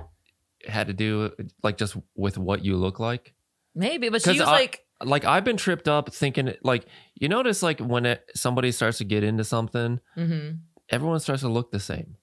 C: had to do like just with what you look like?
F: Maybe, but she
C: 'Cause
F: was
C: I-
F: like,
C: Like I've been tripped up thinking like you notice like when it, somebody starts to get into something,
F: hmm
C: everyone starts to look the same.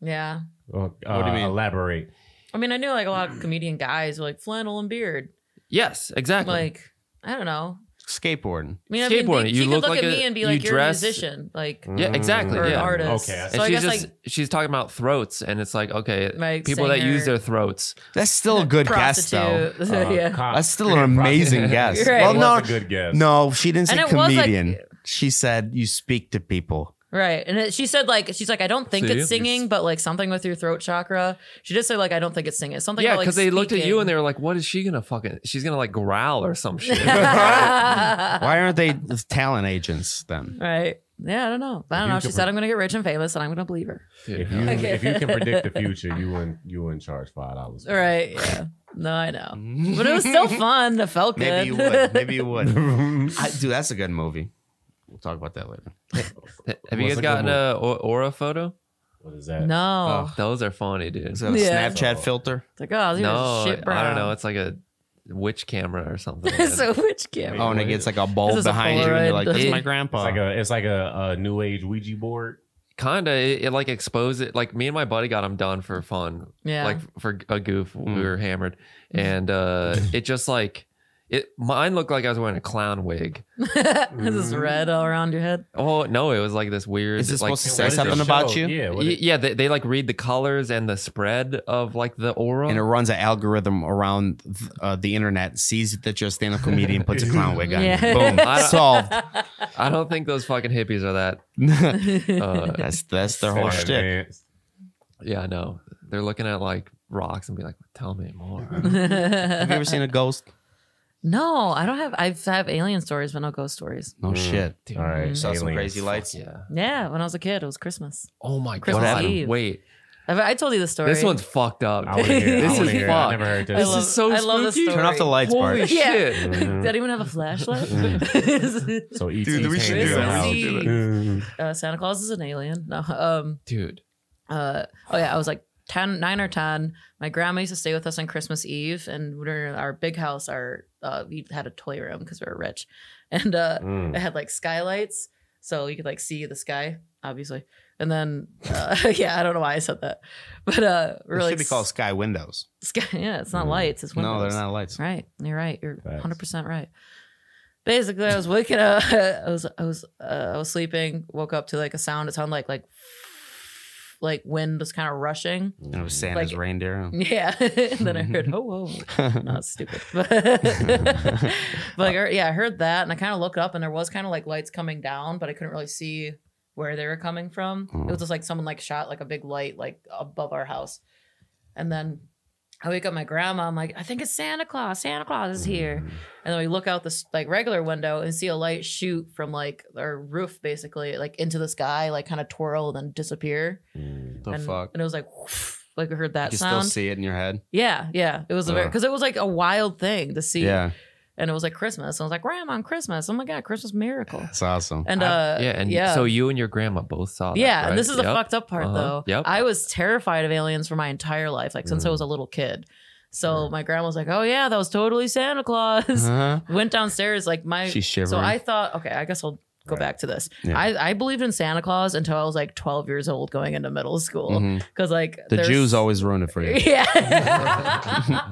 F: yeah.
E: Well, uh,
D: What do you mean?
E: Elaborate.
F: I mean, I knew like a lot of comedian guys were like flannel and beard.
C: Yes, exactly.
F: Like, I don't know.
D: skateboarding.
F: I mean, I mean,
C: Skateboarding,
F: they-
C: you
F: she could
C: look
F: look
C: like
F: at
C: a-
F: me and be
C: you
F: like, you're
C: dress-
F: a musician. Like,
C: yeah, exactly.
F: or an
C: yeah.
F: artist.
E: Okay, I
F: Okay.
E: see.
F: So I
C: she's
F: guess
C: just
F: like,
C: she's talking about throats, and it's like okay,
F: Like
C: people that use
F: singer.
C: their throats.
D: That's still a good guess, though.
F: prostitute.
C: Uh,
F: yeah.
E: co-
D: That's still an amazing guess.
F: Right.
D: Well,
E: That was
D: no,
E: a good guess.
D: no, she didn't say
F: And it was like-
D: comedian. she said you speak to people.
F: Right. And it, she said, like, she's like, I don't think
C: See?
F: it's singing, but like something with your throat chakra. She just said, like, I don't think it's singing. Something
C: yeah,
F: about, like,
C: because they looked at you and they
F: speaking.
C: were like, "What is she gonna fucking? She's gonna like growl or some shit."
D: Why aren't they talent agents then?
F: Right. Yeah, I don't know. I don't
E: you
F: know. She
E: could
F: said,
E: pre-
F: I'm going to get rich and famous and I'm going to believe her.
E: If you if you can predict the future, you wouldn't you wouldn't charge five dollars.
F: Right. Yeah. No, I know. But it was still fun. It felt good.
D: Maybe you would. Maybe you would. I, dude, that's a good movie. We'll talk about that later.
C: Have you
E: What's
C: guys
E: a good
C: gotten
E: one?
C: a o- aura photo?
E: What is that?
F: no.
C: Oh, those are funny, dude.
D: Is that a
F: Yeah.
D: Snapchat filter?
F: It's like, oh, these
C: no,
F: are shit brown.
C: I don't know. It's like a witch camera or something.
F: so which camera?
D: Oh, and it gets like a bulb
F: This is a
D: behind you, and you're like, "Eh."
F: Polaroid.
D: "That's my
C: It-
D: grandpa."
E: It's like a it's like a, a new age Ouija board.
C: Kinda, it, it like exposed it. Like me and my buddy got them done for fun.
F: Yeah.
C: Like for a goof, we
D: Mm.
C: were hammered, and uh it just like it. Mine looked like I was wearing a clown wig.
F: this is red all around your head.
C: Oh no, it was like this weird.
D: Is it
C: like,
D: supposed to say
E: What does it
D: something about
E: show?
D: you?
E: Yeah. what
C: Y-
E: it-
C: yeah, they, they like read the colors and the spread of like the aura.
D: and it runs an algorithm around th- uh, the internet, sees that you're a stand-up comedian, puts a clown wig on. you.
F: Yeah.
D: Boom,
C: I don't-
D: solved.
C: I don't think those fucking hippies are that. Uh,
D: that's that's their whole
E: Sad,
D: shtick.
E: man.
C: yeah, no, they're looking at like rocks and be like, "Tell me more."
D: Have you ever seen a ghost?
F: No, I don't have. I've I have alien stories, but no ghost stories.
D: No shit.
E: All right.
D: Saw some
E: Mm. aliens.
D: crazy lights.
C: yeah.
F: Yeah, when I was a kid, it was Christmas.
C: Oh my
F: Christmas
C: god!
F: Eve.
C: Wait,
F: I've, I told you the story.
C: this one's fucked up.
E: I
C: dude.
E: wanna hear,
C: this
E: I wanna
C: is
E: hear, it. I
C: fucked.
E: never heard
F: I
E: this.
F: love,
C: is so
F: I love the
C: spooky.
F: story.
D: Turn off the lights,
C: Holy
D: Bart.
F: Yeah.
C: shit!
F: Does anyone have a flashlight?
E: so E ET
D: Dude, we should
E: came
D: do
E: to
D: that.
E: our
D: We
F: should
E: house.
F: uh, Santa Claus is an alien. No. Um.
C: Dude,
F: Uh. Oh yeah. I was like 10, 9 or ten. My grandma used to stay with us on Christmas Eve, and we were in our big house. Our uh, we had a toy room because we were rich, and uh,
E: Mm.
F: it had like skylights, so you could like see the sky, obviously. And then, uh, yeah, I don't know why I said that, but uh, we
D: It
F: we're like
D: should be called sky windows.
F: sky. Yeah, it's not
E: Mm.
F: lights. It's windows.
D: No, they're not lights.
F: Right. You're right. You're
E: Facts.
F: 100% right. Basically, I was waking up. I was I was uh, I was sleeping. Woke up to like a sound. It sounded like like like wind was kind of rushing.
D: And it was Santa's
F: Like-
D: reindeer.
F: Yeah. and then I heard oh whoa, not stupid. but like I- yeah, I heard that, and I kind of looked up, and there was kind of like lights coming down, but I couldn't really see where they were coming from. It was just like someone like shot like a big light like above our house, and then I wake up my grandma. I'm like, I think it's Santa Claus. Santa Claus is here. And then we look out this like regular window and see a light shoot from like our roof, basically, like into the sky, like kind of twirl and then disappear.
E: Mm.
D: The
F: and,
D: fuck.
F: And it was like, whoosh, like I heard that
D: You still
F: sound.
D: see it in your head?
F: yeah, yeah. It was a very
D: Ugh.
F: because it was like a wild thing to see.
D: Yeah,
F: And it was like Christmas. I was like, Grandma, on Christmas. Oh my god, Christmas miracle.
D: that's awesome.
F: And
C: I-
F: uh,
C: yeah, and
F: yeah.
C: so you and your grandma both saw. That,
F: yeah,
C: right?
F: and this is the
C: Yep.
F: fucked up part
C: Uh-huh.
F: though.
C: Yep. Mm.
F: I was terrified of aliens for my entire life, like since I was a little kid. So my grandma was like, "Oh yeah, that was totally Santa Claus."
D: Uh-huh.
F: Went downstairs, like my
D: She's
F: So
D: shivering.
F: I thought, okay, I guess I'll go
E: Right.
F: back to this.
D: Yeah.
F: I, I believed in Santa Claus until I was like 12 years old going into middle school.
D: Mhm.
F: Because, like,
D: The
F: there's-
D: Jews always ruin it for you.
F: Yeah.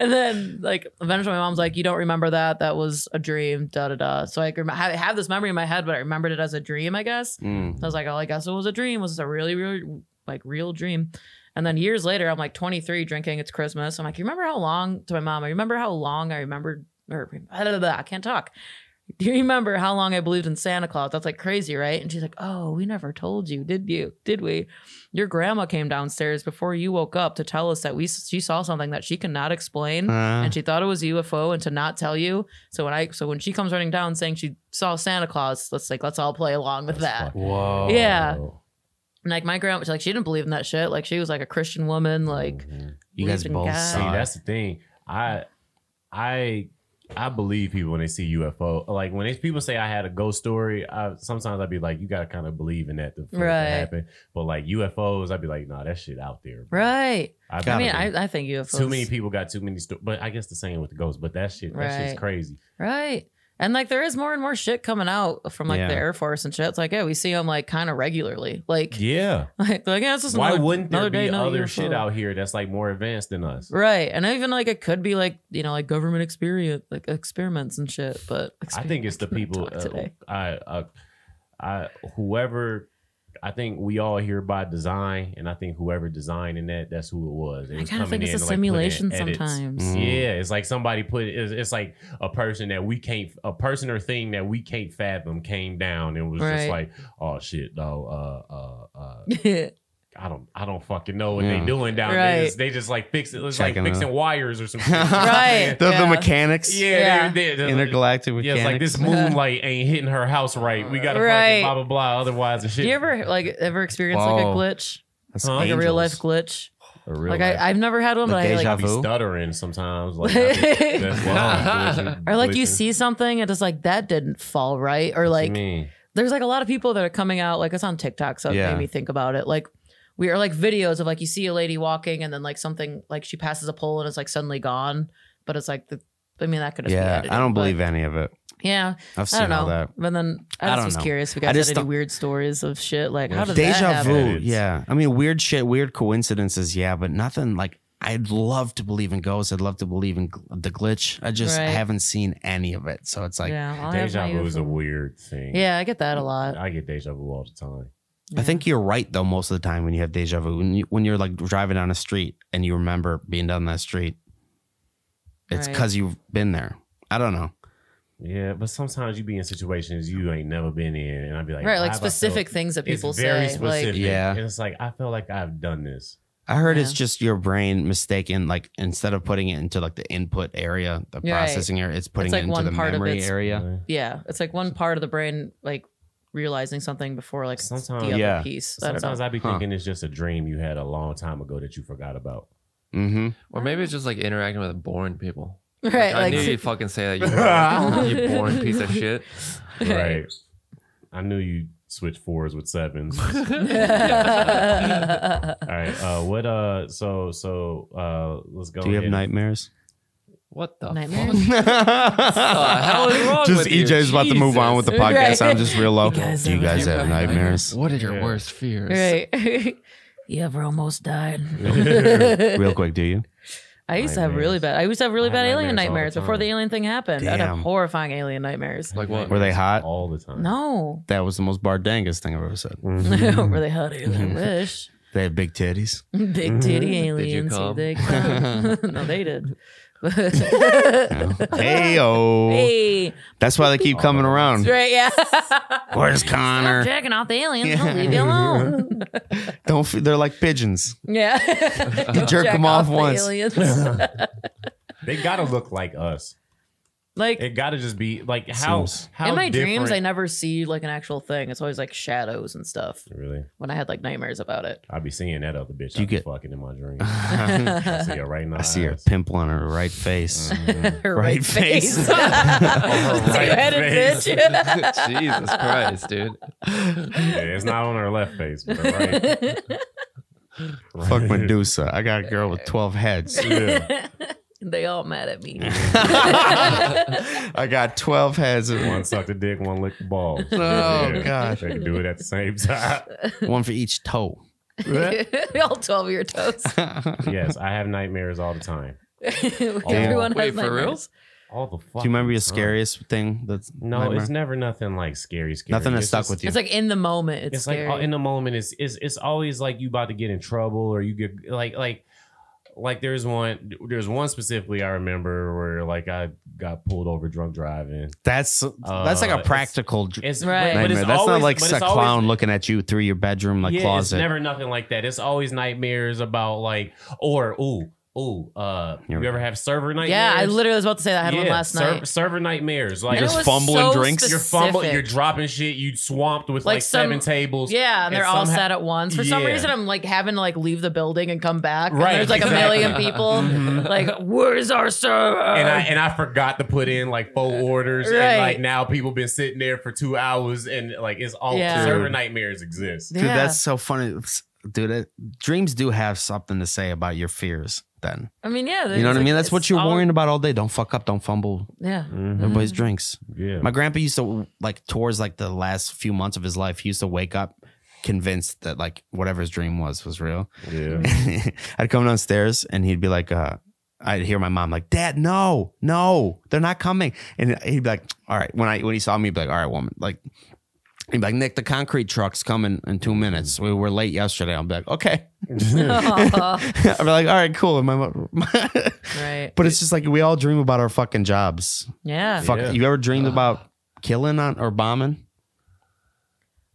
F: and then, like, eventually my mom's like, You don't remember that. That was a dream, da da da. So I, rem- I have this memory in my head, but I remembered it as a dream, I guess.
D: Mm.
F: So I was like, oh, I guess it was a dream. Was this a really, really, like, real dream? And then years later, I'm like 23, drinking. It's Christmas. I'm like, you remember how long to my mom? I remember how long I remembered, or blah, blah, blah, I can't talk. Do you remember how long I believed in Santa Claus? That's like crazy, right? And she's like, oh, we never told you, did you? Did we? Your grandma came downstairs before you woke up to tell us that we she saw something that she could not explain
D: Uh,
F: and she thought it was a UFO and to not tell you. So when I so when she comes running down saying she saw Santa Claus, let's like let's all play along with that.
E: Whoa.
F: Yeah. And like my grandma, like she didn't believe in that shit. Like she was like a Christian woman. Like uh,
E: Mhm.
D: you guys
F: believed in
D: both
F: God.
E: see,
D: saw it.
E: that's the thing. I, I, I believe people when they see UFO. Like when they, people say I had a ghost story, I, sometimes I'd be like, you gotta kind of believe in that to, for it to
F: Right.
E: happen. But like UFOs, I'd be like, nah, that shit out there. bro."
F: right.
E: I,
F: I
D: Gotta
F: mean,
D: be.
F: I, I think UFOs.
E: too many people got too many stories. But I guess the same with the ghosts. But that shit, that
F: Right.
E: shit's crazy.
F: Right. And like there is more and more shit coming out from like
D: Yeah.
F: the Air Force and shit. It's like yeah, we see them like kind of regularly. Like
E: Yeah.
F: like, like yeah, it's just
E: Why
F: another,
E: wouldn't there
F: another day,
E: be
F: another
E: other
F: UFO.
E: shit out here that's like more advanced than us?
F: Right. And even like it could be like, you know, like government experience, like experiments and shit. But
E: I think it's the
F: can't
E: people.
F: talk
E: Uh,
F: today.
E: I, uh, I, whoever. I think we all here by design, and I think whoever designing that, that's who it was. It
F: I
E: was
F: kind of
E: coming
F: think it's
E: in
F: a
E: to, like, put in
F: simulation
E: edits.
F: sometimes.
D: Mm.
E: Yeah, it's like somebody put it's, it's like a person that we can't, a person or thing that we can't fathom came down and was just
F: Right.
E: like, oh shit, no, uh, uh, uh,
F: Yeah.
E: I don't, I don't fucking know what
D: Yeah.
E: they doing down
F: Right.
E: there. It's- They just like fix it. It's
D: Checking
E: like
D: it
E: fixing
D: out.
E: wires or some shit.
F: Right.
D: The, the
F: Yeah.
D: mechanics.
E: Yeah,
F: Yeah.
E: They, they, they,
D: Intergalactic mechanics.
E: yeah, it's like this moonlight ain't hitting her house right. We gotta fucking
F: Right.
E: blah blah blah. Otherwise, the
F: Do
E: shit.
F: you ever like ever experience like a
C: Whoa.
F: glitch?
D: That's
E: Huh?
F: Like a
D: angels.
F: real life glitch?
E: A real
F: like
E: life-
F: I, I've never had one,
D: Like
F: but
D: deja
F: I like
E: I be
D: vu?
E: stuttering sometimes. Like, I be- that's why I'm glitching-
F: or like you
E: glitching.
F: see something and it's like that didn't fall right. Or
E: What you
F: like
E: mean?
F: there's like a lot of people that are coming out, like it's on TikTok, so it
D: Yeah.
F: made me think about it. Like we are like videos of like you see a lady walking and then like something like she passes a pole and it's like suddenly gone. But it's like the I mean that could have
D: Yeah, I don't believe any of it.
F: Yeah,
D: I've
F: I
D: seen
F: don't
D: all
F: know.
D: that.
F: But then I
D: I
F: just
D: don't
F: was
D: know.
F: curious if you
D: I
F: guys
D: just
F: had
D: thought-
F: any weird stories of shit. Like how did that
D: Deja
F: happen?
D: vu.
E: happen?
D: Yeah. I mean, weird shit, weird coincidences. Yeah, but nothing like I'd love to believe in ghosts. I'd love to believe in gl- the glitch. I just
F: Right.
D: haven't seen any of it. So it's like,
F: yeah, I'll have
E: Deja
F: my
E: vu is a
F: UFO.
E: weird thing.
F: Yeah, I get that a lot.
E: I get deja vu all the time.
F: Yeah.
D: I think you're right though. Most of the time when you have deja vu, when, you, when you're like driving down a street and you remember being down that street, it's
F: Right.
D: because you've been there. I don't know.
E: Yeah, but sometimes you be in situations you ain't never been in, and I'd be like,
F: right, like
E: "Why have I felt-"
F: specific things that people
E: it's very
F: say.
E: specific.
F: Like
D: Yeah.
E: and it's like I feel like I've done this.
D: I heard it's
F: Yeah.
D: just your brain mistaken. Like instead of putting it into like the input area, the
F: Right.
D: processing area, it's putting
F: like
D: it into
F: one
D: the
F: part of
D: memory
F: it's-
D: area.
E: Uh,
F: yeah, it's like one part of the brain like realizing something before like
E: Sometimes-
F: the other
D: Yeah.
F: piece. I don't know.
E: Sometimes I be
D: Huh.
E: thinking it's just a dream you had a long time ago that you forgot about.
D: Mm-hmm.
C: Or maybe it's just like interacting with boring people.
F: Right,
C: I
F: like-
C: knew you'd fucking say that. You, you boring piece of shit.
E: Right. I knew you switched fours with sevens. All right. Uh, what? Uh. So. So. Uh. Let's go.
D: Do you have
E: ahead.
D: nightmares?
C: What the
F: Nightmares?
C: fuck? the hell is wrong
D: just
C: with you?
D: EJ's about to move on with the
F: Jesus.
D: podcast. I'm just real low.
F: You guys
D: Do you
F: have
D: guys have nightmares?
C: What are your
E: Yeah.
C: worst fears?
F: Right. you ever almost died?
D: Real quick, do you?
F: I used to have really
E: Nightmares.
F: bad. I used to have really
E: I had
F: bad alien
E: nightmares all the
F: nightmares before
E: time.
F: the alien thing happened. I had
D: Damn.
F: horrifying alien nightmares.
C: Like what?
D: Were they hot?
E: all the time?
F: No.
D: That was the most bardangus thing I've ever said.
E: Mm-hmm.
F: Were they hot alien? I wish.
D: They had big titties.
F: Big titty
C: you
F: aliens. here
C: come?
F: they come. no, they did.
D: hey, oh.
F: hey.
D: That's why they keep coming around.
F: Right, yeah.
D: Where's Connor?
F: Jacking off the aliens. I'll leave you alone.
D: Don't. F- they're like pigeons.
F: Yeah.
D: You jerk
F: Jack
D: them off
F: the
D: once.
F: aliens.
E: They gotta look like us.
F: like
E: It gotta just be like how
D: Seems-
E: how
F: in my dreams, I
E: different-
F: never see like an actual thing. It's always like shadows and stuff.
E: really.
F: When I had like nightmares about it,
E: I be seeing that other bitch.
D: Do you
E: I be
D: get-
E: fucking in my dreams.
D: I
E: I see her right in the
D: I see her
E: eyes.
D: pimple on her right face.
F: her
D: Right
F: right face,
D: face.
F: two-headed
E: face.
F: bitch.
C: Jesus Christ, dude.
E: Yeah, it's not on her left face, but her right.
D: Fuck Medusa. I got a girl with 12 heads.
E: Yeah.
F: They all mad at me.
D: I got 12 heads at
E: One
D: once.
E: sucked a dick, one licked the ball. Oh
D: gosh.
E: they can do it at the same time.
D: One for each toe.
F: all twelve of your toes.
E: yes, I have nightmares all the time.
F: Everyone
C: Wait,
F: has
C: for real?
F: nightmares.
E: All the fuck.
D: Do you remember your scariest thing? That's
E: No, it's
D: nightmare?
E: never nothing like scary. Scary.
D: nothing that
E: It's
D: stuck
E: just-
D: with you.
F: It's like in the moment. It's,
E: It's, like
F: scary.
E: uh, in the moment, it's, it's it's always like you about to get in trouble or you get like like like there's one there's one specifically I remember where like I got pulled over drunk driving.
D: that's that's like
E: Uh,
D: a
E: it's-
D: practical dr-
E: It's but- but
F: Right.
D: nightmare.
E: it's
D: That's not
E: always-
D: like
E: but
D: a
E: it's always-
D: clown looking at you through your bedroom like closet.
E: It's never nothing like that. It's always nightmares about like or ooh ooh uh
D: Here
E: you
D: we
E: ever have server nightmares?
F: yeah, I literally was about to say that. I had one
E: Yeah,
F: last
E: ser-
F: night.
E: Server nightmares like
F: And it
D: just
F: was
D: fumbling
F: so
D: drinks?
E: you're fumbling,
F: specific.
E: you're dropping shit. You swamped with like,
F: Like some-
E: seven tables.
F: Yeah, and they're all
E: somehow-
F: set at once. For some
E: Yeah.
F: reason, I'm like having to like leave the building and come back. and
E: Right,
F: there's like a
E: exactly. Mm-hmm.
F: million people. Like, where's our server?
E: and I and I forgot to put in like full orders,
F: Right.
E: and like now people been sitting there for two hours, and like it's all
F: Yeah.
E: server nightmares exist.
F: Yeah.
D: Dude, that's so funny. Dude, it, dreams do have something to say about your fears then.
F: I mean, yeah.
D: You know what I
F: it's-
D: mean? That's what
F: it's
D: you're
F: all-
D: worrying about all day. Don't fuck up. Don't fumble.
F: Yeah.
D: Everybody's
E: Mm-hmm.
D: drinks.
E: Yeah,
D: My grandpa used to like towards like the last few months of his life. He used to wake up convinced that like whatever his dream was was real.
E: yeah.
D: I'd come downstairs and he'd be like, uh, I'd hear my mom like, Dad, no, no, they're not coming. And he'd be like, All right. When I when he saw me, he'd be like, All right, woman, like. He'd be like, Nick, the concrete truck's coming in two minutes. We were late yesterday. I'm like, okay.
F: Aw,
D: I'd be like, all right, cool. And my mom,
F: right.
D: but it's just like we all dream about our fucking jobs.
F: Yeah.
D: Fuck,
E: Yeah. Uh,
D: you ever dreamed about killing on or bombing?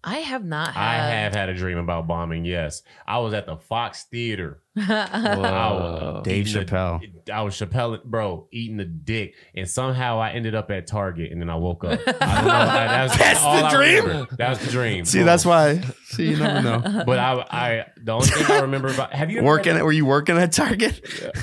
F: I have not
E: I
F: had.
E: have had a dream about bombing. Yes, I was at the Fox Theater. I was
D: Dave
E: eating the-
D: Chappelle.
E: I was Chappelle, bro, eating the dick, and somehow I ended up at Target, and then I woke up. I don't know. I- that was that's all the dream. That was the dream.
D: See, that's why. See, you never know.
E: But I, I, the only thing I remember about have you ever
D: Working at were you working at Target?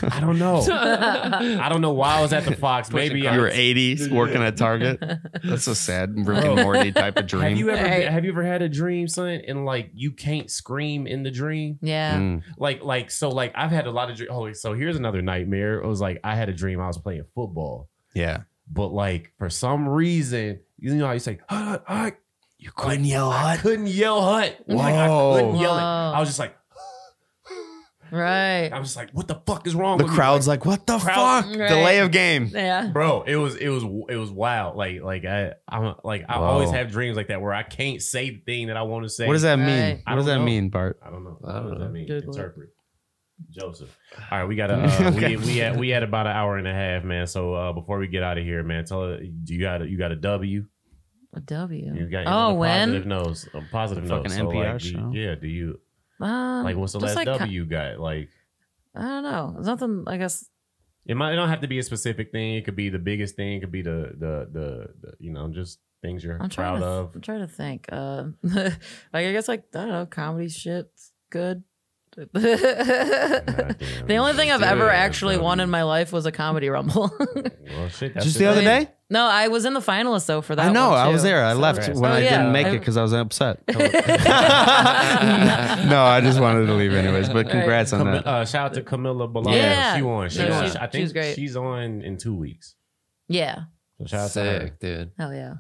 E: I don't know. I don't know why I was at the Fox. Maybe
D: You were
E: I,
D: 80s working at Target. That's a sad Rick and Morty type of dream.
E: Have you ever
F: Right.
E: have you ever had a dream, son, and like you can't scream in the dream?
F: yeah.
D: Mm.
E: Like like so like I've had a lot of dreams. Oh, so here's another nightmare. It was like I had a dream I was playing football,
D: Yeah.
E: but like for some reason, you know how you say, "Hut, hut,"
D: You couldn't yell
E: I
D: hot.
E: couldn't yell hut. Like I couldn't
D: Whoa.
E: yell it.
F: Whoa.
E: I was just like,
F: Right.
E: I was just like, what the fuck is wrong
F: Oh,
D: The
E: with me?
D: crowd's like, what the
E: Crowd-
D: fuck?
F: Right.
D: Delay of game.
F: Yeah.
E: bro it was it was it was wild like like i i'm like i
D: Wow.
E: always have dreams like that where i can't say the thing that i want to say
D: What does that
F: Right.
D: mean?
E: I
D: What does
E: don't
D: that
E: know.
D: mean, Bart?
E: i don't know
C: I don't
E: what does that
C: know.
E: mean
F: Google it.
E: interpret joseph all right we got a uh,
D: Okay.
E: we, we had we had about an hour and a half man so uh before we get out of here man tell do you got a, you got a w
F: A W.
E: you got
F: oh,
E: a
F: when?
E: positive nose a positive
D: The
E: nose
D: fucking
E: so
D: NPR
E: like do you-
D: show.
E: yeah do you
F: Um,
E: like what's the
F: just
E: last
F: like,
E: w you got like
F: I don't know. There's nothing. I guess.
E: it might it don't have to be a specific thing it could be the biggest thing it could be the the the, the you know just things you're
F: I'm
E: proud
F: trying to.
E: of
F: I'm trying to think. Uh, like I guess like I don't know. Comedy shit's good. the
E: Goddamn.
F: only thing I've ever
E: Yeah,
F: actually
E: bro.
F: won in my life was a comedy rumble.
E: Well, shit, that's
D: Just the other
E: thing.
D: day?
F: no, I was in the finalists though for that.
D: I know.
F: one,
D: I was
F: too.
D: there. I left
E: Right.
D: when
F: Oh,
D: I
F: yeah.
D: didn't make
F: I-
D: it because I was upset. no, I just wanted to leave anyways. But congrats on
E: Cam-
D: that.
E: uh, shout out to Camilla Balon.
F: Yeah.
E: She on. She
F: Yeah,
E: on.
F: she-
E: I think
F: she was great.
E: she's on in two weeks.
F: Yeah.
E: So shout out to
C: Sick, dude.
F: Hell yeah.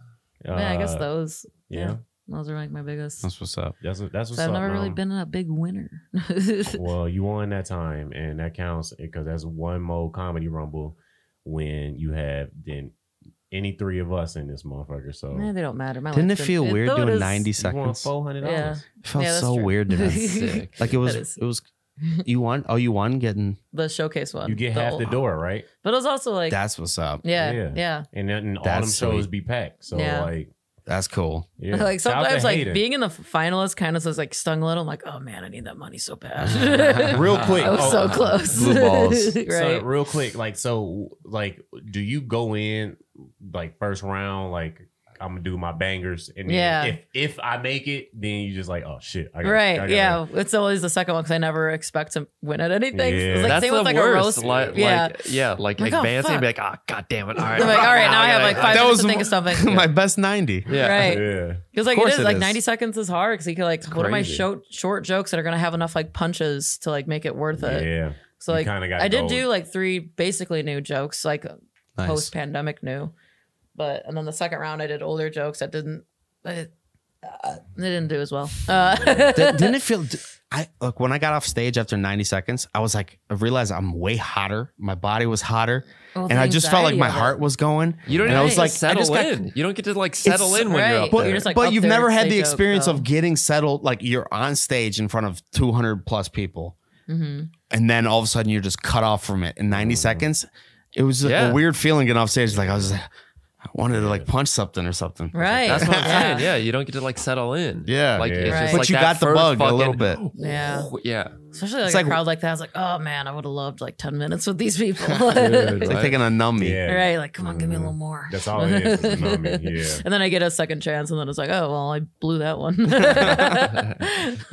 E: her.
F: yeah. I guess
E: Uh,
F: those.
E: yeah.
F: Those are like my biggest.
D: That's what's up.
E: That's what, that's
F: So
E: what's
F: I've
E: up,
F: never really
E: man.
F: been a big winner.
E: Well, you won that time, and that counts because that's one more comedy rumble when you have then any three of us in this motherfucker. So
F: Man, they don't matter. My
D: Didn't it
F: life's been-
D: feel weird
F: though it
D: doing
F: is-
D: 90
E: you won
D: seconds?
E: four hundred
F: Yeah.
E: dollars.
D: It felt
F: Yeah, that's
D: so
F: true.
D: weird to me.
C: Sick.
D: Like it was,
F: That is-
D: it was, you won. Oh, you won getting.
F: The showcase one.
E: You get half
F: whole-
E: the door, right?
F: But it was also like,
D: That's what's up.
F: yeah,
E: Yeah.
F: yeah.
E: And then and all them
D: That's
E: shows
D: sweet.
E: be packed. So
F: Yeah.
E: like,
D: That's cool.
E: yeah.
F: Like
E: Shout out to
F: sometimes, like
E: Hayden.
F: being in the finalists kind of was like stung a little. I'm like, oh man, I need that money so bad.
E: real quick.
F: I was
E: oh,
F: so
E: uh,
F: close.
D: blue balls.
F: right.
E: So real quick, like so, like do you go in like first round? Like I'm gonna do my bangers, and then
F: Yeah.
E: if if I make it, then you just like oh shit, I gotta- I
F: Right,
E: gotta-
F: yeah, it's always the second one because I never expect to win at anything.
E: Yeah.
F: It's like
C: That's
F: same
C: the
F: with like
C: worst.
F: a roast.
C: Like,
F: yeah,
C: like, yeah, like
F: Like, oh,
C: advancing,
F: fuck.
C: be like, ah, god damn it. All right.
F: I'm like, all right, now I have
C: gotta-
F: like five
D: That
F: minutes
D: was
F: to think
D: my-
F: of something.
D: My best 90.
C: Yeah.
F: Right,
E: yeah.
F: Because like
D: course
F: it is
D: it
F: like
D: is.
F: ninety seconds is hard because he could like what are my
C: crazy.
F: short short jokes that are gonna have enough like punches to like make it worth it.
E: Yeah,
F: So
E: You
F: like
E: kinda got
F: I did
E: gold.
F: do like three basically new jokes, like post pandemic new. But and then the second round I did older jokes that didn't I, uh, they didn't do as well. Uh,
D: Di- didn't it feel? di- I look when I got off stage after 90 seconds, I was like, I realized I'm way hotter. My body was hotter,
F: Well,
D: and
F: the
D: I just felt like
F: anxiety
D: my
F: of it.
D: heart was going.
C: You don't
D: and
C: even
D: I
C: have
D: was
C: to
D: like, I
C: settle
D: just got-
C: in. You don't get to like settle in when you're
F: right.
C: up
F: But-
C: there.
F: You're just, like,
D: but
F: up
D: you've
F: there
D: never
F: and
D: had
F: say
D: the
F: joke,
D: experience
F: though.
D: of getting settled. Like you're on stage in front of 200 plus people,
F: Mm-hmm.
D: and then all of a sudden you're just cut off from it in 90 seconds. It was a-
C: Yeah.
D: a weird feeling getting off stage. Like I was, like, I wanted to like punch something or something.
F: right.
C: That's what I'm
F: yeah.
C: saying. Yeah, you don't get to like settle in.
D: Yeah.
C: like it's
E: Yeah.
C: just
F: But
C: like
D: you
C: that
D: got the
C: first
D: bug a
C: fucking-
D: little bit.
F: Yeah.
C: Yeah,
F: Especially like
D: It's
F: a
D: like-
F: crowd like that. I was like, oh man, I would have loved like 10 minutes with these people.
D: It's
C: Right.
D: like taking a nummy.
E: Yeah.
F: Right. Like, come on, give me a little more.
E: Mm-hmm. That's all it is. is numb, yeah.
F: And then I get a second chance, and then it's like, oh, well, I blew that one. I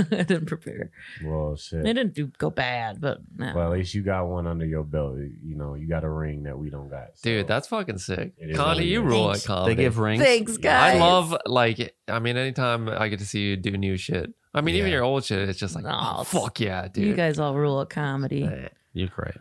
F: didn't prepare.
E: Well, shit.
F: I didn't do go bad, but no.
E: Well, at least you got one under your belt. You know, you got a ring that we don't got. so-
C: dude, that's fucking sick.
E: It is
C: Connie,
E: really
C: you
E: good.
C: rule
F: Thanks.
C: at comedy.
D: They give rings.
F: Thanks, guys.
C: I love like I mean, anytime I get to see you do new shit. I mean, even
E: Yeah.
C: your old shit, it's just like,
F: Oh,
C: oh, fuck yeah, dude.
F: You guys all rule at comedy.
C: Yeah.
D: You're great.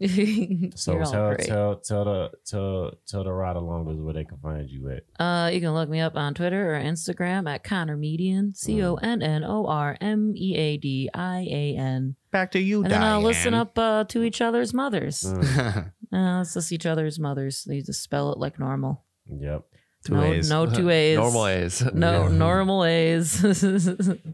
E: so.
F: You're all
E: tell,
F: great.
E: tell tell the tell tell the ride alongers where they can find you at.
F: Uh, you can look me up on Twitter or Instagram at Connor Median, C O N N O R M E A D I A N.
D: Back to you,
F: And then
D: Diane.
F: I'll listen up uh, to each other's mothers.
E: Mm,
D: up.
F: Uh, it's just each other's mothers. They just spell it like normal.
E: Yep.
D: Two
F: no,
D: A's.
F: no two A's.
C: Normal A's.
F: No
E: Yeah.
F: normal A's.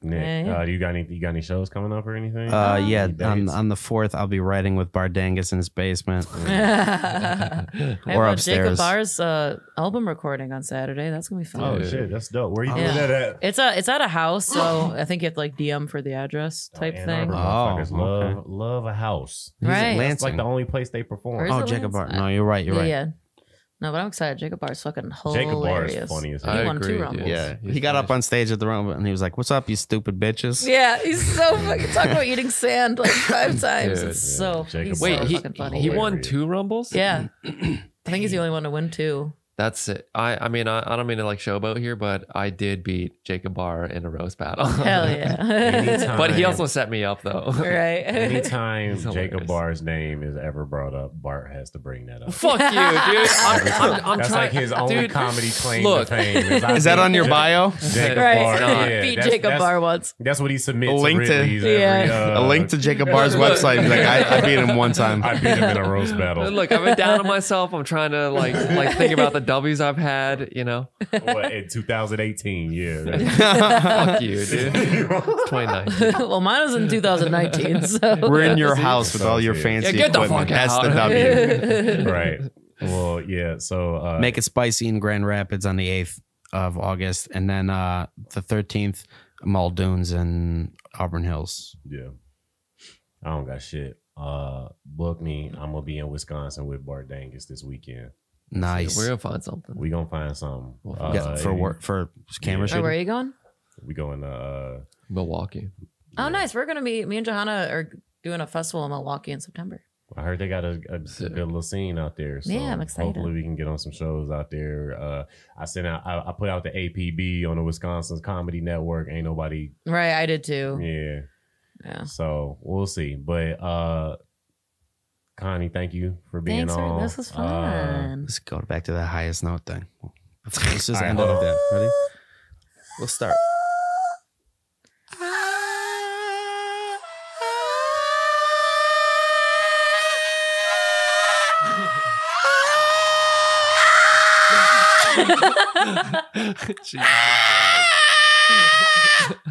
E: Nick,
F: Yeah.
E: uh, you got any you got any shows coming up or anything?
D: Uh, yeah,
E: Any
D: on,
E: dates?
D: on the fourth, I'll be writing with Bardangas in his basement.
F: I
D: Or
F: have a
D: upstairs.
F: Jacob Barr's uh, album recording on Saturday. That's gonna be fun.
E: oh
C: Yeah.
E: shit, that's dope. Where you
F: Yeah.
E: doing that at?
F: It's a it's at a house, so I think you have to like DM for the address type
E: Ann
F: thing.
E: Arbor
D: Oh,
E: motherfuckers love
D: okay.
E: love a house.
D: He's
F: Right.
D: at
E: It's like
D: Lansing.
E: the only place they perform.
F: Where's
D: oh,
F: the
D: Jacob Bar.
F: Lansing?
D: No, you're right. You're
F: yeah,
D: right.
F: yeah. uh, No, but I'm excited. Jacob Barr's fucking hilarious.
E: Jacob Barr is funny as hell.
F: He
C: I
F: won
C: agree,
F: two rumbles.
C: dude.
D: Yeah.
C: He's
D: He got up
C: nice.
D: on stage at the room and he was like, What's up, you stupid bitches?
F: Yeah, he's so fucking talking about eating sand like five times.
C: Dude,
F: it's
E: yeah.
F: so
E: Jacob
F: he's
E: Barr
C: Wait,
F: so
E: is
C: he,
F: fucking funny.
C: he won
E: Hilarious.
C: two rumbles?
F: Yeah. I think he's the only one to win two.
C: That's it. I, I mean, I, I don't mean to like showboat here, but I did beat Jacob Barr in a roast battle.
F: Hell yeah.
E: Anytime.
C: but he also set me up though.
F: right.
E: Anytime
C: It's
E: Jacob
C: hilarious.
E: Barr's name is ever brought up, Bart has to bring that up.
C: Fuck you, dude. I'm, I'm, I'm
E: That's
C: trying,
E: like his only
C: dude,
E: comedy claim
C: look.
E: to fame. Is, I
D: Is that
E: beat
D: on your
E: Ja-
D: bio?
E: Jacob
F: Right.
E: Barr.
C: Nah.
E: Yeah,
F: Beat
E: that's-
F: Jacob
E: that's-
F: Barr once.
E: That's what he submits.
D: A link to-
E: Ridley's every,
F: Yeah.
E: uh,
D: A link to Jacob Barr's
C: Look.
D: website. He's like, I, I beat him one time.
E: I beat him in a roast battle.
C: Look, I've been down on myself. I'm trying to like like think about the W's I've had. You know,
E: What, in 2018, yeah. that's-
C: fuck you, dude. It's 29.
F: well, mine was in 2019, so
D: We're in your house with all your
E: Yeah,
D: fancy
C: get the
D: equipment.
C: fuck
D: That's the
C: out.
D: W.
E: right. Well, yeah. So uh,
D: Make it spicy in Grand Rapids on the 8th of August. And then uh, the 13th, Muldoon's in Auburn Hills.
E: Yeah. I don't got shit. Uh, book me. I'm gonna be in Wisconsin with Bart Dangus this weekend.
D: Nice.
C: We're gonna find something.
E: We gonna find something.
C: We'll
E: Uh,
C: find
D: yeah, for work for camera
E: Yeah.
F: Oh, where are
D: shooting.
F: you going?
E: We going to uh,
C: Milwaukee.
F: Oh, nice. We're gonna be me and Johanna are doing a festival in Milwaukee in September.
E: I heard they got a, a
C: Sick.
E: good little scene out there. So
F: Yeah, I'm excited.
E: Hopefully, we can get on some shows out there. Uh, I sent out, I, I put out the APB on the Wisconsin Comedy Network. Ain't nobody,
F: Right, I did too.
E: yeah.
F: Yeah.
E: So we'll see. But uh, Connie, thank you for being
F: Thanks
E: on.
F: for this was
E: Uh,
F: fun.
D: Let's go back to the highest note thing. Let's just
E: right,
D: end it
E: hold
D: like that. Ready? We'll start.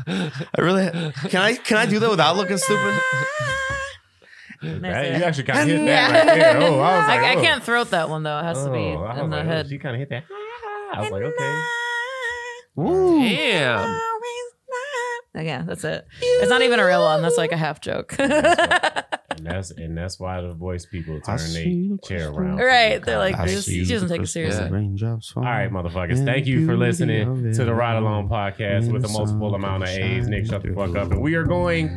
D: I really can I can I do that without looking stupid?
F: Nice.
E: Hey, you actually kind of hit that right there. Oh, I was like,
F: I, I
E: oh.
F: can't throat that one though. It has to be
E: Oh, I was
F: in the
E: like, oh,
F: head.
E: She kind of hit that. I was like, okay.
D: Woo.
C: Damn.
F: Yeah, that's it. It's not even a real one. That's like a half joke.
E: And that's and that's why the voice people turn
D: see
E: their
D: the
E: chair
D: crystal.
E: around.
F: Right, they're like,
D: I
F: this-
D: see
F: she doesn't take it
D: crystal
F: seriously.
D: raindrops
E: All
D: falling.
E: right, motherfuckers.
D: And
E: Thank you
D: beauty
E: for
D: of
E: listening
D: it
E: to the Ride
D: all.
E: Along podcast
D: And
E: with a
D: the
E: multiple
D: sun
E: amount of A's. Nick, shut the
D: shines
E: fuck up. And we are going.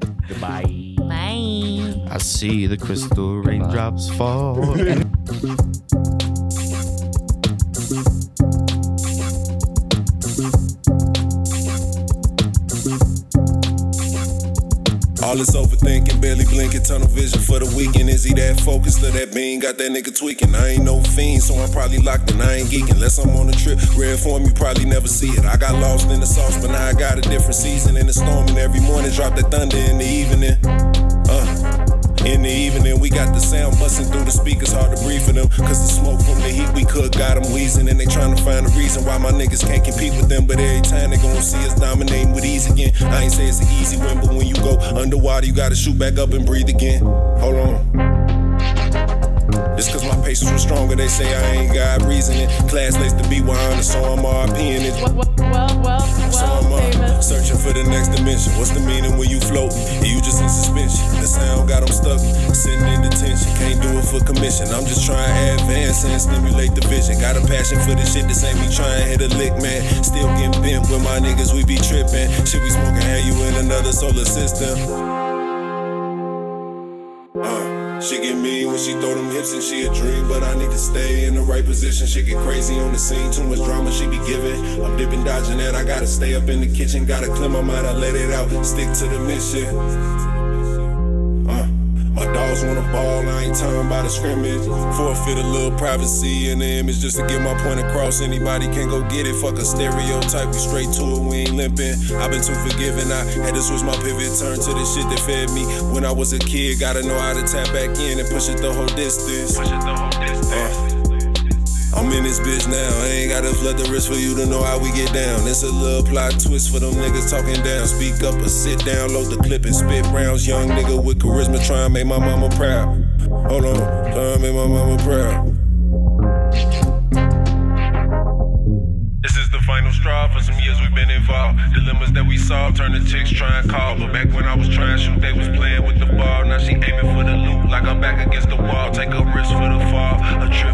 E: Goodbye.
D: I see the crystal raindrops fall.
B: All All this overthinking, barely blinking, tunnel vision for the weekend. Is he that focused or that bean? Got that nigga tweaking. I ain't no fiend, so I'm probably locked and I ain't geeking. Unless I'm on a trip, rare form, you probably never see it. I got lost in the sauce, but now I got a different season in the storm. And every morning, drop that thunder in the evening. Uh. In the evening, we got the sound busting through the speakers, hard to breathe for them. Cause the smoke from the heat we cook got them wheezing, and they tryna find a reason why my niggas can't compete with them. But every time they gon' see us dominating with ease again. I ain't say it's an easy win, but when you go underwater, you gotta shoot back up and breathe again. Hold on. It's cause my patience was stronger, they say I ain't got reasoning. Class lays to be behind us, so I'm RPing it.
F: Well, well, well,
B: So
F: well,
B: I'm up,
F: famous.
B: searching for the next dimension. What's the meaning when you floating? And you just in suspension. The sound got 'em stuck, sitting in detention. Can't do it for commission. I'm just trying to advance and stimulate the vision. Got a passion for this shit. This ain't me trying to hit a lick, man. Still getting bent with my niggas. We be tripping. Shit, we smoking. Had you in another solar system. Uh, She get mean when she throw them hips and she a dream, but I need to stay in the right position. She get crazy on the scene, too much drama she be giving. I'm dipping, dodging that. I gotta stay up in the kitchen, gotta clear my mind. I let it out, stick to the mission. Uh, my dogs wanna ball, I ain't time by the scrimmage. Forfeit a little privacy in the image just to get my point across. Anybody can go get it, fuck a stereotype, we straight to it, we ain't limping. I've been too forgiving, I had to switch my pivot, turn to the shit that fed me. When I was a kid, gotta know how to tap back in and push it the whole distance. Uh, I'm in this bitch now. I ain't gotta flood the wrist for you to know how we get down. It's a little plot twist for them niggas talking down. Speak up or sit down, load the clip and spit rounds. Young nigga with charisma, try and make my mama proud. Hold on, try and make my mama proud. This is the final straw for some years we've been involved. Dilemmas that we solve turn the chicks try and call. But back when I was trying to shoot, they was playing with the ball. Now she aiming for the loop like I'm back against the wall. Take a risk for the fall. A trip